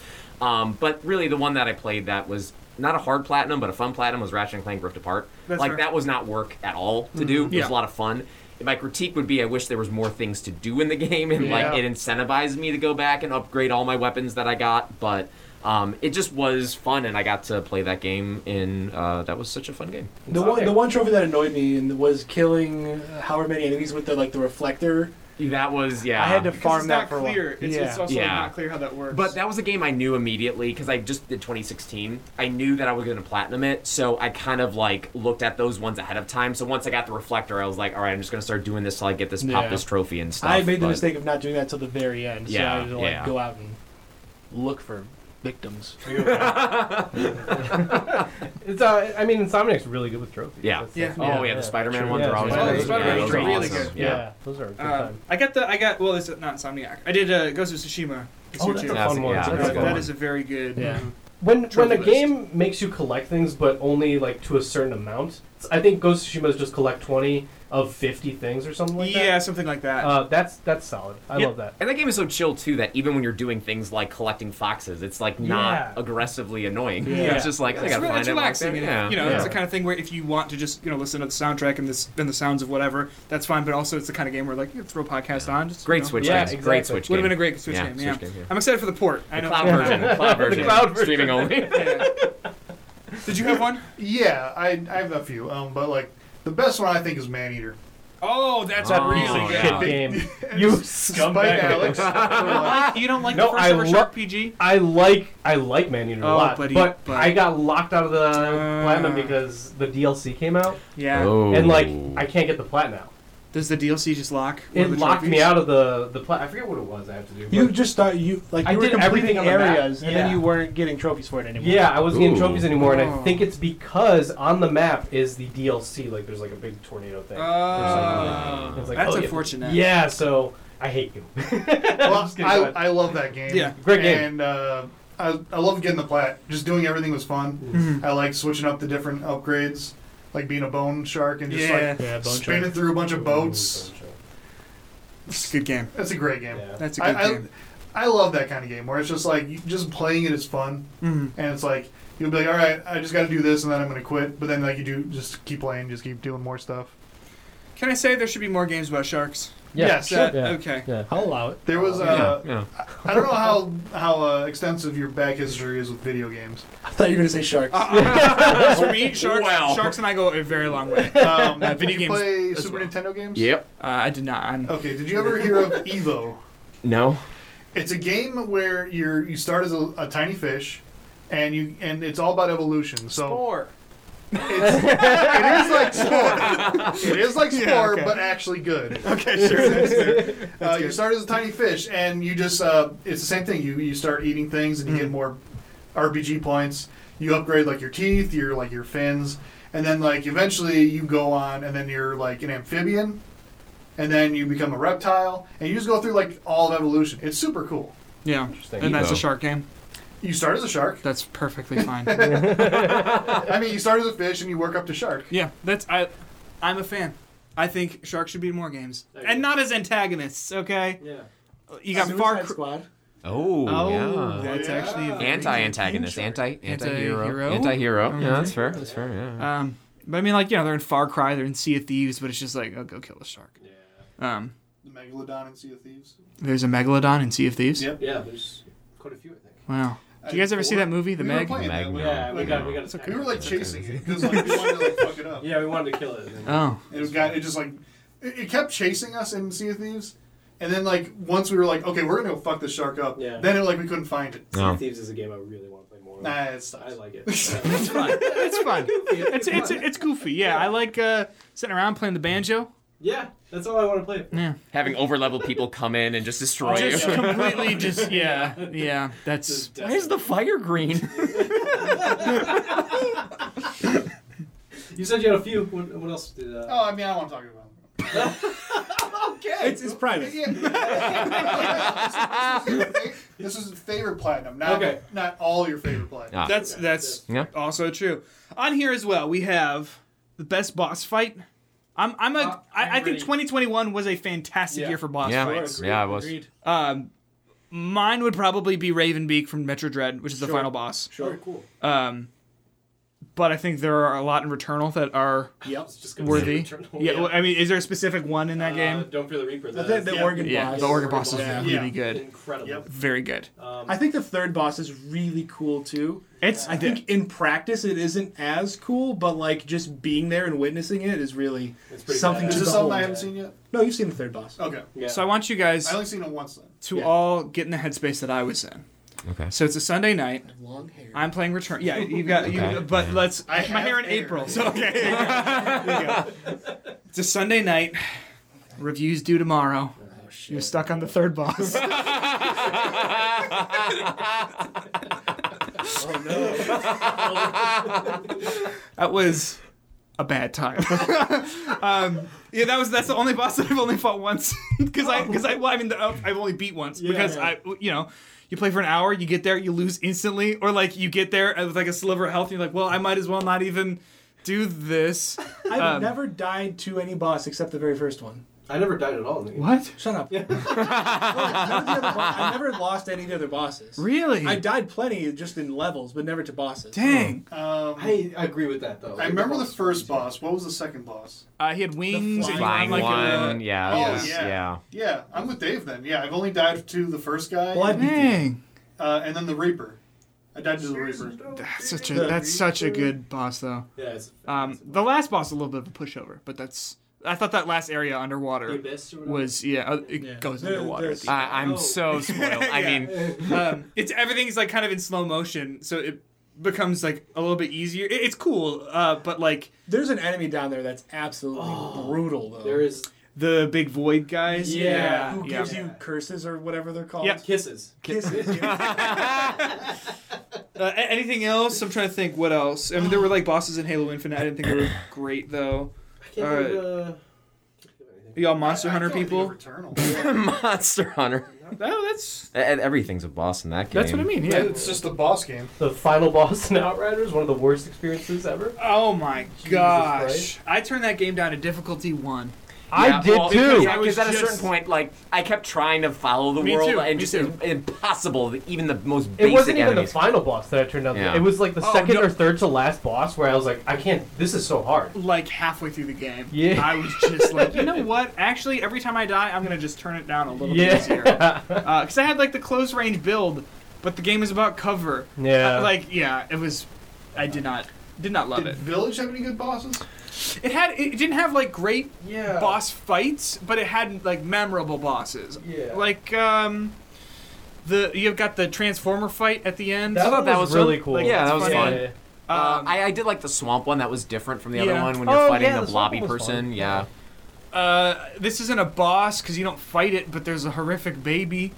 um, but really the one that i played that was not a hard platinum but a fun platinum was ratchet and clank rift apart
That's
like
fair.
that was not work at all to do it was
Yeah.
a lot of fun my critique would be I wish there was more things to do in the game and
Yeah.
like it incentivized me to go back and upgrade all my weapons that I got, but um, it just was fun and I got to play that game in uh, that was such a fun game.
The
It's
one,
out
the
there.
one trophy that annoyed me and was killing however many enemies with the like the reflector.
That was yeah.
I had to
Because
farm
it's
that
not
for a while.
clear. It's,
yeah.
it's also
Yeah.
not clear how that works.
But that was a game I knew immediately because I just did 2016. I knew that I was going to platinum it, so I kind of like looked at those ones ahead of time. So once I got the reflector, I was like, all right, I'm just going to start doing this till I get this
Yeah.
pop this trophy and stuff.
I made the
but-
mistake of not doing that till the very end. so I
Yeah,
had to like
yeah.
go out and look for victims.
It's, uh, I mean, Insomniac's really good with trophies.
Yeah.
That's-
Yeah.
that's-
Oh yeah, the Spider-Man
True.
ones
Yeah,
are always
Spider-Man-
really good.
Spider-Man
Yeah,
ones
those
are
are
really
awesome.
good.
Yeah.
Yeah. those are a good
Uh,
time.
I got the I got well, it's not Insomniac. I did uh, Ghost of Tsushima. this
Oh,
year,
that's
too.
a fun one.
yeah,
That's a
That-
good
that
one.
is a very good.
Yeah.
When when
Trophy
a
list.
game makes you collect things, but only like to a certain amount, I think Ghost of Tsushima is just collect twenty of fifty things or something like
yeah,
that.
something like that.
uh, that's that's solid. I
Yeah.
love that.
And that game is so chill too that even when you're doing things like collecting foxes, it's like not
Yeah.
aggressively annoying.
Yeah.
It's just like I
it's,
gotta
re-
find
it's
it. like
relaxing.
that.
and,
yeah.
You know, it's
Yeah.
the kind of thing where if you want to just you know listen to the soundtrack and this and the sounds of whatever, that's fine. But also, it's the kind of game where like you throw a podcast on. Just,
great
you know,
Switch
Yeah,
game.
exactly.
Great Switch
Would
game.
have been a great Switch
Yeah,
game. Yeah.
Switch game, yeah.
I'm excited for the port. I
The
know.
cloud
Yeah.
version. the Cloud version.
cloud version.
Streaming only.
Yeah. Did you have one?
Yeah, I, I have a few, um, but like the best one I think is Man Eater.
Oh, that's
Oh,
really good.
yeah.
Good game. You scumbag.
Spike Alex.
You don't like
No,
the first
I
ever
lo-
Shark PG?
I like I like Man Eater
Oh,
a lot,
buddy,
but
but-
I got locked out of the
Uh.
platinum because the DLC came out,
Yeah.
Oh.
and like I can't get the plat now.
Does the DLC just lock? one of
It
the
locked me
trophies?
out of the the plat. I forget what it was. I have to do.
You
but-
just thought you like
I
you were
did everything
completing
on the map.
areas and
Yeah.
then you weren't getting trophies for it anymore.
Yeah, I wasn't getting
Ooh.
trophies anymore, and
Oh.
I think it's because on the map is the DLC. Like, there's like a big tornado thing.
Oh,
It's like,
that's
oh, yeah.
unfortunate.
Yeah, so I hate you.
Well,
just kidding,
I,
go ahead.
I love that game.
Yeah,
great game.
And uh, I, I love getting the plat. Just doing everything was fun.
Mhm.
I like switching up the different upgrades, like being a bone shark and just
Yeah.
like
Yeah, bone
spinning
shark.
through a bunch of boats.
It's a good game.
That's a great game.
Yeah.
That's a
I,
good
I,
game.
I love that kind of game where it's just like you, just playing it is fun,
Mhm.
and it's like you'll be like, all right, I just got to do this, and then I'm gonna quit. But then like you do, just keep playing, just keep doing more stuff.
Can I say there should be more games about sharks?
Yes.
Is that-
Yeah.
Okay.
I'll allow it.
There was
yeah,
uh,
yeah.
I don't know how how uh, extensive your back history is with video games.
I thought you were gonna say sharks.
Uh, for me, sharks,
Wow.
sharks and I go a very long way. Uh,
Um,
Uh,
did
video
you
games
play
as
Super
well.
Nintendo games?
Yep.
I did not. I'm,
Okay. Did you ever hear of Evo?
No.
It's a game where you're you start as a, a tiny fish, and you and it's all about evolution. So
Four.
it's, it is like spore. It is like spore,
okay.
but actually good.
Okay, sure.
Uh, you start as a tiny fish, and you just uh, it's the same thing. You you start eating things, and you get more RPG points. You upgrade like your teeth, your like your fins, and then like eventually you go on, and then you're like an amphibian, and then you become a reptile, and you just go through like all of evolution. It's super cool.
yeah.
Interesting.
And that's a
Evo.
shark game.
You start as a shark.
That's perfectly fine.
I mean, you start as a fish, and you work up to shark.
yeah, that's I. I'm a fan. I think sharks should be in more games,
Okay.
and not as antagonists. Okay,
Yeah.
you got far. Cry-
Squad.
Oh,
oh,
yeah.
that's
Yeah.
actually a very
Anti-antagonist,
good game.
anti
Anti-hero?
anti-hero, Mm-hmm. Uh, anti-hero. Yeah, that's fair. That's fair. Yeah.
Um, but I mean, like you know, they're in Far Cry, they're in Sea of Thieves, but it's just like, oh, go kill a shark.
Yeah.
Um,
The megalodon and sea of thieves.
there's a megalodon in Sea of Thieves.
Yep.
Yeah, there's quite a few, I think.
Wow. Do you guys ever see that movie, The
we
Meg?
Were playing that.
Meg,
We-
yeah,
we,
got- we
got
we were like chasing it because like, we wanted to like, fuck it up.
Yeah, we wanted to kill it. and then-
Oh,
And it got it just like it, it kept chasing us in Sea of Thieves, and then like once we were like, okay, we're gonna go fuck this shark up.
Yeah.
Then it like we couldn't find it.
Sea
No.
of Thieves is a game I really want to play more. of.
Nah, it's
I like it.
it's fun. It's it's it's goofy. Yeah, I like uh, sitting around playing the banjo.
Yeah, that's all I want to play.
Having overlevel people come in and just destroy
Just
you.
completely, just yeah, yeah. That's
Why is the fire green?
You said you had a few. What, what else did? Uh...
Oh, I mean, I don't want to talk about. it. okay.
It's, it's private.
Yeah. this is favorite platinum, not
Okay.
not all your favorite platinum.
Ah.
that's that's
Yeah.
also true. On here as well, we have the best boss fight. I'm I'm a
Uh,
I,
I'm
I think
ready.
2021 was a fantastic
Yeah.
year for boss
Yeah.
fights.
Yeah, I was.
Um, mine would probably be Ravenbeak from Metro Dread, which is the final boss.
Sure. oh, cool.
Um, but I think there are a lot in Returnal that are
Yep. Just gonna
worthy.
say Returnal.
Yeah, well, I mean, is there a specific one in that
Uh,
game?
Don't Fear the Reaper. The,
I think the
Yeah.
Oregon
Yeah,
boss.
the Oregon boss is
Yeah.
really
Yeah.
good,
incredible.
Yep.
very good.
Um,
I think the third boss is really cool too.
It's
I think in practice it isn't as cool, but like just being there and witnessing it is really
It's pretty
something
badass.
to
Is
behold.
this something I haven't seen yet?
No, you've seen the third boss.
Okay.
yeah.
So I want you guys
I only seen it once then.
to
Yeah.
all get in the headspace that I was in.
Okay.
So it's a Sunday night.
Long hair.
I'm playing Return. Yeah, you got. You,
Okay.
But let's. I
I
have my
have
hair in
hair.
April, so okay. There you go. There you go. It's a Sunday night. Reviews due tomorrow. You're stuck on the third boss.
Oh no.
That was a bad time. um, yeah, that was that's the only boss that I've only fought once because I because I well I mean the, I've only beat once
Yeah,
because
yeah.
I you know you play for an hour you get there you lose instantly or like you get there with like a sliver of health and you're like well I might as well not even do this.
I've
Um,
never died to any boss except the very first one.
I never died at all. in the game.
What
Shut up.
Yeah.
I never lost any of the other bosses.
really?
I died plenty just in levels, but never to bosses.
Dang,
Um, I,
I, I agree with that though.
remember the first boss. What was the second boss?
uh, he had wings. and he
Flying
had, like, a-
one. Yeah.
Oh,
it was-
yeah.
yeah.
Yeah, I'm with Dave then. Yeah, I've only died to the first guy,
Well, I-
Dang,
uh, and then the Reaper. I died to the Reaper.
that's such a that's such a good boss though.
Yeah, it's
Um, the last boss a little bit of a pushover, but that's I thought that last area underwater.
the abyss or whatever.
was yeah uh, it
Yeah.
goes
There-
underwater at
there's-
the
I, I'm so spoiled. I
Yeah.
mean,
end. um, it's everything's like kind of in slow motion so it becomes like a little bit easier It- it's cool uh, but like
There's an enemy down there that's absolutely brutal though.
Oh. There is
the big void guys
Yeah.
Who
yeah
gives you curses or whatever they're called?
Yeah.
kisses.
Kisses.
uh, a- anything else i'm trying to think what else i mean there were like bosses in halo infinite i didn't think they were great though
I can't
All
think of, uh, can't think of anything.
y'all monster
I- I
hunter
feel like
people
the Returnal.
Monster Hunter.
oh that's
E- Everything's a boss in that game.
that's what i mean yeah,
yeah, it's just the boss game.
The final boss in Outriders, one of the worst experiences ever.
oh my
Jesus
gosh
Christ.
i turned that game down to difficulty one
Yeah, well, Because,
I was
because at a
just-
certain point, like I kept trying to follow the
Me
world,
too,
and
me
just
too.
im- impossible. that Even the most
It
basic
wasn't even
enemies.
the final boss that I turned down.
Yeah.
It was like the
Oh,
second
no.
or third to last boss where I was like, I can't. This is so hard.
like halfway through the game.
Yeah.
I was just like, you know what? Actually, every time I die, I'm gonna just turn it down a little
Yeah.
bit easier. Because I Uh, had like the close range build, but the game is about cover.
Yeah.
Uh, like yeah, it was. I did not did not love
Did
it.
Village have any good bosses?
It had it didn't have like great
yeah.
boss fights, but it had like memorable bosses.
Yeah.
Like um. The, you've got the transformer fight at the end.
I thought that was really cool.
Like,
Yeah,
it's
that was
funny.
fun.
Yeah.
Uh,
Um,
I, I did like the swamp one. That was different from the other
Yeah.
one when you're
Oh,
fighting
yeah,
the
the swamp
blobby
one was
person.
fun.
Yeah.
uh, this isn't a boss because you don't fight it, but there's a horrific baby,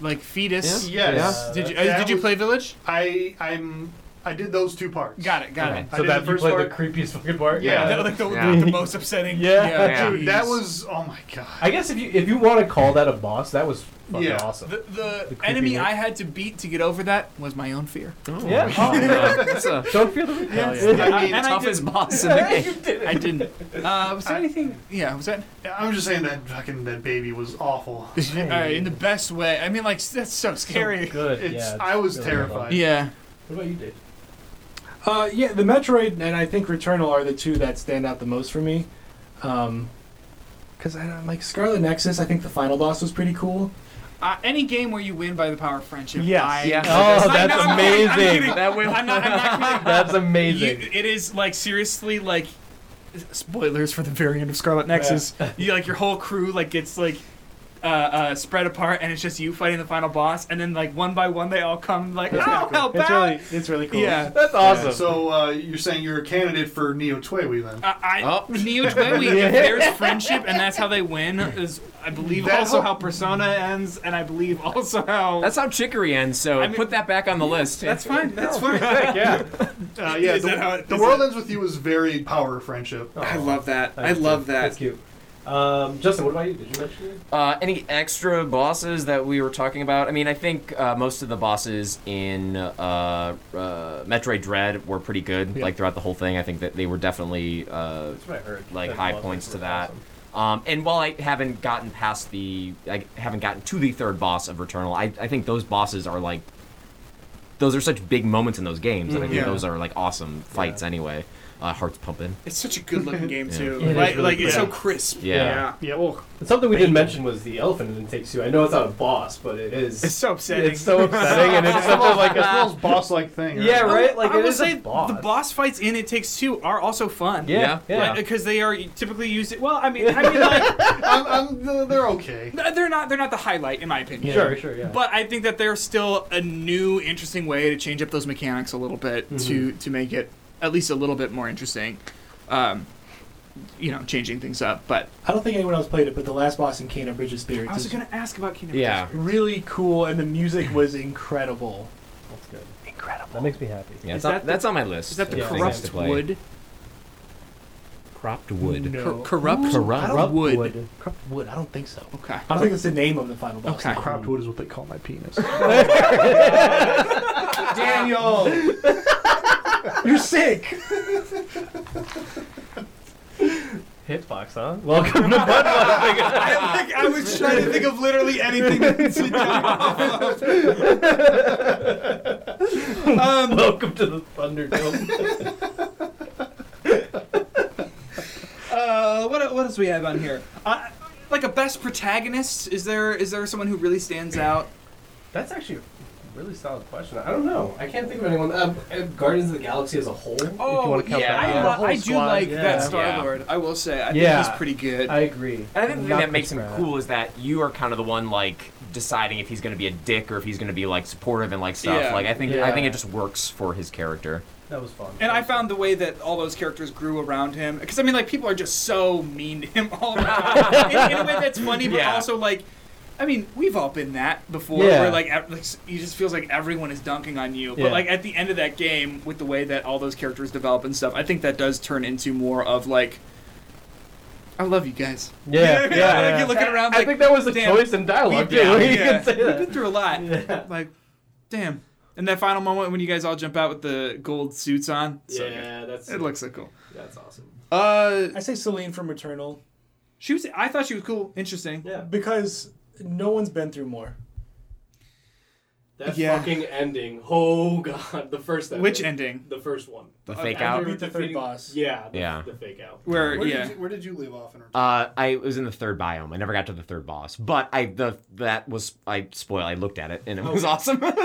like fetus.
Yes.
Yeah.
Did you,
That
uh, did you
was-
play Village?
I I'm I did those two parts.
Got it, got
Okay.
it.
I
So
did
that you
the first
played the
part.
creepiest fucking part.
Yeah.
That, like the,
Yeah.
the, most upsetting.
Yeah.
Yeah.
jeez.
That was oh my god.
I guess if you if you want to call that a boss, that was fucking
Yeah.
awesome.
the, the,
creepy
enemy
look.
I had to beat to get over that was my own fear.
Yeah.
Oh, yeah. That's a
Don't fear the reaper.
I mean,
and I
toughest
did.
boss in the game.
you did
I
it.
didn't. Uh, was there anything? Yeah, was that
I'm just saying that fucking that baby was awful.
uh, in the best way? I mean, like that's so scary.
Good.
It's
yeah.
I was
really
terrified.
yeah,
What about you, Dave?
Uh, yeah, the Metroid and I think Returnal are the two that stand out the most for me. Um 'cause because I don't like Scarlet Nexus. I think the final boss was pretty cool.
uh, any game where you win by the power of friendship.
Yes.
I,
Yeah.
Oh,
I
that's
know, I'm kidding, I'm
amazing.
kidding.
That went.
I'm not. I'm not kidding.
That's
You,
amazing.
it is like seriously like spoilers for the very end of Scarlet Nexus. you like your whole crew like gets like uh, uh, spread apart, and it's just you fighting the final boss. And then like one by one, they all come like,
That's
"I'll
kinda cool.
help
It's
out."
really, it's really cool.
Yeah.
That's awesome.
So uh, you're saying you're a candidate for Neo Twiwi then?
I, Uh, I
Oh.
Neo Twiwi, if there's friendship and that's how they win, is I believe
That
also
whole-
how Persona ends, and I believe also how
That's how Chicory ends. So
mean-
put that back on the list.
that's fine. That's fine.
Heck yeah.
Uh, yeah,
Is
the,
that how it-
The
is
world
it-
ends with you is very power of friendship.
I love that. I
That's
love
cute. That's
that.
cute. Um, Justin, what about you? Did you mention it?
Uh, any extra bosses that we were talking about? I mean, I think uh, most of the bosses in uh, uh, Metroid Dread were pretty good. Like throughout the whole thing, I think that they were definitely uh,
That's what I heard.
like
That
high
Love
points
is
to
really
that.
awesome.
Um, and while I haven't gotten past the, I haven't gotten to the third boss of Returnal. I, I think those bosses are like, those are such big moments in those games, and I think
Mm-hmm.
Yeah.
those are like awesome fights anyway. Uh, hearts pumping.
It's such a good looking game too.
Yeah, it is
like
really
like it's so
pretty.
crisp.
Yeah.
Yeah, well,
And Something we didn't mention was the elephant in Take Two. I know it's not a boss, but it is.
It's so upsetting.
It's so upsetting, and it's such a like
it's
a
one of those boss-like thing.
yeah, right. Like
I
it
will
is
say
a boss.
the boss fights in It Takes Two are also fun.
Yeah,
Yeah.
yeah.
Because they are typically used. Well, I mean, I mean, like,
I'm, I'm, they're- they're okay.
they're not they're not the highlight in my opinion.
Sure, sure, yeah.
But I think that they're still a new, interesting way to change up those mechanics a little bit to
Mm-hmm.
to make it at least a little bit more interesting. Um, you know, changing things up. But
I don't think anyone else played it, but the last boss in Kena Bridge of Spirits is
to ask about Kingdom
Yeah.
really cool, and the music was incredible.
that's good. Incredible. That makes me happy.
Yeah,
Is
it's on-
that the-
that's on my list.
Is that the
of
Yeah.
things I have to
corrupt
play.
wood?
Cropped wood.
Cor- corrupt
Corrupt.
Corrupt wood.
Corrupt wood. I don't think so.
Okay.
I don't think it's the name of the final boss.
Okay.
Cropped wood is what they call my penis.
Daniel, you're sick.
Hitbox, huh? Welcome to Budweiser.
I, like, I was trying to think of literally anything. That um,
Welcome to the Thunderdome.
uh, what what else we have on here? Uh, like a best protagonist? Is there is there someone who really stands out?
That's actually a really solid question. I don't know. I can't think of anyone. Um, uh, Guardians of the Galaxy as a whole. if you wanna count that
Oh, I,
out.
li- I do like
yeah.
that Star Lord. I will say, I
Yeah.
think he's pretty good.
I agree.
And I think the thing
Not
that makes him
Chris Pratt.
cool is that you are kind of the one like deciding if he's going to be a dick or if he's going to be like supportive and like stuff.
Yeah.
Like I think I
Yeah.
think it just works for his character.
That was fun.
and I found the way that all those characters grew around him. Because I mean, like people are just so mean to him all the time. in, in a way that's funny, but
Yeah.
also like, I mean, we've all been that before.
Yeah.
Where like, ev- like s- you just feels like everyone is dunking on you. But
Yeah.
like at the end of that game, with the way that all those characters develop and stuff, I think that does turn into more of like, I love you guys.
Yeah,
You know what I mean?
yeah,
Like,
yeah.
you're looking around.
I
like,
think that was a
damn,
choice in dialogue
we-
too.
yeah,
you
yeah.
can say
We've been
that.
through a lot.
Yeah.
Like, damn. And that final moment when you guys all jump out with the gold suits on. So good.
that's
It looks so cool.
that's awesome.
Uh,
I say Celine from Returnal
she was. I thought she was cool. Interesting.
Yeah,
because no one's been through more.
that
Yeah.
fucking ending. Oh god, the first ending.
Which ending?
The first one.
The fake
I
out.
agree. Beat the third
Defeating-
boss.
Yeah, the,
Yeah.
the fake out.
Where?
Where,
yeah.
did you, where did you leave off in her?
Uh, I was in the third biome. I never got to the third boss, but I the that was I spoil. I looked at it and it was awesome.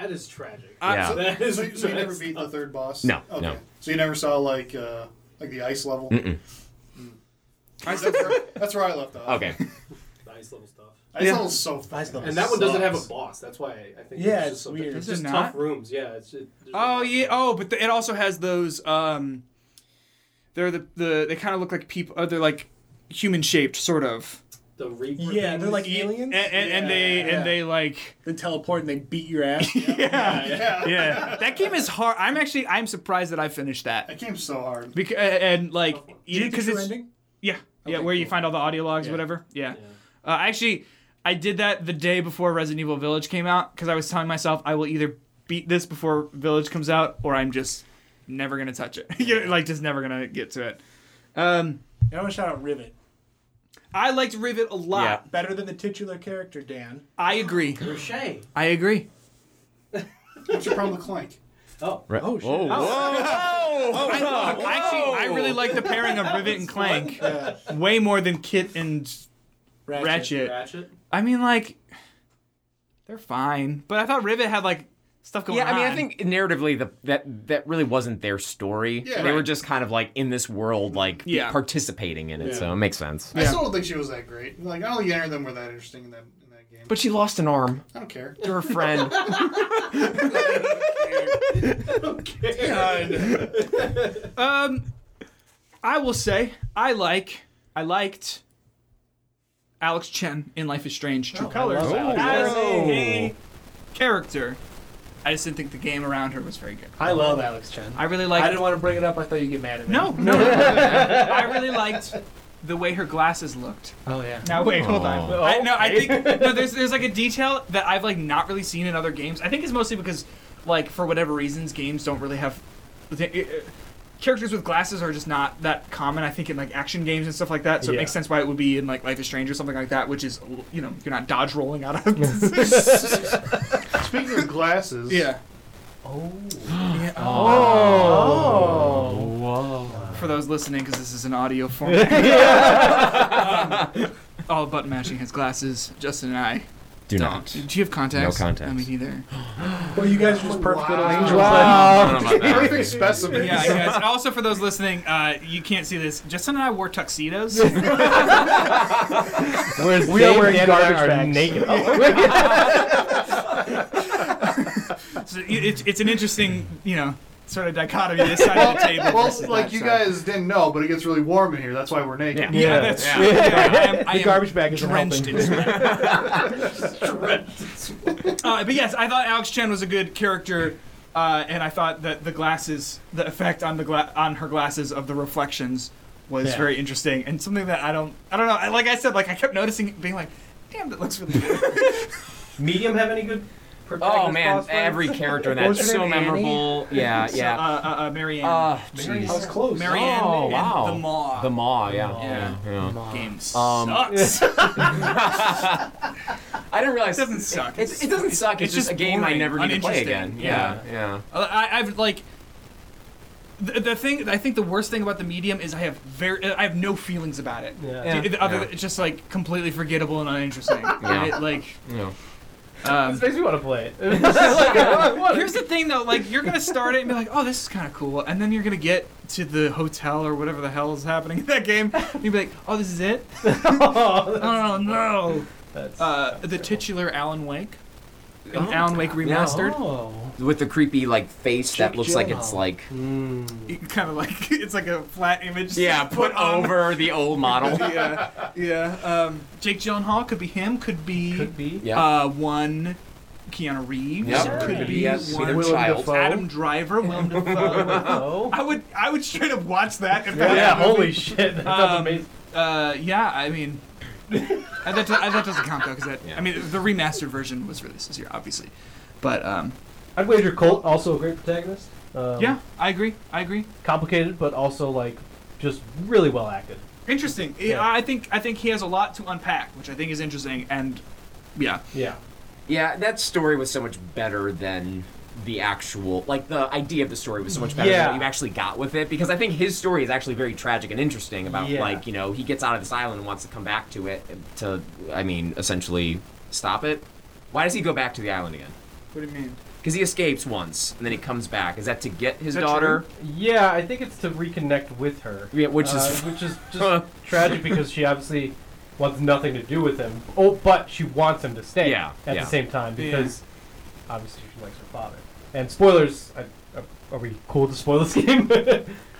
That is tragic.
I-
Yeah.
so-
that is
So, you- so you never
that's-
beat the third boss?
No,
Okay.
no. Mm.
So you never saw like uh, like the ice level?
I still-
That's, where, that's where I left off.
okay,
the ice level stuff.
Ice
Yeah.
level's so fun.
Ice level
And that one doesn't have a
Sucks.
boss. That's why I, I think
Yeah,
it's just
it's
something-
weird.
It's
Is it
just tough
not?
rooms. Yeah, it's it, there's no
oh
boss.
yeah. Oh, but the, it also has those. Um, they're the the. They kind of look like people. Uh, they're like human shaped, sort of.
The Reaper
Yeah, they're
things.
like
And,
aliens.
and, and they
Yeah.
and they like.
They teleport and they beat your ass.
Yeah.
Yeah.
Yeah. that game is hard. I'm actually. I'm surprised that I finished that.
That came so hard.
Because and like
Did you get the
because
true
it's
ending?
yeah yeah where you find all the audio logs whatever yeah. Uh, actually, I did that the day before Resident Evil Village came out because I was telling myself I will either beat this before Village comes out or I'm just never gonna touch it. You know, like just never gonna get to it. Um,
And I want to shout out Rivet.
I liked Rivet a lot.
Better than the titular character, Dan.
I agree.
Roche.
I agree.
What's your problem with Clank?
Oh,
oh,
shit.
whoa, Oh,
I, actually, I really like the pairing of Rivet and Clank way more than Kit and
Ratchet.
Ratchet.
Ratchet.
I mean, like, they're fine. But I thought Rivet had, like, stuff going
Yeah, I mean, I
on.
think narratively the, that that really wasn't their story.
Yeah.
they were
Right.
just kind of like in this world, like
Yeah.
participating in it.
Yeah.
So it makes sense.
I still don't think she was that great. Like I don't think any of them were that interesting in that in that game.
But she lost an arm
I don't care.
to her friend.
Um, I will say I like I liked Alex Chen in Life is Strange:
Oh,
True Colors as a character. I just didn't think the game around her was very good.
I love Alex Chen.
I really
I
liked.
didn't want to bring it up. I thought you'd get mad at me.
no, no, no, no, no. I really liked the way her glasses looked.
Oh yeah. Oh.
Now wait, hold on. I, no, I
Okay.
think no. There's there's like a detail that I've like not really seen in other games. I think it's mostly because like for whatever reasons, games don't really have the- uh, characters with glasses are just not that common. I think in like action games and stuff like that. So
Yeah.
it makes sense why it would be in like Life is Strange or something like that, which is you know you're not dodge rolling out of.
Speaking of glasses,
yeah. Oh. Yeah.
Oh.
Uh-huh.
For those listening, because this is an audio format. Um, all button matching his glasses. Justin and I
Do
don't.
not.
Do you have contacts?
No contacts.
I mean, either.
Well, you guys are just perfect little
Wow.
angels.
I don't know about that.
perfect specimen.
Yeah, guys. And also for those listening, uh, you can't see this. Justin and I wore tuxedos.
Whereas
We are
Dave
wearing
and I
garbage
are
bags.
naked.
so it- it's, it's an interesting, you know, sort of dichotomy this side of the table.
Well,
versus
like
that
you
side.
guys didn't know, but it gets really warm in here. That's why we're naked.
Yeah,
Yeah.
that's
Yeah.
true. Yeah, I am, I
The
am
garbage bag isn't
drenched
helping.
in sweat. uh, but yes, I thought Alex Chen was a good character, uh, and I thought that the glasses, the effect on the gla- on her glasses of the reflections was
Yeah.
very interesting, and something that I don't, I don't know. I, like I said, like I kept noticing, it, being like, "Damn, that looks really good."
Medium have any good?
Oh
protagonist
man,
boss fights?
every character in
What was
that's
her
so
name, Annie?
memorable. Yeah,
Uh,
yeah.
uh, uh, Marianne,
Uh,
Mary-
I was
jeez.
close.
Marianne,
Oh,
and
wow.
the Maw.
The Maw, yeah.
Yeah.
yeah.
game
Um,
sucks.
I didn't realize
It doesn't suck.
It, it doesn't suck. It's,
It's
just,
just
a game I
boring,
never need to play
uninteresting.
again.
Yeah.
yeah. yeah.
I, I've like the, the thing. I think the worst thing about the medium is I have very I have no feelings about it.
Yeah.
It- it- other
Yeah.
it's just like completely forgettable and uninteresting.
Yeah.
It, like
Yeah.
um,
This makes me want to play it. Like, I want it.
here's the thing though, like you're gonna start it and be like, oh, this is kind of cool, and then you're gonna get to the hotel or whatever the hell is happening in that game, and you'll be like, oh, this is it? oh no!
That's-
Uh, the titular Alan Wake, an
Oh.
Alan Wake remastered.
Oh.
With the creepy like face that
Jake
looks like it's
Gyllenhaal.
like
Hmm.
Kind of like it's like a flat image.
yeah, put
on
over the old model.
yeah, yeah. Um, Jake Gyllenhaal could be him. Could be,
Could be.
Yeah.
Uh, one Keanu Reeves.
Yep.
Could be
yes,
one
their
Willem
child.
Dafoe.
Adam Driver. Willem Dafoe.
Oh.
I would I would straight up watch that. If
Yeah,
that was a movie.
holy shit. That sounds
Um,
amazing.
Uh, yeah, I mean. uh, that, do- uh, that doesn't count though, because that
Yeah.
I mean the remastered version was released this year, obviously. But um,
I'd wager Colt, also a great protagonist. Um,
yeah, I agree. I agree.
Complicated, but also, like, just really well acted.
Interesting. Yeah,
Yeah.
I think I think he has a lot to unpack, which I think is interesting. And yeah,
Yeah.
Yeah, that story was so much better than the actual like the idea of the story was so much better
Yeah.
than what you actually got with it because I think his story is actually very tragic and interesting about
Yeah.
like you know he gets out of this island and wants to come back to it to I mean essentially stop it. Why does he go back to the island again?
what do you mean?
Because he escapes once and then he comes back. Is that to get his
that
daughter?
Yeah, I think it's to reconnect with her.
Yeah, which is-
Uh, which is just tragic because she obviously wants nothing to do with him. Oh, but she wants him to stay.
Yeah,
At
yeah.
the same time,
Yeah.
because obviously she likes her father. And spoilers. I, are- are we cool to spoil this game?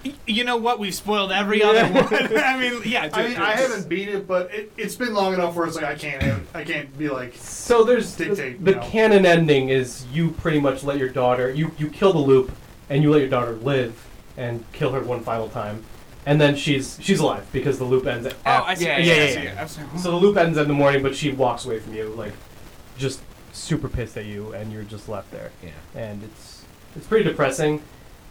Y- You know what? We've spoiled every other one. I mean, yeah.
I mean,
dude,
I
it's-
haven't beat it, but it, it's been long enough where it's like I can't, have, I can't be like,
So there's
Dictate,
the,
you know.
canon ending is you pretty much let your daughter you you kill the loop and you let your daughter live and kill her one final time, and then she's she's alive because the loop ends. At,
Oh, I see.
Yeah,
I
yeah,
see, I
yeah,
see.
yeah.
I'm sorry.
so the loop ends in the morning, but she walks away from you like just super pissed at you, and you're just left there,
Yeah.
and it's it's pretty depressing.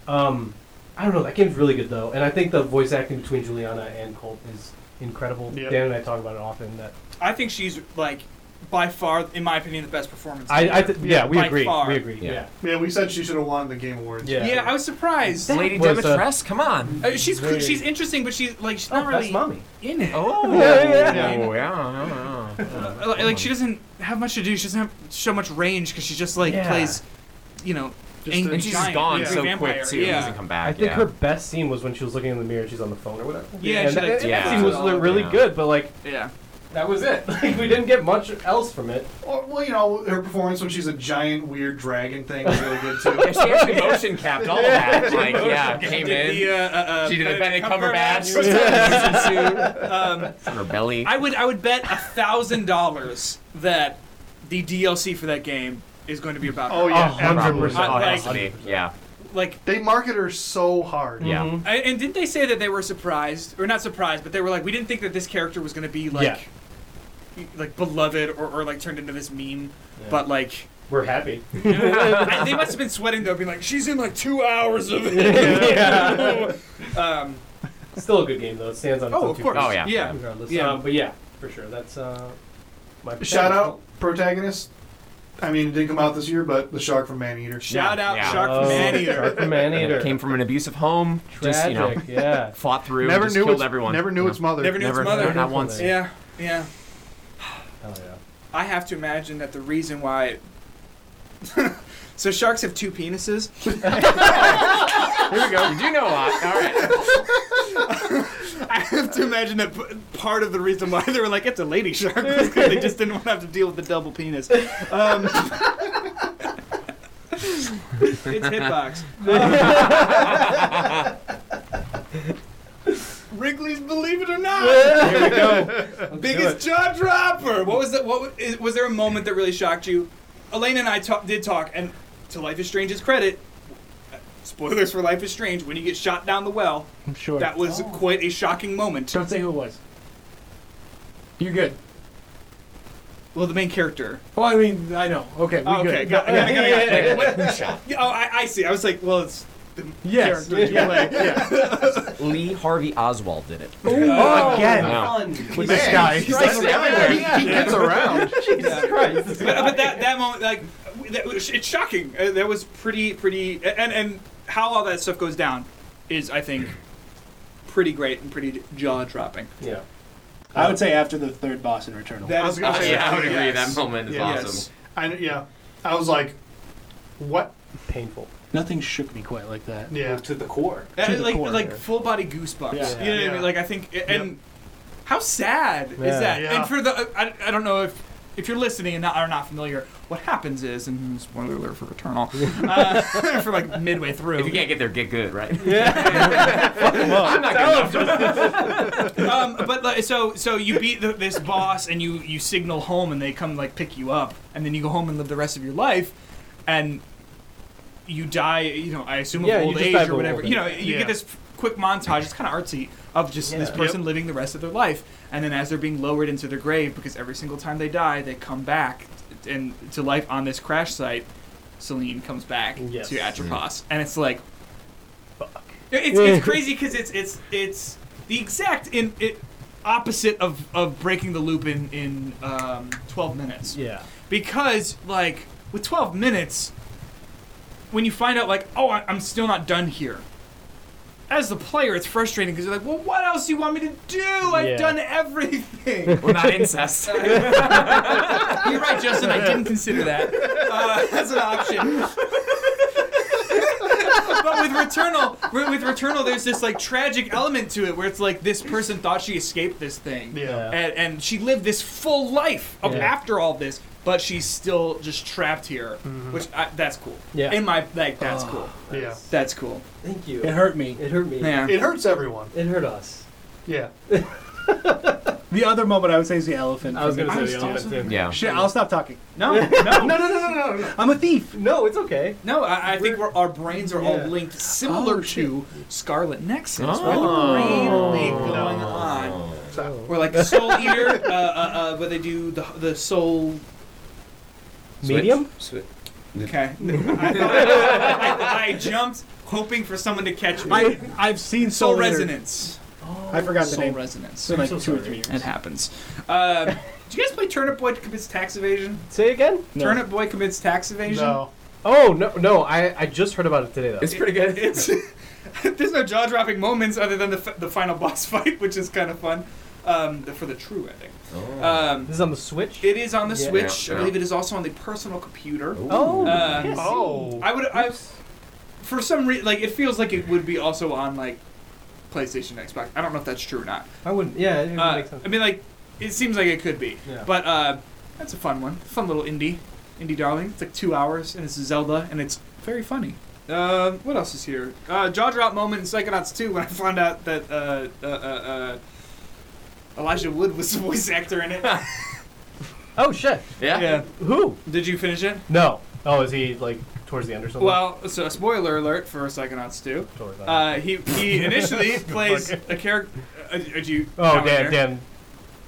Um, I don't know. That game's really good though, and I think the voice acting between Juliana and Colt is incredible.
Yep.
Dan and I talk about it often. That
I think she's like by far, in my opinion, the best performance.
I, I th- yeah, we
By
agree.
far.
We agree.
Yeah.
yeah.
yeah, we said she should have won the game awards.
Yeah.
yeah, I was surprised.
Lady
was, uh,
Demetress, come on.
Uh, she's
Very-
she's interesting, but she's like she's
Oh,
not really
best mommy.
in it.
Oh,
Yeah,
yeah.
Oh, yeah, yeah, yeah.
Uh, like, like she doesn't have much to do. She doesn't have so much range because she just like
Yeah.
plays you know,
Just
angry
And she's just
giant,
gone
angry
so
vampire.
quick too.
Yeah.
Doesn't come back.
I think
yeah.
her best scene was when she was looking in the mirror and she's on the phone or whatever.
Yeah,
and
she
that,
like
that
Yeah.
scene was
Yeah.
really
Yeah.
good, but like
yeah.
that was it. Like we didn't get much else from it.
Or, well, you know, her performance when she's a giant weird dragon thing is really good too.
Yeah, she actually motion capped all of that. Like, yeah, came in.
The, uh, uh, uh,
she did a Benedict
Cumberbatch.
Cumberbatch.
Um,
on her belly.
I would I would bet a thousand dollars that the DLC for that game is going to be about.
Oh
her.
yeah,
Probably.
absolutely.
Oh, it has to
Like-
be. Yeah,
Like,
They market her so hard.
yeah.
Mhm.
I, and didn't they say that they were surprised, or not surprised, but they were like, we didn't think that this character was going to be like, like beloved or, or like turned into this meme, but like.
We're happy.
I- they must have been sweating though, being like, "She's in like two hours of it."
yeah.
um,
Still a good game though. It stands on. its
oh,
own
of
two
course.
feet,
Oh, yeah.
Yeah.
Regardless.
Yeah.
Uh, but yeah, for sure. That's uh, my
Shout
pick.
out protagonist. I mean, it didn't come out this year, but the shark from Man Eater.
Shout out
Yeah.
Shark
Oh,
from Maneater.
Shark from Maneater.
Came from an abusive home. Just you know,
Tragic, yeah.
fought through. and
Never
just
knew
killed
its,
everyone.
Never knew
Yeah.
its mother.
Never knew
Never,
its mother.
Not once.
Yeah, yeah.
Hell yeah.
I have to imagine that the reason why. so sharks have two penises.
Here we go. You do know a lot. All right.
I have to imagine that p- part of the reason why they were like it's a lady shark was because they just didn't want to have to deal with the double penis. Um, it's hitbox. Wrigley's Believe It or Not.
Here we go.
Biggest jaw dropper. What was that? What wa- is, was there a moment that really shocked you? Elena and I ta- did talk, and to Life is Strange's credit, uh, spoilers for Life is Strange. When you get shot down the well,
I'm sure.
that was quite a shocking moment.
Don't say who it was. You're good.
Well, the main character.
Well, I mean, I know. Okay, we
Oh,
good.
okay, got, got, got, got,
Yeah, yeah,
got, Yeah, oh, I, I see. I was like, well, it's the
Yes.
character.
Yeah, like, yeah.
Lee Harvey Oswald did it.
Oh, again.
Wow.
With this guy.
he's like,
everywhere.
He, he gets around.
Yeah. But, but that that moment, like, that, was- it's shocking. Uh, that was pretty, pretty, and and how all that stuff goes down is, I think, pretty great and pretty jaw dropping.
Yeah.
I would say after the third boss in Returnal.
That
I
is
was gonna
Oh,
say
yeah, I would
yes.
agree. That moment is
Yeah.
awesome.
Yes.
I, yeah, I was like, what?
Painful.
Nothing shook me quite like that.
Yeah,
To the core.
That
To
is
the
Uh, like
core,
like
yeah.
full body goosebumps.
Yeah.
You know what I
Yeah.
mean? Like I think and how sad is
Yeah.
that?
Yeah.
And for the I, I don't know if if you're listening and not, are not familiar, what happens is and spoiler alert for Returnal uh, for like midway through.
If you can't get there, get good, right?
I'm not
um, but like, so so you beat the, this boss and you you signal home and they come like pick you up and then you go home and live the rest of your life and you die you know I assume of
Yeah, you
old
just die
age
of
or
old
whatever
age.
you know you
Yeah.
get this quick montage it's kind of artsy of just this
Yeah.
person living the rest of their life and then as they're being lowered into their grave because every single time they die they come back t- and to life on this crash site Celine comes back
Yes.
to Atropos and it's like it's, it's crazy because it's it's it's the exact in it opposite of of breaking the loop in in um, twelve minutes.
Yeah.
Because like with twelve minutes, when you find out like oh I, I'm still not done here. As the player, it's frustrating because you're like, well, what else do you want me to do? I've
Yeah.
done everything.
Well, not incest. yeah,
you're right, Justin. I didn't consider that uh, as an option. but with Returnal, with with Returnal, there's this like tragic element to it where it's like this person thought she escaped this thing,
yeah.
and, and she lived this full life of
Yeah.
after all this, but she's still just trapped here, which I, that's cool.
Mm-hmm. Yeah.
in my like that's cool.
Yeah.
That's cool.
Thank you.
It hurt me.
It hurt me.
Yeah.
It hurts everyone.
It hurt us.
Yeah.
The other moment I would say is the elephant.
I was
for me.
gonna say
was
the
also-
elephant too.
Shit, I'll stop talking.
No, no,
No, no, no, no, no, no.
I'm a thief.
No, it's okay.
no. I, I think we're, our brains are
Yeah.
all linked, similar
Oh, shit.
to Scarlet Nexus.
Oh.
We're really going on.
So,
Or like Soul Eater, uh, uh, uh, where they do the the soul.
Medium?
Switch.
Okay. I, thought- I, I jumped, hoping for someone to catch me.
I I've seen
soul
Soul Eater.
Resonance.
I forgot the
soul
name.
Resonance.
So like two or three years.
It happens. Uh, do you guys play Turnip Boy commits tax evasion?
Say again?
No.
Turnip Boy commits tax evasion.
no.
Oh no, no. I I just heard about it today though.
It's pretty good.
It's there's no jaw dropping moments other than the, f- the final boss fight, which is kind of fun. um, the, for the true ending.
Oh.
Um,
This is on the Switch.
it is on the
Yeah.
Switch.
Yeah,
I believe it is also on the personal computer.
oh,
Uh,
Um,
yes.
Oh.
I would. I for some reason, like it feels like it would be also on like PlayStation, Xbox. I don't know if that's true or not.
I wouldn't. Yeah, it would
Uh,
make sense.
I mean, like it seems like it could be.
Yeah.
But uh, that's a fun one. Fun little indie, indie darling. It's like two hours, and it's Zelda, and it's very funny. Uh, what else is here? Uh, jaw drop moment in Psychonauts 2 when I found out that uh, uh, uh, uh, Elijah Wood was the voice actor in it.
Oh shit.
yeah.
Who?
Did you finish it?
No. Oh, is he like towards the end or something?
Well, so spoiler alert for Psychonauts 2.
Towards the end.
Uh, he he initially plays a character. Uh, uh, do you?
oh,
count
damn,
there?
damn.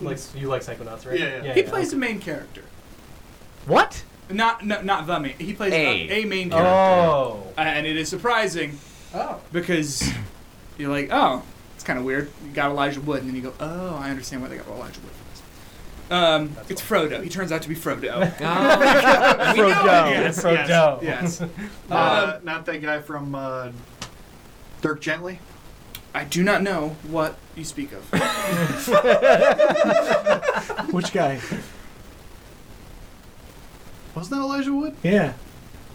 Likes you like Psychonauts, right?
Yeah, yeah.
He plays the main character.
what?
Not no, not the main. He plays
A.
a, a main character.
Oh.
Uh, and it is surprising
Oh.
because you're like, oh, it's kind of weird. You got Elijah Wood, and then you go, oh, I understand why they got Elijah Wood. For this. Um, it's Frodo. He turns out to be Frodo.
Oh. We know it.
Frodo.
yes,
Frodo.
yes, yes.
Uh, not that guy from uh, Dirk Gently.
I do not know what you speak of.
Which guy?
Wasn't that Elijah Wood?
Yeah.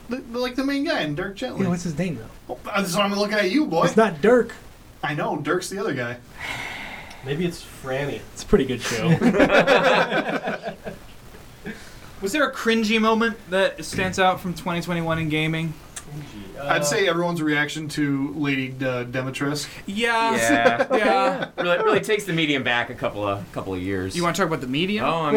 The, the- like the main guy in Dirk Gently.
Yeah, what's his name though?
Oh, that's what I'm looking at you, boy.
It's not Dirk.
I know Dirk's the other guy.
Maybe it's Franny.
It's a pretty good show.
Was there a cringy moment that stands out from 2021 in gaming?
Uh,
I'd say everyone's reaction to Lady uh, Demetris.
Yes.
Yeah.
Yeah.
Really, really takes the medium back a couple of couple of years.
You want to talk about the medium?
Oh, I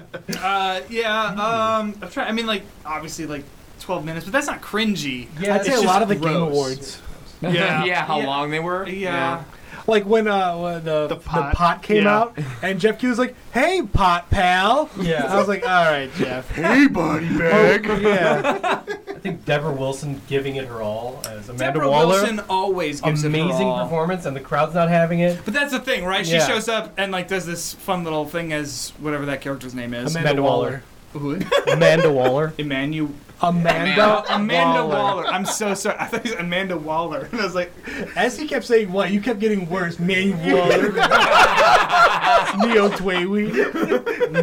Uh, yeah. Um, I'm trying. I mean, like obviously, like 12 minutes, but that's not cringy.
Yeah,
I'd
It's
say a
just
lot of the Game
gross.
Awards,
Yeah.
yeah, how
Yeah.
long they were.
Yeah.
like when uh, when the,
The
the,
pot.
pot. came
Yeah.
out, and Jeff Q was like, "Hey, pot pal."
Yeah.
I was like, "All right, Jeff." Oh,
Hey, buddy bag.
yeah.
I think Deborah Wilson giving it her all as Amanda
Deborah
Waller.
Wilson always gives it her
amazing
all.
performance, and the crowd's not having it.
But that's the thing, right? She
Yeah.
shows up and like does this fun little thing as whatever that character's name is.
Amanda
Amanda
Waller.
Waller.
Amanda Waller.
Emmanuel.
Uh,
Amanda.
Amanda Waller. I'm so sorry. I thought it was Amanda Waller. And I was like,
As he kept saying, "What?" You kept getting worse. Manuel. Waller. Neo Twaywee.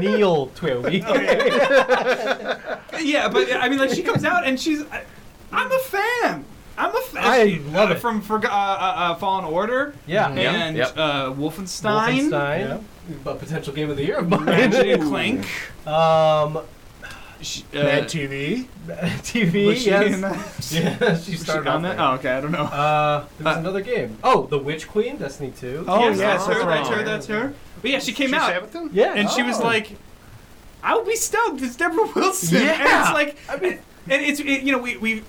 Neil Twowie.
yeah, but I mean, like she comes out and she's. I, I'm a fan. I'm a fan.
I
She-
love
uh,
it.
from for, uh, uh, uh, Fallen Order.
Yeah.
Yep,
and
yep.
Uh, Wolfenstein,
Wolfenstein. A potential game of the year of
Ratchet and
mine.
Clank,
um,
Sh- uh,
Mad TV.
TV.
was she
yes.
in that? Was
Yeah, she
she
started
on
off
that?
there.
Oh, okay, I don't know.
Uh, there was
Uh,
another game. Oh, The Witch Queen, Destiny 2.
Oh,
yes,
yeah,
that's her.
that's
That's
right.
her. That's her. But yeah, she came
She
out
Sabaton?
Yeah.
and she was
Oh.
like, "I'll be stoked. It's Deborah Wilson."
Yeah.
and it's like, and it's it, you know we we.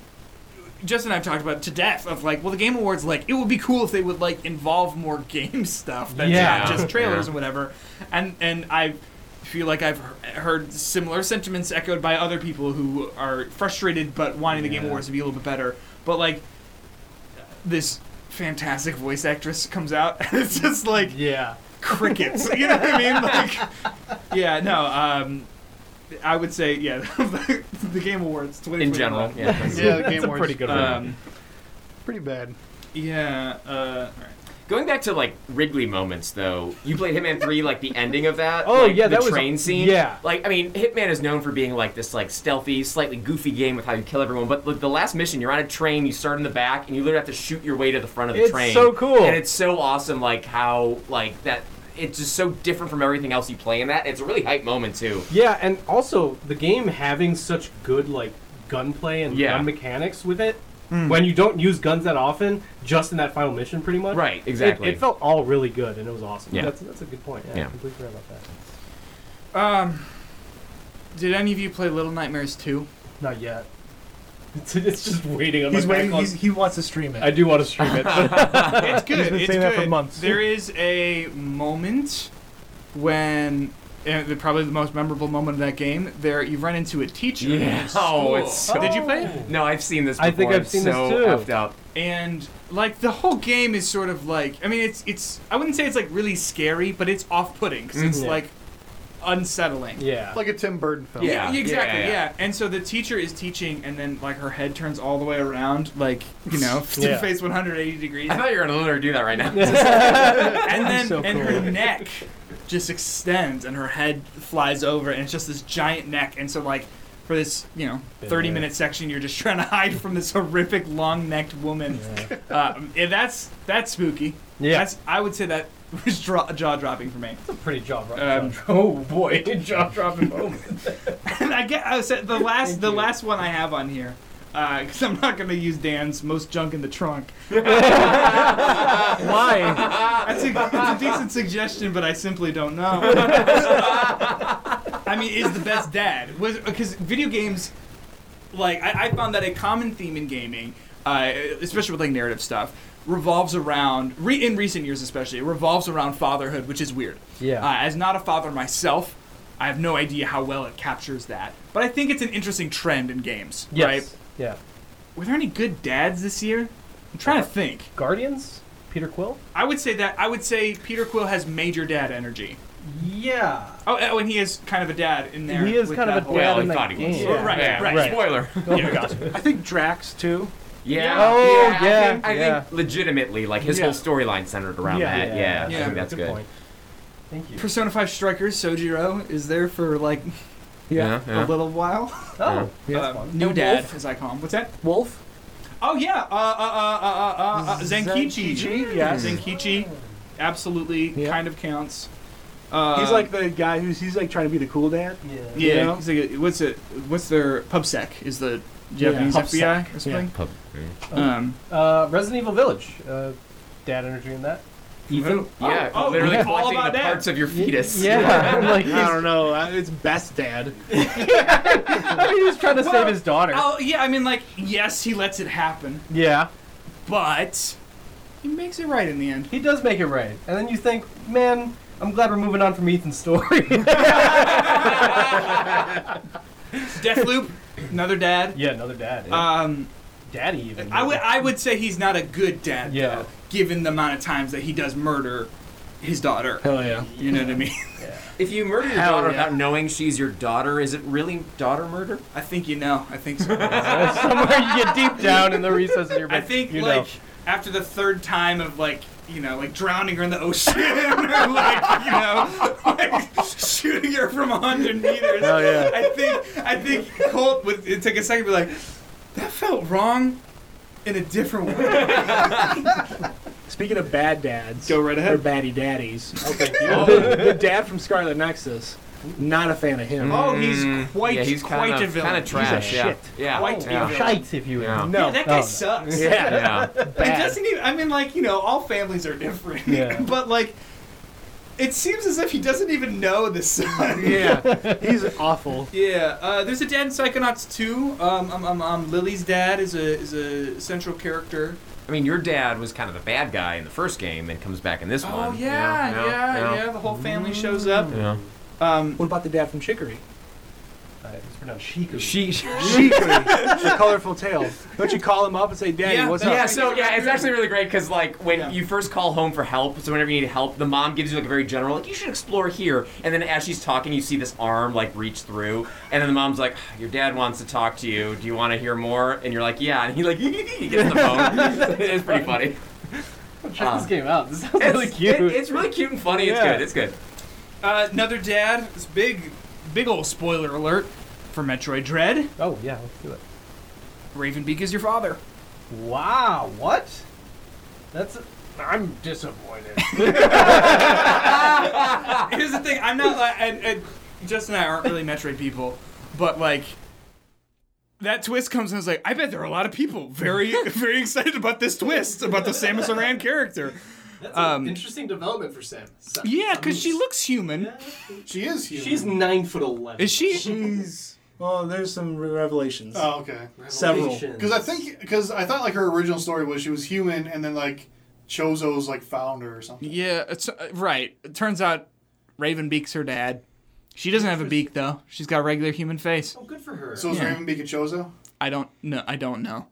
Justin and I've talked about it to death of like, well, the Game Awards, like, it would be cool if they would like involve more game stuff than
Yeah.
not
Yeah.
just trailers and whatever. And and I feel like I've he- heard similar sentiments echoed by other people who are frustrated but wanting the Game
Yeah.
Awards to be a little bit better. But like, this fantastic voice actress comes out, and it's just like,
Yeah.
crickets. You know what I mean? Like, yeah, no. Um, I would say, yeah, the Game Awards. 2021.
In general. Yeah. that's-
Yeah, the game
That's a
Awards.
pretty good one.
Um,
Pretty bad.
yeah. Uh, all right.
Going back to like Wrigley moments, though, you played Hitman Three, like the ending of that.
Oh,
like,
yeah,
the
that was-
train scene.
yeah.
like I mean, Hitman is known for being like this, like stealthy, slightly goofy game with how you kill everyone. But look, the last mission, you're on a train, you start in the back, and you literally have to shoot your way to the front of the
It's
train.
so cool.
and it's so awesome, like how like that. It's just so different from everything else you play in that. It's a really hype moment too.
Yeah, and also the game having such good like gunplay and
Yeah.
gun mechanics with it. When you don't use guns that often, just in that final mission, pretty much.
Right,
it-
exactly.
It, felt all really good, and it was awesome.
Yeah.
that's, that's a good point. Yeah,
Yeah.
I completely forgot about that.
Um, did any of you play Little Nightmares 2?
Not yet. It's, it's just waiting. On
He's
my
waiting.
backlog.
He's, he wants to stream it.
I do want to stream it. but-
it's good.
He's been
it's
saying
good.
that for months.
There is a moment when. and the- probably the most memorable moment of that game. There, you run into a teacher. in
Yeah.
school.
Oh, it's so-
Did you play it?
No, I've seen this. Before.
I think I've
It's
seen this,
so
too.
Effed up.
and like the whole game is sort of like I mean it's it's I wouldn't say it's like really scary, but it's off putting because it's
Mhm.
like unsettling.
Yeah.
Like a Tim Burton film.
Yeah.
Yeah, exactly.
yeah,
Yeah,
yeah.
And so the teacher is teaching, and then like her head turns all the way around, like you know,
Yeah.
face 180 degrees,
I
and
thought you were gonna let her do that right now.
then
So
and
cool.
her neck just extends, and her head flies over, and it's just this giant neck. And so like for this you know 30
there.
minute section, you're just trying to hide from this horrific long necked woman. Uh, and that's that's spooky.
Yeah.
that's I would say that was jaw dropping for me.
Pretty jaw dro-
Um,
jaw dro- Oh boy, jaw dropping moment.
And I get I said the last the
you.
last one I have on here because I'm not gonna use Dan's most junk in the trunk.
Why?
That's a, it's a decent suggestion, but I simply don't know. I mean, is the best dad was because video games, like I, I found that a common theme in gaming, uh, especially with like narrative stuff, revolves around re- in recent years especially it revolves around fatherhood, which is weird.
Yeah.
Uh, as not a father myself, I have no idea how well it captures that, but I think it's an interesting trend in games.
Yes.
Right?
Yeah.
Were there any good dads this year? I'm trying to think.
Guardians? Peter Quill?
I would say that I would say Peter Quill has major dad energy.
Yeah.
Oh, oh, and he is kind of a dad in there.
He is
with
kind of
that
a
whole-
well,
in
he
that
thought he was.
game.
Right,
Yeah,
right.
Spoiler.
Oh my gosh.
I think Drax too.
Yeah.
Oh,
I
yeah,
think- I, think,
yeah.
legitimately, like his
Yeah.
whole storyline centered around that. Yeah,
Yeah.
I think that's good.
point. Thank you.
Persona 5 Strikers, Sojiro, is there for like
Yeah,
a
yeah.
little while.
Oh,
Yeah.
that's
uh,
Um,
fun.
new
And
dad,
Wolf?
as I call him. What's that?
Wolf.
Oh, yeah. Uh, uh, uh, uh, uh, uh, Zenkichi.
Zenkichi, yes.
Zenkichi absolutely
Yeah.
kind of counts. Uh,
he's like the guy who's he's like trying to be the cool dad.
Yeah.
yeah,
you know?
he's like a, what's it? What's their PubSec? Is the Japanese
PubSec,
FBI or something?
Pub-
Um,
Uh, Resident Evil Village. Uh, dad energy in that. Ethan?
yeah,
oh,
literally
yeah. All
collecting the
about that.
parts of your fetus.
Yeah. like he's,
I don't know. I- It's best dad.
he was trying to save his daughter.
oh yeah, I mean like yes, he lets it happen,
Yeah.
but he makes it right in the end.
He does make it right. And then you think, man, I'm glad we're moving on from Ethan's story.
Deathloop, another dad.
yeah, another dad.
Um,
Uh, Daddy even.
I would I would say he's not a good dad,
Yeah.
though, given the amount of times that he does murder his daughter.
Hell yeah.
You know what I mean?
If you murder your
Hell
daughter
yeah.
without knowing she's your daughter, is it really daughter murder?
I think you know. I think so.
Somewhere you get deep down in the recesses of your
I
brain.
think
you know.
like after the third time of like you know like drowning her in the ocean or like you know like shooting her from hundred meters.
Hell yeah.
I think I think Colt would it'd take a second to be like that felt wrong in a different way.
Speaking of bad dads,
Go right
or
ahead.
baddie daddies.
Okay.
the dad from Scarlet Nexus. Not a fan of him.
Oh, he's quite
Mm, yeah, he's
quite
kind
a
of
villain.
kind of trash. yeah,
shit.
yeah,
Quite
yeah.
evil.
Oh, Shite, if you will.
Yeah.
Yeah,
no.
that guy
no, Oh. no.
sucks.
Yeah.
yeah.
It
bad.
doesn't even. I mean, like you know, all families are different.
Yeah.
but like, it seems as if he doesn't even know the son.
yeah. He's awful.
Yeah, uh, there's a dad in Psychonauts 2. Um, um, um, um, Lily's dad is a is a central character.
I mean, your dad was kind of the bad guy in the first game, and comes back in this one.
Oh yeah, yeah, yeah. The whole family shows up.
yeah.
Um,
What about the dad from Chicory?
Uh, it's pronounced chic.
She.
Chicory, the colorful tail. Don't you call him up and say, Daddy,
Yeah,
what's
that's-
Yeah,
up?
so yeah, it's actually really great because like when
Yeah.
you first call home for help, so whenever you need help, the mom gives you like a very general like you should explore here, and then as she's talking, you see this arm like reach through, and then the mom's like, "Ah, "Your dad wants to talk to you. Do you want to hear more?" And you're like, "Yeah," and he like he gets the phone. it's pretty funny.
Check
Uh,
this game out. This sounds
It's
really cute.
it- it's really cute and funny. It's
Yeah.
good. It's good.
uh, another dad. It's big, big old spoiler alert for Metroid Dread.
oh yeah, let's do it.
Ravenbeak is your father.
Wow, what? That's. i I'm disappointed.
Here's the thing. I'm not like, and, and Justin and I aren't really Metroid people, but like that twist comes and I was like, I bet there are a lot of people very, very excited about this twist about the Samus Aran character.
That's
Um,
interesting development for Sam. Sa-
Yeah, because she looks human.
She is human.
She's nine foot eleven.
Is she?
She's. Well, there's some revelations.
Oh, okay.
several.
Because I think, because I thought like her original story was she was human and then like Chozo's like found her or something.
Yeah, it's uh, right. It turns out Ravenbeak's her dad. She doesn't have a beak though. She's got a regular human face.
Oh, good for her.
So is
Yeah.
Ravenbeak a Chozo?
I don't know. I don't know.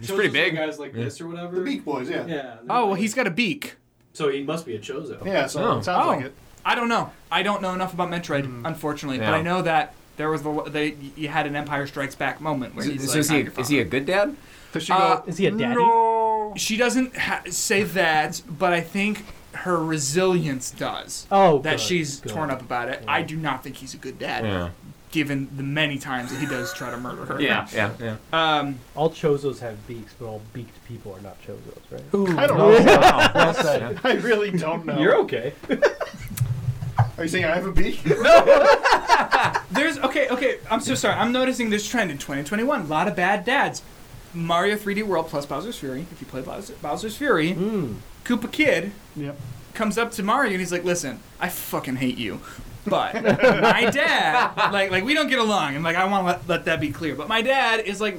It's pretty big.
Guys like this or whatever.
The Beak Boys, yeah.
Yeah.
Oh, well, he's Oh, got a beak.
So he must be a Chozo.
Yeah, so
Oh.
it sounds
Oh.
like it.
I don't know. I don't know enough about Metroid, unfortunately, but
Yeah.
I know that there was the they you had an Empire Strikes Back moment where
So,
he's
so
like,
is, he
"I'm your
a, is he a good dad?
Does she
Uh,
go?
Is he a daddy?
father." Uh, She doesn't ha- say that, but I think her resilience does.
Oh,
that
good,
she's
good.
torn up about it. I do not think he's a good dad, given the many times that he does try to murder her.
Yeah. Yeah. Yeah.
Um,
All chozos have beaks, but all beaked people are not chozos, right?
I don't know.
Wow.
Well said.
I really don't know.
You're okay.
Are you saying I have a beak?
there's okay, okay. I'm so sorry. I'm noticing this trend in 2021. A lot of bad dads. Mario 3D World plus Bowser's Fury. If you play Bowser, Bowser's Fury,
Hmm.
Koopa Kid
Yep.
comes up to Mario and he's like, "Listen, I fucking hate you." But my dad, like, like we don't get along, and like I want to let, let that be clear. But my dad is like,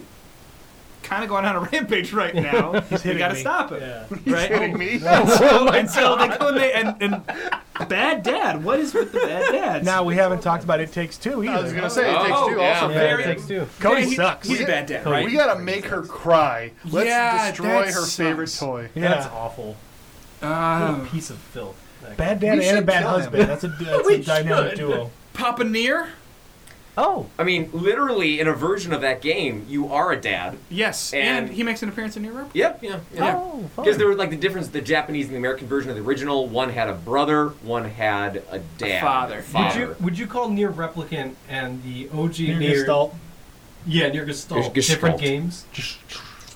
kind of going on a rampage right now. we
hitting
gotta
me.
stop him,
Yeah.
right? Oh,
Kidding me?
and so they go and they and, and bad dad. What is with the bad dads?
Now we haven't talked about It Takes Two either.
I was gonna say it
Oh,
takes two.
yeah.
Also,
Yeah,
Very-
it takes two.
Cody
Yeah, he-
sucks.
He's a bad dad, right?
we gotta make her cry. Let's
Yeah,
destroy
that
her
sucks.
favorite toy.
yeah.
That's awful. What a
Uh,
piece of filth. That guy.
Bad dad
We
and a
should
bad
kill him.
husband. That's a, that's
We
a dynamic
should.
duo.
Papa Near?
Oh,
I mean, literally, in a version of that game, you are a dad.
Oh,
Yes. And,
And-
he makes an appearance in Europe.
Yep. Yeah. yeah.
oh, fun.
Because there was like the difference, the Japanese and the American version of the original. One had a brother, one had a dad,
father.
would
father.
you would you call near replicant and the OG near,
Near Gestalt.
yeah near Gestalt,
Ges-
different
Gestalt.
games?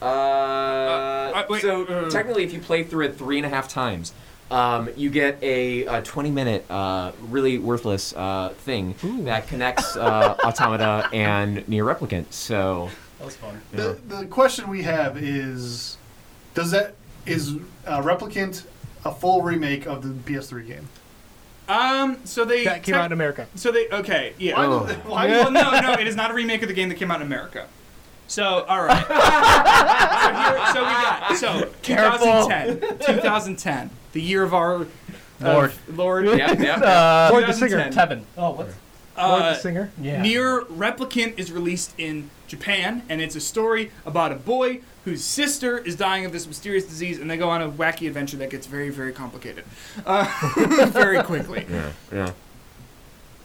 Uh,
uh, wait,
so
uh,
technically, if you play through it three and a half times, um, you get a, a 20-minute, uh, really worthless uh, thing that connects uh, Automata and Near Replicant. So
That was fun.
The, the question we have is, does that is uh, replicant a full remake of the PS3 game?
Um, so they.
That came
tech-
out in America.
So they. Okay, yeah.
Why?
Oh.
Did, why
Well, no, no, it is not a remake of the game that came out in America. So, all right. so, here, so we got so 2010, 2010, the year of our
Um,
Lord.
uh, Lord,
yeah, yeah,
Uh,
Lord the Singer.
Tevin.
Oh, what?
Lord the
uh,
Singer.
Yeah.
Near Replicant is released in Japan, and it's a story about a boy whose sister is dying of this mysterious disease, and they go on a wacky adventure that gets very, very complicated uh, very quickly.
yeah, yeah.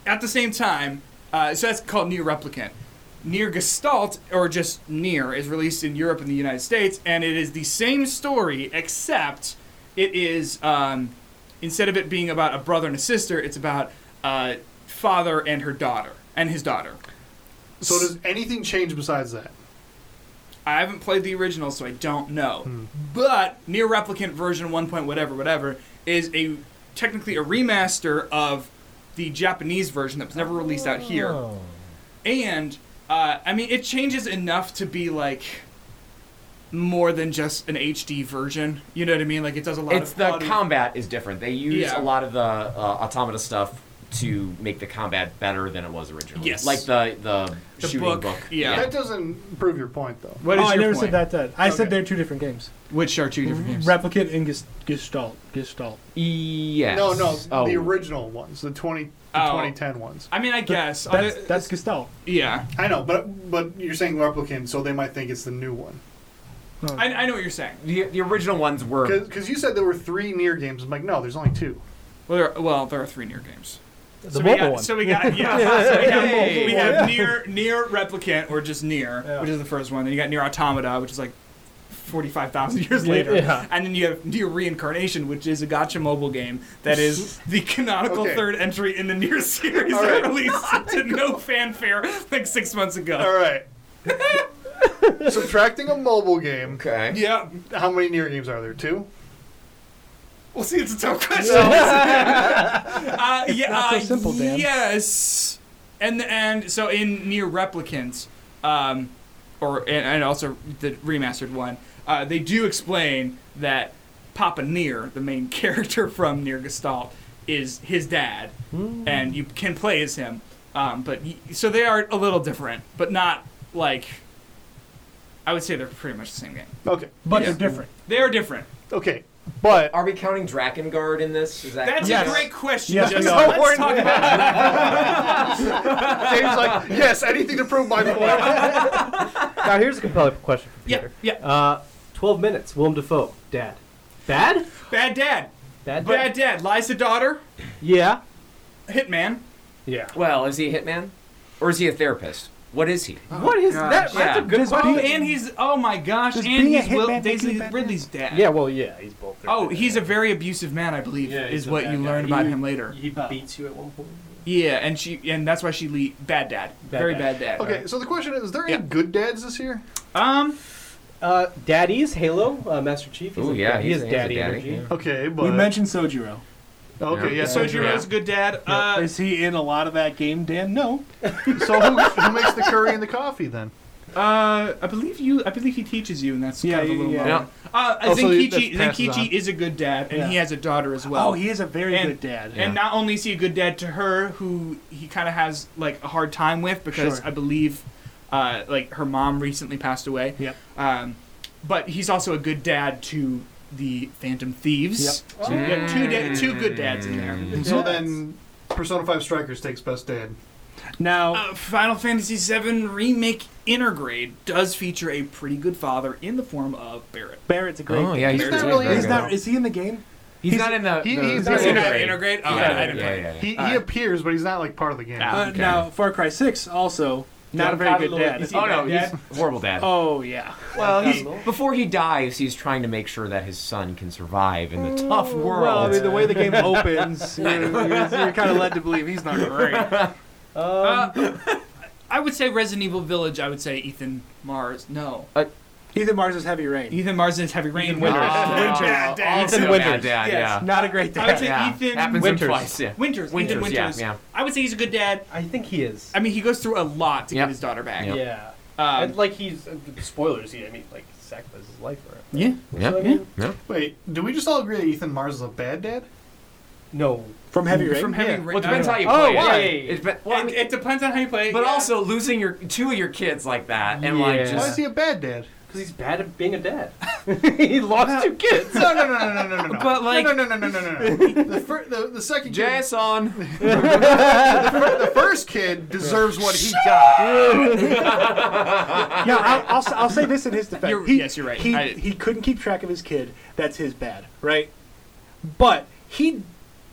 At the same time, uh, so that's called Near Replicant. Near Gestalt, or just Near, is released in Europe and the United States, and it is the same story, except it is um, instead of it being about a brother and a sister, it's about a father and her daughter, and his daughter.
So does anything change besides that?
I haven't played the original, so I don't know. But Near Replicant version 1. point whatever whatever is a technically a remaster of the Japanese version that was never released out here.
Oh.
And uh, I mean, it changes enough to be like more than just an HD version. You know what I mean? Like it does a lot
It's
of
the
audio-
combat is different. They use
Yeah.
a lot of the uh, Automata stuff to make the combat better than it was originally.
Yes.
like the the,
The
shooting
book,
book.
yeah.
That doesn't prove your point though.
What is
oh, I
your
never
point? Mm-hmm.
said that. That I
Okay.
said they're two different games.
Which are two different games?
Replicant and Ges- Gestalt. Gestalt.
Yes.
No, no,
Oh.
the original ones, the 20, the
Oh.
2010 ones.
I mean, I guess.
That's,
Other-
that's Gestalt.
yeah.
I know, but but you're saying replicant, so they might think it's the new one.
I, I know what you're saying.
The, the original ones were.
Because you said there were three near games. I'm like, no, there's only two.
Well, there are, well, there are three Near games.
The
so we
mobile
got,
one.
So we got yeah. so we have,
Hey.
we have near near replicant or just near,
Yeah.
which is the first one. Then you got near automata, which is like forty five thousand years later,
Yeah.
and then you have near reincarnation, which is a gotcha mobile game that is the canonical
Okay.
third entry in the near series
All right.
that released to no fanfare like six months ago.
All right. Subtracting a mobile game,
Okay.
Yeah,
how many near games are there? Two.
well, see, it's a tough question. uh, yeah,
not so
uh,
simple, Dan.
Yes, and and so in near replicant, um, or and, and also the remastered one, uh, they do explain that Papa Near, the main character from Near Gestalt, is his dad,
Hmm.
and you can play as him. Um, but y- so they are a little different, but not like. I would say they're pretty much the same game.
Okay.
But
Yeah.
they're different.
They are different.
Okay. But
Are we counting Drakengard in this? Is that
That's
Yes.
a great question.
Yes,
Justin.
we
are.
Let's talk about
Dave's like, yes, anything to prove my point.
Now here's a compelling question for
Yeah,
Peter.
yeah.
Uh, Twelve minutes. Willem Dafoe, Dad. Dad?
Bad dad.
Dad.
Bad dad. Lies the daughter.
Yeah.
Hitman.
Yeah.
Well, is he a hitman? Or is he a therapist? What is
Uh,
he?
What is that?
gosh.
That's a
Yeah.
good
Oh,
question.
and he's oh my gosh,
Does
and
being a
he's Will,
hitman make
Daisy
you Batman?
Ridley's dad.
yeah, well, yeah, he's both.
Oh, he's a very abusive man, I believe,
Yeah, he's
is
a
what
bad
you
guy.
learn
He-
about him later.
He beats you at one point.
Yeah, and she and that's why she le- bad dad,
Bad
very bad
dad.
dad.
Okay, so the question is: Is there
Yeah.
any good dads this year?
Um,
Uh, daddy's Halo, uh, Master Chief. He's
Ooh,
like,
yeah,
he
he's
is
a- he's a
daddy,
daddy,
energy.
yeah.
Okay, but
We mentioned Sojiro.
okay, yeah.
Yeah.
So,
Sojiro's good dad. Uh,
Is he in a lot of that game, Dan? No.
so who, who makes the curry and the coffee then?
uh, I believe you. I believe he teaches you, and that's
Yeah,
kind of a
yeah,
little.
yeah.
lower. Uh,
Oh, so he-
Zenkichi,
that passes
Zenkichi
on.
is a good dad, and
Yeah.
he has a daughter as well.
oh, he is a very
And-
good dad.
And not only is he a good dad to her, who he kind of has like a hard time with because
Sure.
I believe, uh, like her mom recently passed away.
Yep.
Um, but he's also a good dad to the Phantom Thieves.
Yep. Mm.
So you got two da- two good dads in there.
So then, Persona Five Strikers takes best dad.
Now,
Uh, Final Fantasy VII Remake Intergrade does feature a pretty good father in the form of Barrett.
Barrett's a great.
Oh, yeah, he's,
He's
he's
not really-
very
He's
good.
not. Is he in the game?
He's, not in the.
he-
the-
he's
the
not in
integrate.
that integrate? Oh,
yeah,
I didn't
yeah,
play.
yeah, yeah.
He, he
Alright.
appears, but he's not like part of the game.
Ah.
Uh,
Okay.
Now, Far Cry Six also not a very good dad.
Is he
Oh
a
no,
bad
he's
dad?
a horrible dad.
Oh yeah.
well, he's,
Horrible.
before he dies, he's trying to make sure that his son can survive in the tough world.
Mm, Well, I mean, the way the game opens, you're, kind of led to believe he's not great. Um.
Uh, I would say Resident Evil Village. I would say Ethan Mars. No,
Ethan Mars is heavy rain.
Ethan Mars is Heavy Rain.
Ethan Winters.
Ah,
Winters.
Bad dad.
Also
Ethan
a
Winters.
Bad dad,
Yes,
yeah.
not a great
I would
dad.
say
yeah.
Ethan
Happens
Winters.
Winters. twice. Yeah.
Winters. Ethan
Winters, yeah,
Winters.
yeah.
I would say he's a good dad.
I think he is.
I mean, he goes through a lot to
Yep.
get his daughter back.
Yep.
Yeah.
Um,
and, like he's uh, spoilers. He, I mean, like he sacrifices his life for it.
yeah.
Yeah.
So, I mean,
Wait, do we just all agree that Ethan Mars is a bad dad?
No.
From heavy rain.
From Heavy
Yeah.
Rain.
Well, it depends how you
Oh,
play
why?
it. It's been- well, I
it,
mean,
it depends on how you play.
but
yeah.
also losing your two of your kids like that, and like
Yeah.
Why is
just
he a bad dad?
Because he's bad at being a dad. he lost two kids.
No, no, no, no, no, no, no. no.
But, like-
no, no, no, no, no, no. no. the, fir- the, the second kid,
Jason.
the first kid deserves what he got.
Yeah, I'll, I'll, s- I'll say this in his defense.
You're- yes, you're right.
He,
I-
he couldn't keep track of his kid. That's his bad, right? But he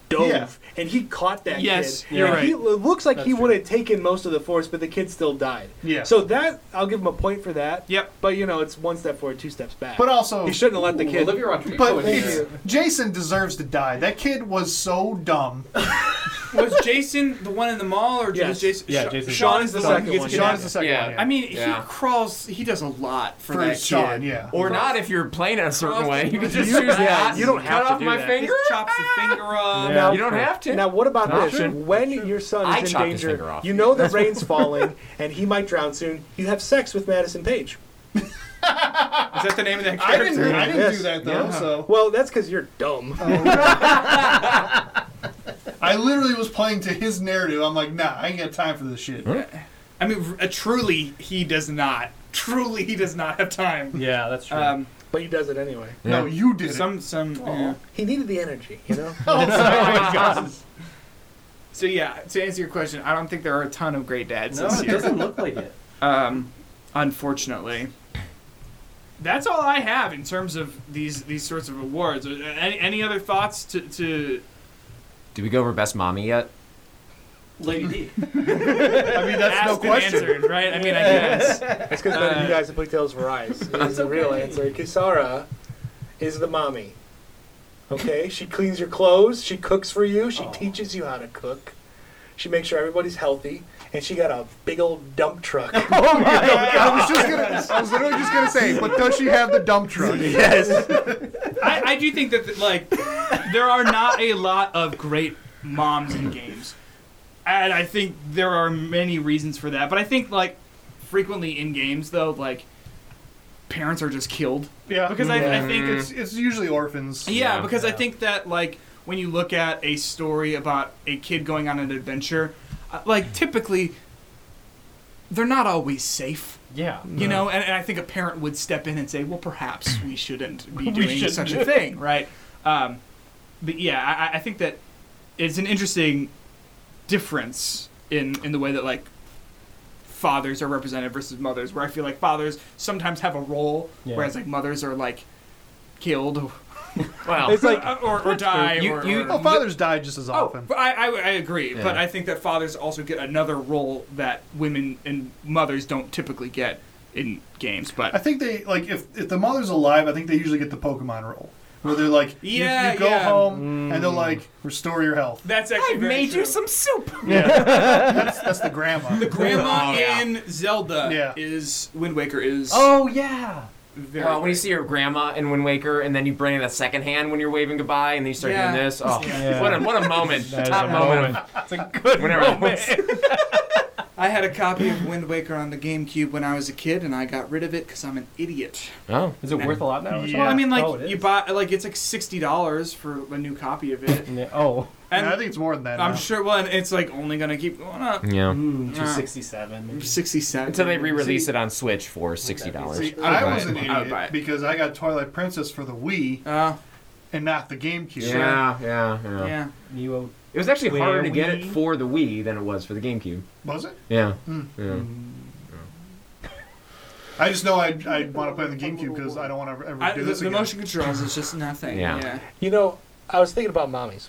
dove
Yeah.
and he caught that
Yes,
kid.
you're
And He, it
right.
looks like he
That's
would have taken most of the force, but the kid still died.
Yeah.
So that I'll give him a point for that.
Yep.
But you know, it's one step forward, two steps back.
But uh, also,
he shouldn't have let the
Ooh,
kid.
Olivia Rodrigo
but
is
it's- Jason deserves to die. That kid was so dumb.
was Jason the one in the mall, or
Yes.
was Jason?
Yeah,
Sha-
Jason.
Sean is the,
The
one
second
who gets
one,
Sean
kidnapped.
is the second
Yeah.
one. Yeah.
I mean, he
Yeah.
crawls. He does a lot for,
for
that
Sean,
kid.
yeah.
Or not if you're playing it a certain way. You can just
You-
choose not.
you don't
cut
have to
off
do
my
that.
He
finger.
chops the finger off.
Yeah.
You don't have to.
Now, what about
Not
this?
true.
When your son
I
is in
chopped his finger
danger,
off.
you know the rain's falling and he might drown soon. You have sex with Madison Page.
Is that the name of that
I
character?
didn't, I didn't
Yes.
do that though. So
Well, that's because you're dumb.
I literally was playing to his narrative. I'm like, nah, I ain't got time for this shit.
I mean, uh, truly, he does not. Truly, he does not have time.
Yeah, that's true.
Um,
but he does it anyway.
No, you did it.
some, some. yeah.
He needed the energy, you know?
So yeah, to answer your question, I don't think there are a ton of great dads
no,
this
it
year.
doesn't look like it.
Um, unfortunately, that's all I have in terms of these these sorts of awards. Uh, Any, any other thoughts to, to
Did we go over best mommy yet?
Lady D.
I mean, that's
ask
no
and
question.
answer? Right? I mean, I guess.
That's because none of you guys have played Tales of Arise. That's the real answer. Kisara is the mommy. Okay? She cleans your clothes, she cooks for you, she teaches you how to cook, she makes sure everybody's healthy, and she got a big old dump truck.
Oh I was just gonna, I was literally just gonna say, but does she have the dump truck?
yes.
I, I do think that like there are not a lot of great moms in games, and I think there are many reasons for that. But I think like frequently in games though, like parents are just killed
Yeah,
because I, I think it's
it's, it's usually orphans.
Yeah,
Yeah.
because I think that like when you look at a story about a kid going on an adventure, uh, like typically they're not always safe,
Yeah.
you know. And, and I think a parent would step in and say, "Well, perhaps we shouldn't be doing
shouldn't
such
do
a thing," right? Um, but yeah, I, I- I think that it's an interesting difference in in the way that like fathers are represented versus mothers, where I feel like fathers sometimes have a role,
Yeah.
whereas like mothers are like killed
Well,
It's like
Uh, or, or die.
You-
or,
you-
or-
oh,
Oh,
well, fathers die just as
Oh,
often.
but I, I, I agree, but
Yeah.
I think that fathers also get another role that women and mothers don't typically get in games.
I
But
think they like if if the mother's alive, I think they usually get the Pokemon role, where they're like, you- you,
Yeah,
go
yeah.
home and they'll
Mm.
like restore your health.
that's actually
I
very
made
true.
you some soup.
That's that's the grandma.
The grandma
Oh, yeah.
in Zelda
Yeah.
is Wind Waker is
Oh yeah.
very
Well, Oh, when you see your grandma in Wind Waker, and then you bring in that second hand when you're waving goodbye, and then you start
Yeah.
doing this. Oh,
Yeah.
what a what a moment!
That is
Top
a
moment.
moment.
It's a good Whenever moment.
I had a copy of Wind Waker on the GameCube when I was a kid, and I got rid of it because I'm an idiot.
oh,
Is it worth a lot now? Or
Well, I mean, like
Oh, it
you
is.
buy like it's like sixty dollars for a new copy of it,
something? Yeah. Oh.
And I
and
think it's more than that.
I'm
now.
sure. Well, and it's like only gonna keep going up.
yeah.
Mm,
Yeah.
267. maybe.
Sixty seven
Until they re-release it on Switch for sixty dollars.
See, I,
buy
was
it.
an
I would buy
idiot
it.
because I got Twilight Princess for the Wii
Uh,
and not the GameCube.
Yeah, yeah, yeah,
yeah.
Neo.
It was actually
Wii,
harder to get it
Wii.
for the Wii than it was for the GameCube.
Was it?
Yeah.
Mm.
yeah.
I just know I I want to play on the GameCube because I don't want to ever
I,
do
the,
this
the
again.
motion controls is just nothing.
Yeah.
Yeah.
You know, I was thinking about mommies.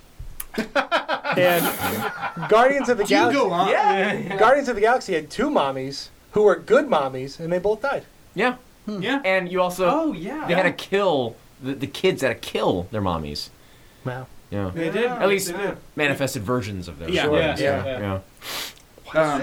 and Guardians of the
You
Galaxy
go on.
Yeah.
Guardians of the Galaxy had two mommies who were good mommies and they both died.
Yeah.
Yeah.
And you also
Oh yeah.
they had to kill the, the kids had to kill their mommies.
Wow.
Yeah.
They did.
At least
Yeah.
manifested versions of those.
Yeah.
Yeah,
mommies,
yeah, yeah.
yeah. yeah.
Um,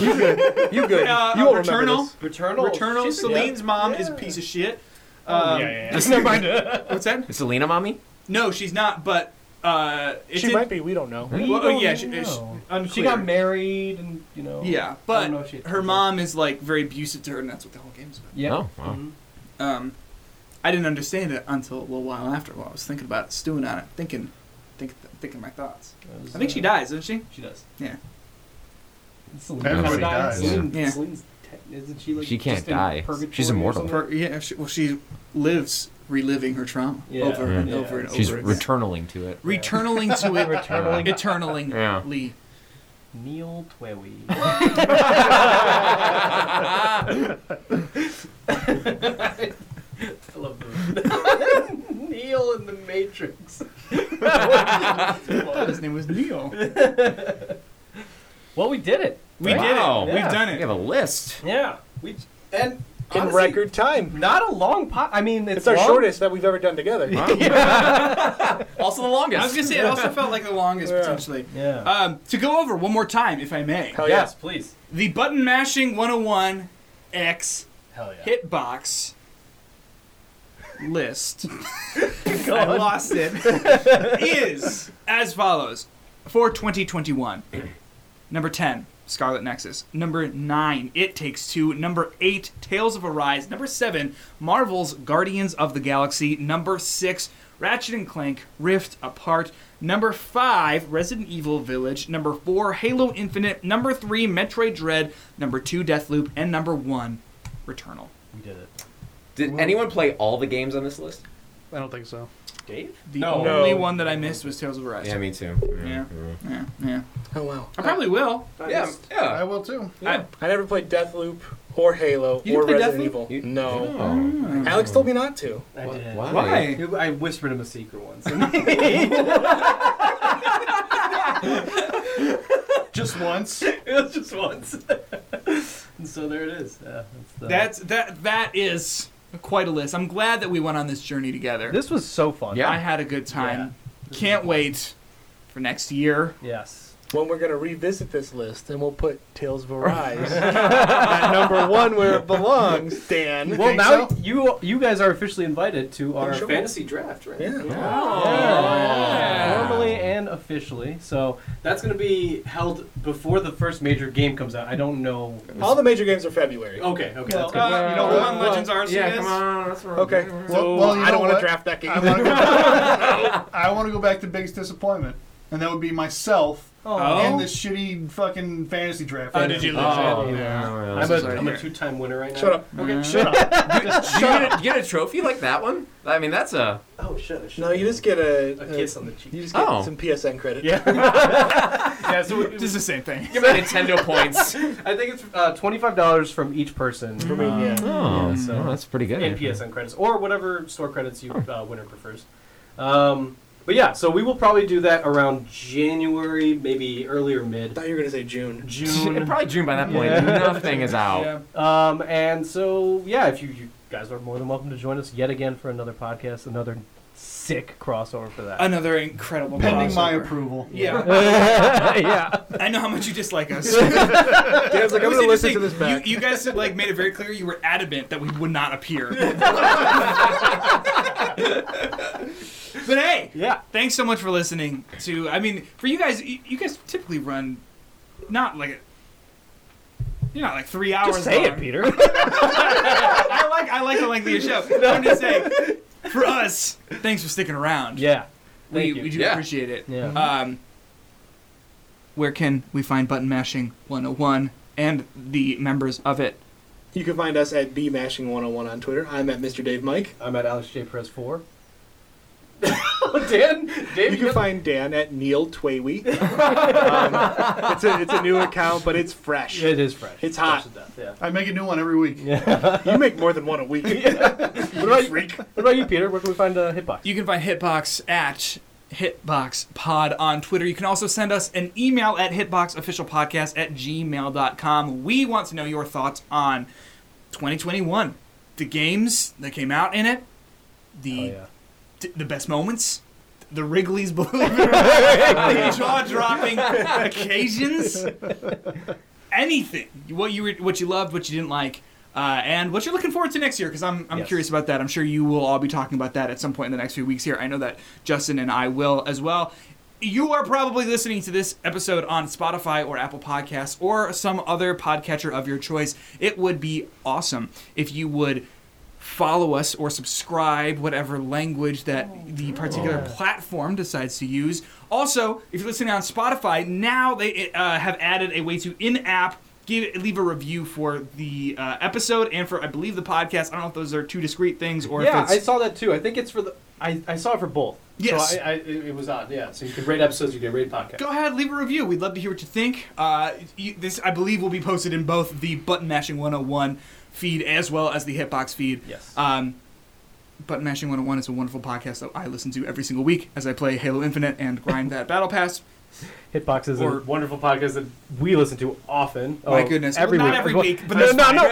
You good. You good.
uh,
you won't remember
Returnal.
this.
Uh, Returnal.
Returnal.
She's a- Oh,
Celine's mom is a piece of shit. Um,
yeah,
Never mind.
What's that?
Is Selena mommy?
No, she's not. But uh, it's
She
in-
might be. We don't know.
Well, oh,
uh,
yeah, she, it's unclear.
She got married and you know.
Yeah,
I don't know
but
if she-
her mom is like very abusive to her, and that's what the whole game's about.
Yeah.
Oh, wow.
Um, I didn't understand it until a little while after while I was thinking about it, stewing on it, thinking, think, thinking my thoughts.
That was,
I think she
uh,
dies, doesn't she?
She does.
Yeah.
Selena
Everybody
kinda
dies.
Celine-
Yeah.
Celine's te- isn't she like
She can't
just in
die.
purgatory
She's
or
immortal.
something?
Per, yeah, she, well, she lives reliving her trauma
Yeah.
over and
Yeah.
over and
She's
over again.
returnaling to it.
Returnaling to it,
Returnaling.
eternaling.
Yeah.
Neil Twewi. I love those. Neil in the Matrix.
His name was Neil.
Well, we did it.
We
Wow.
did it.
Yeah.
We've done
We
it.
have a list.
Yeah. We and
In
honestly,
record time.
Not a long pot. I mean, it's,
It's our
long.
shortest that we've ever done together.
Also the longest.
I was gonna say it also felt like the longest
Yeah.
potentially.
Yeah.
Um, to go over one more time, if I may.
Hell yeah.
yes, please.
The button mashing 101 X
Hell yeah.
hitbox list. I lost it. is as follows for 2021. Number 10, Scarlet Nexus. Number 9, It Takes Two. Number 8, Tales of Arise. Number 7, Marvel's Guardians of the Galaxy. Number 6, Ratchet and Clank Rift Apart. Number 5, Resident Evil Village. Number 4, Halo Infinite. Number 3, Metroid Dread. Number 2, Deathloop. And number 1, Returnal.
We did it.
Did anyone play all the games on this list?
I don't think so.
Dave?
The
No.
only one that I missed was Tales of Arise.
Yeah, me too.
Yeah. yeah, yeah.
Oh wow.
I probably will.
Yeah.
I
yeah.
will too.
I never played Deathloop or Halo
You didn't
or
play
Resident
Deathloop?
Evil.
You-
no.
Oh.
Alex told me not to.
I did.
Why?
Why?
I whispered him a secret once.
Just once.
it was just once. and so there it is. Yeah, that's the-
That's that. That is quite a list. I'm glad that we went on this journey together.
this was so fun.
Yeah.
I had a good time. Can't wait for next year.
Yes.
When we're gonna revisit this list and we'll put Tales of Arise at number one where it belongs, Dan.
Well,
think
now
so?
you you guys are officially invited to our
Sure.
fantasy
draft, right?
Yeah.
Yeah. Formally and officially. So that's going to be held before the first major game comes out. I don't know.
All the major games are February.
Okay, okay. that's good.
Uh, you know,
Well,
Pokemon
well,
Legends Arceus.
Yeah, come on. That's where
Okay.
Well- well, you
I
know
don't want
what?
to draft that game.
I want to go, I wanna go back to biggest disappointment. and that would be myself
Oh.
and this shitty fucking fantasy draft.
Oh, did you lose
Oh,
it?
no.
I'm
so
a,
sorry.
I'm a two-time winner right now.
Shut up.
Okay,
Shut up.
Do you, get a, do you get a trophy like that one? I mean, that's a.
Oh, shut up.
No, you just get a,
A kiss on the cheek.
You just get
Oh.
some PSN credit.
Yeah, so we-
Just the same thing.
Give me Nintendo points.
I think it's uh, twenty-five dollars from each person. Um,
For me, yeah.
Oh,
so-
oh, that's pretty good.
and PSN credits or whatever store credits you uh, winner prefers. Um, but yeah, so we will probably do that around January, maybe early or
I
mid
thought you were gonna say June.
June.
Probably June by that point.
Yeah.
Nothing is out.
Yeah.
um, and so yeah, if you, you guys are more than welcome to join us yet again for another podcast, another sick crossover for that.
Another incredible
Pending my
crossover.
approval.
Yeah,
yeah,
I know how much you dislike us.
Dan's like,
It
I'm
was
gonna listen to
interesting.
this back.
You, you guys like made it very clear you were adamant that we would not appear. but hey,
yeah.
thanks so much for listening. To I mean, for you guys, you, you guys typically run not like a, you're not like three hours.
Just say it,
long.
Peter.
I like I like the length of your show. I'm just saying, for us, thanks for sticking around.
yeah,
we,
thank you.
we do
Yeah.
appreciate it.
Yeah.
Um, where can we find Button Mashing 101 and the members of it?
You can find us at bmashing101 on Twitter. I'm at Mr. Dave Mike.
I'm at Alex J Press Four. Dan, Dave,
You can find Dan at Neil Twawee.
Um, it's a it's a new account, but it's fresh.
it is fresh.
It's
Fresh
hot.
to death, yeah.
I make a new one every week.
You make more than one a week.
What about, you, what about you, Peter? Where can we find uh, Hitbox?
You can find Hitbox at HitboxPod on Twitter. You can also send us an email at hitboxofficialpodcast at gmail.com. We want to know your thoughts on 2021, the games that came out in it, the
Oh, yeah.
t- the best moments, the Wrigley's believe it or not, the jaw-dropping occasions, anything. What you were, what you loved, what you didn't like, uh, and what you're looking forward to next year. Because I'm, I'm
Yes.
curious about that. I'm sure you will all be talking about that at some point in the next few weeks here. I know that Justin and I will as well. You are probably listening to this episode on Spotify or Apple Podcasts or some other podcatcher of your choice. It would be awesome if you would follow us or subscribe, whatever language that the particular platform decides to use. Also, if you're listening on Spotify, now they uh, have added a way to in app. Give, leave a review for the uh, episode and for I believe the podcast. I don't know if those are two discrete things or
yeah,
if
I
it's
saw that too. I think it's for the. I, I saw it for both.
Yes.
So I, I, it, it was odd. Yeah. So you can rate episodes. You can rate podcasts.
go ahead leave a review. We'd love to hear what you think. Uh, you, this I believe will be posted in both the Button Mashing 101 feed as well as the Hitbox feed.
Yes.
Um, Button Mashing 101 is a wonderful podcast that I listen to every single week as I play Halo Infinite and grind that Battle Pass.
Hitbox is
or-
a wonderful podcast that we listen to often.
My
Oh,
goodness.
every
Well, not
week.
every
Well,
week, but
no,
that's
no,
fine.
no,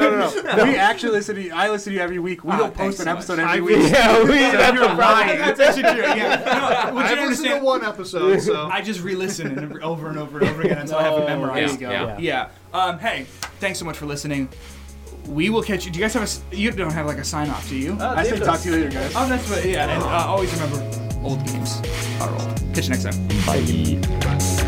No, no, no. We actually listen to you. I listen to you every week. We
Ah,
don't
thanks
post an
so
episode
much.
every
I-
week.
yeah, we,
So
that's
you're
the problem.
I think that's what you do, yeah. No, would
I've
you
listened to
understand?
one episode, so
I just re-listen and over and over and over again until I have it
No,
memorized.
yeah, yeah.
Yeah. Um, hey, thanks so much for listening. We will catch you. Do you guys have a? s- You don't have like a sign off, do you?
Uh,
I say
David,
talk to you later, guys.
oh, that's what. Yeah. And uh, always remember, old games are old. Catch you next time.
Bye.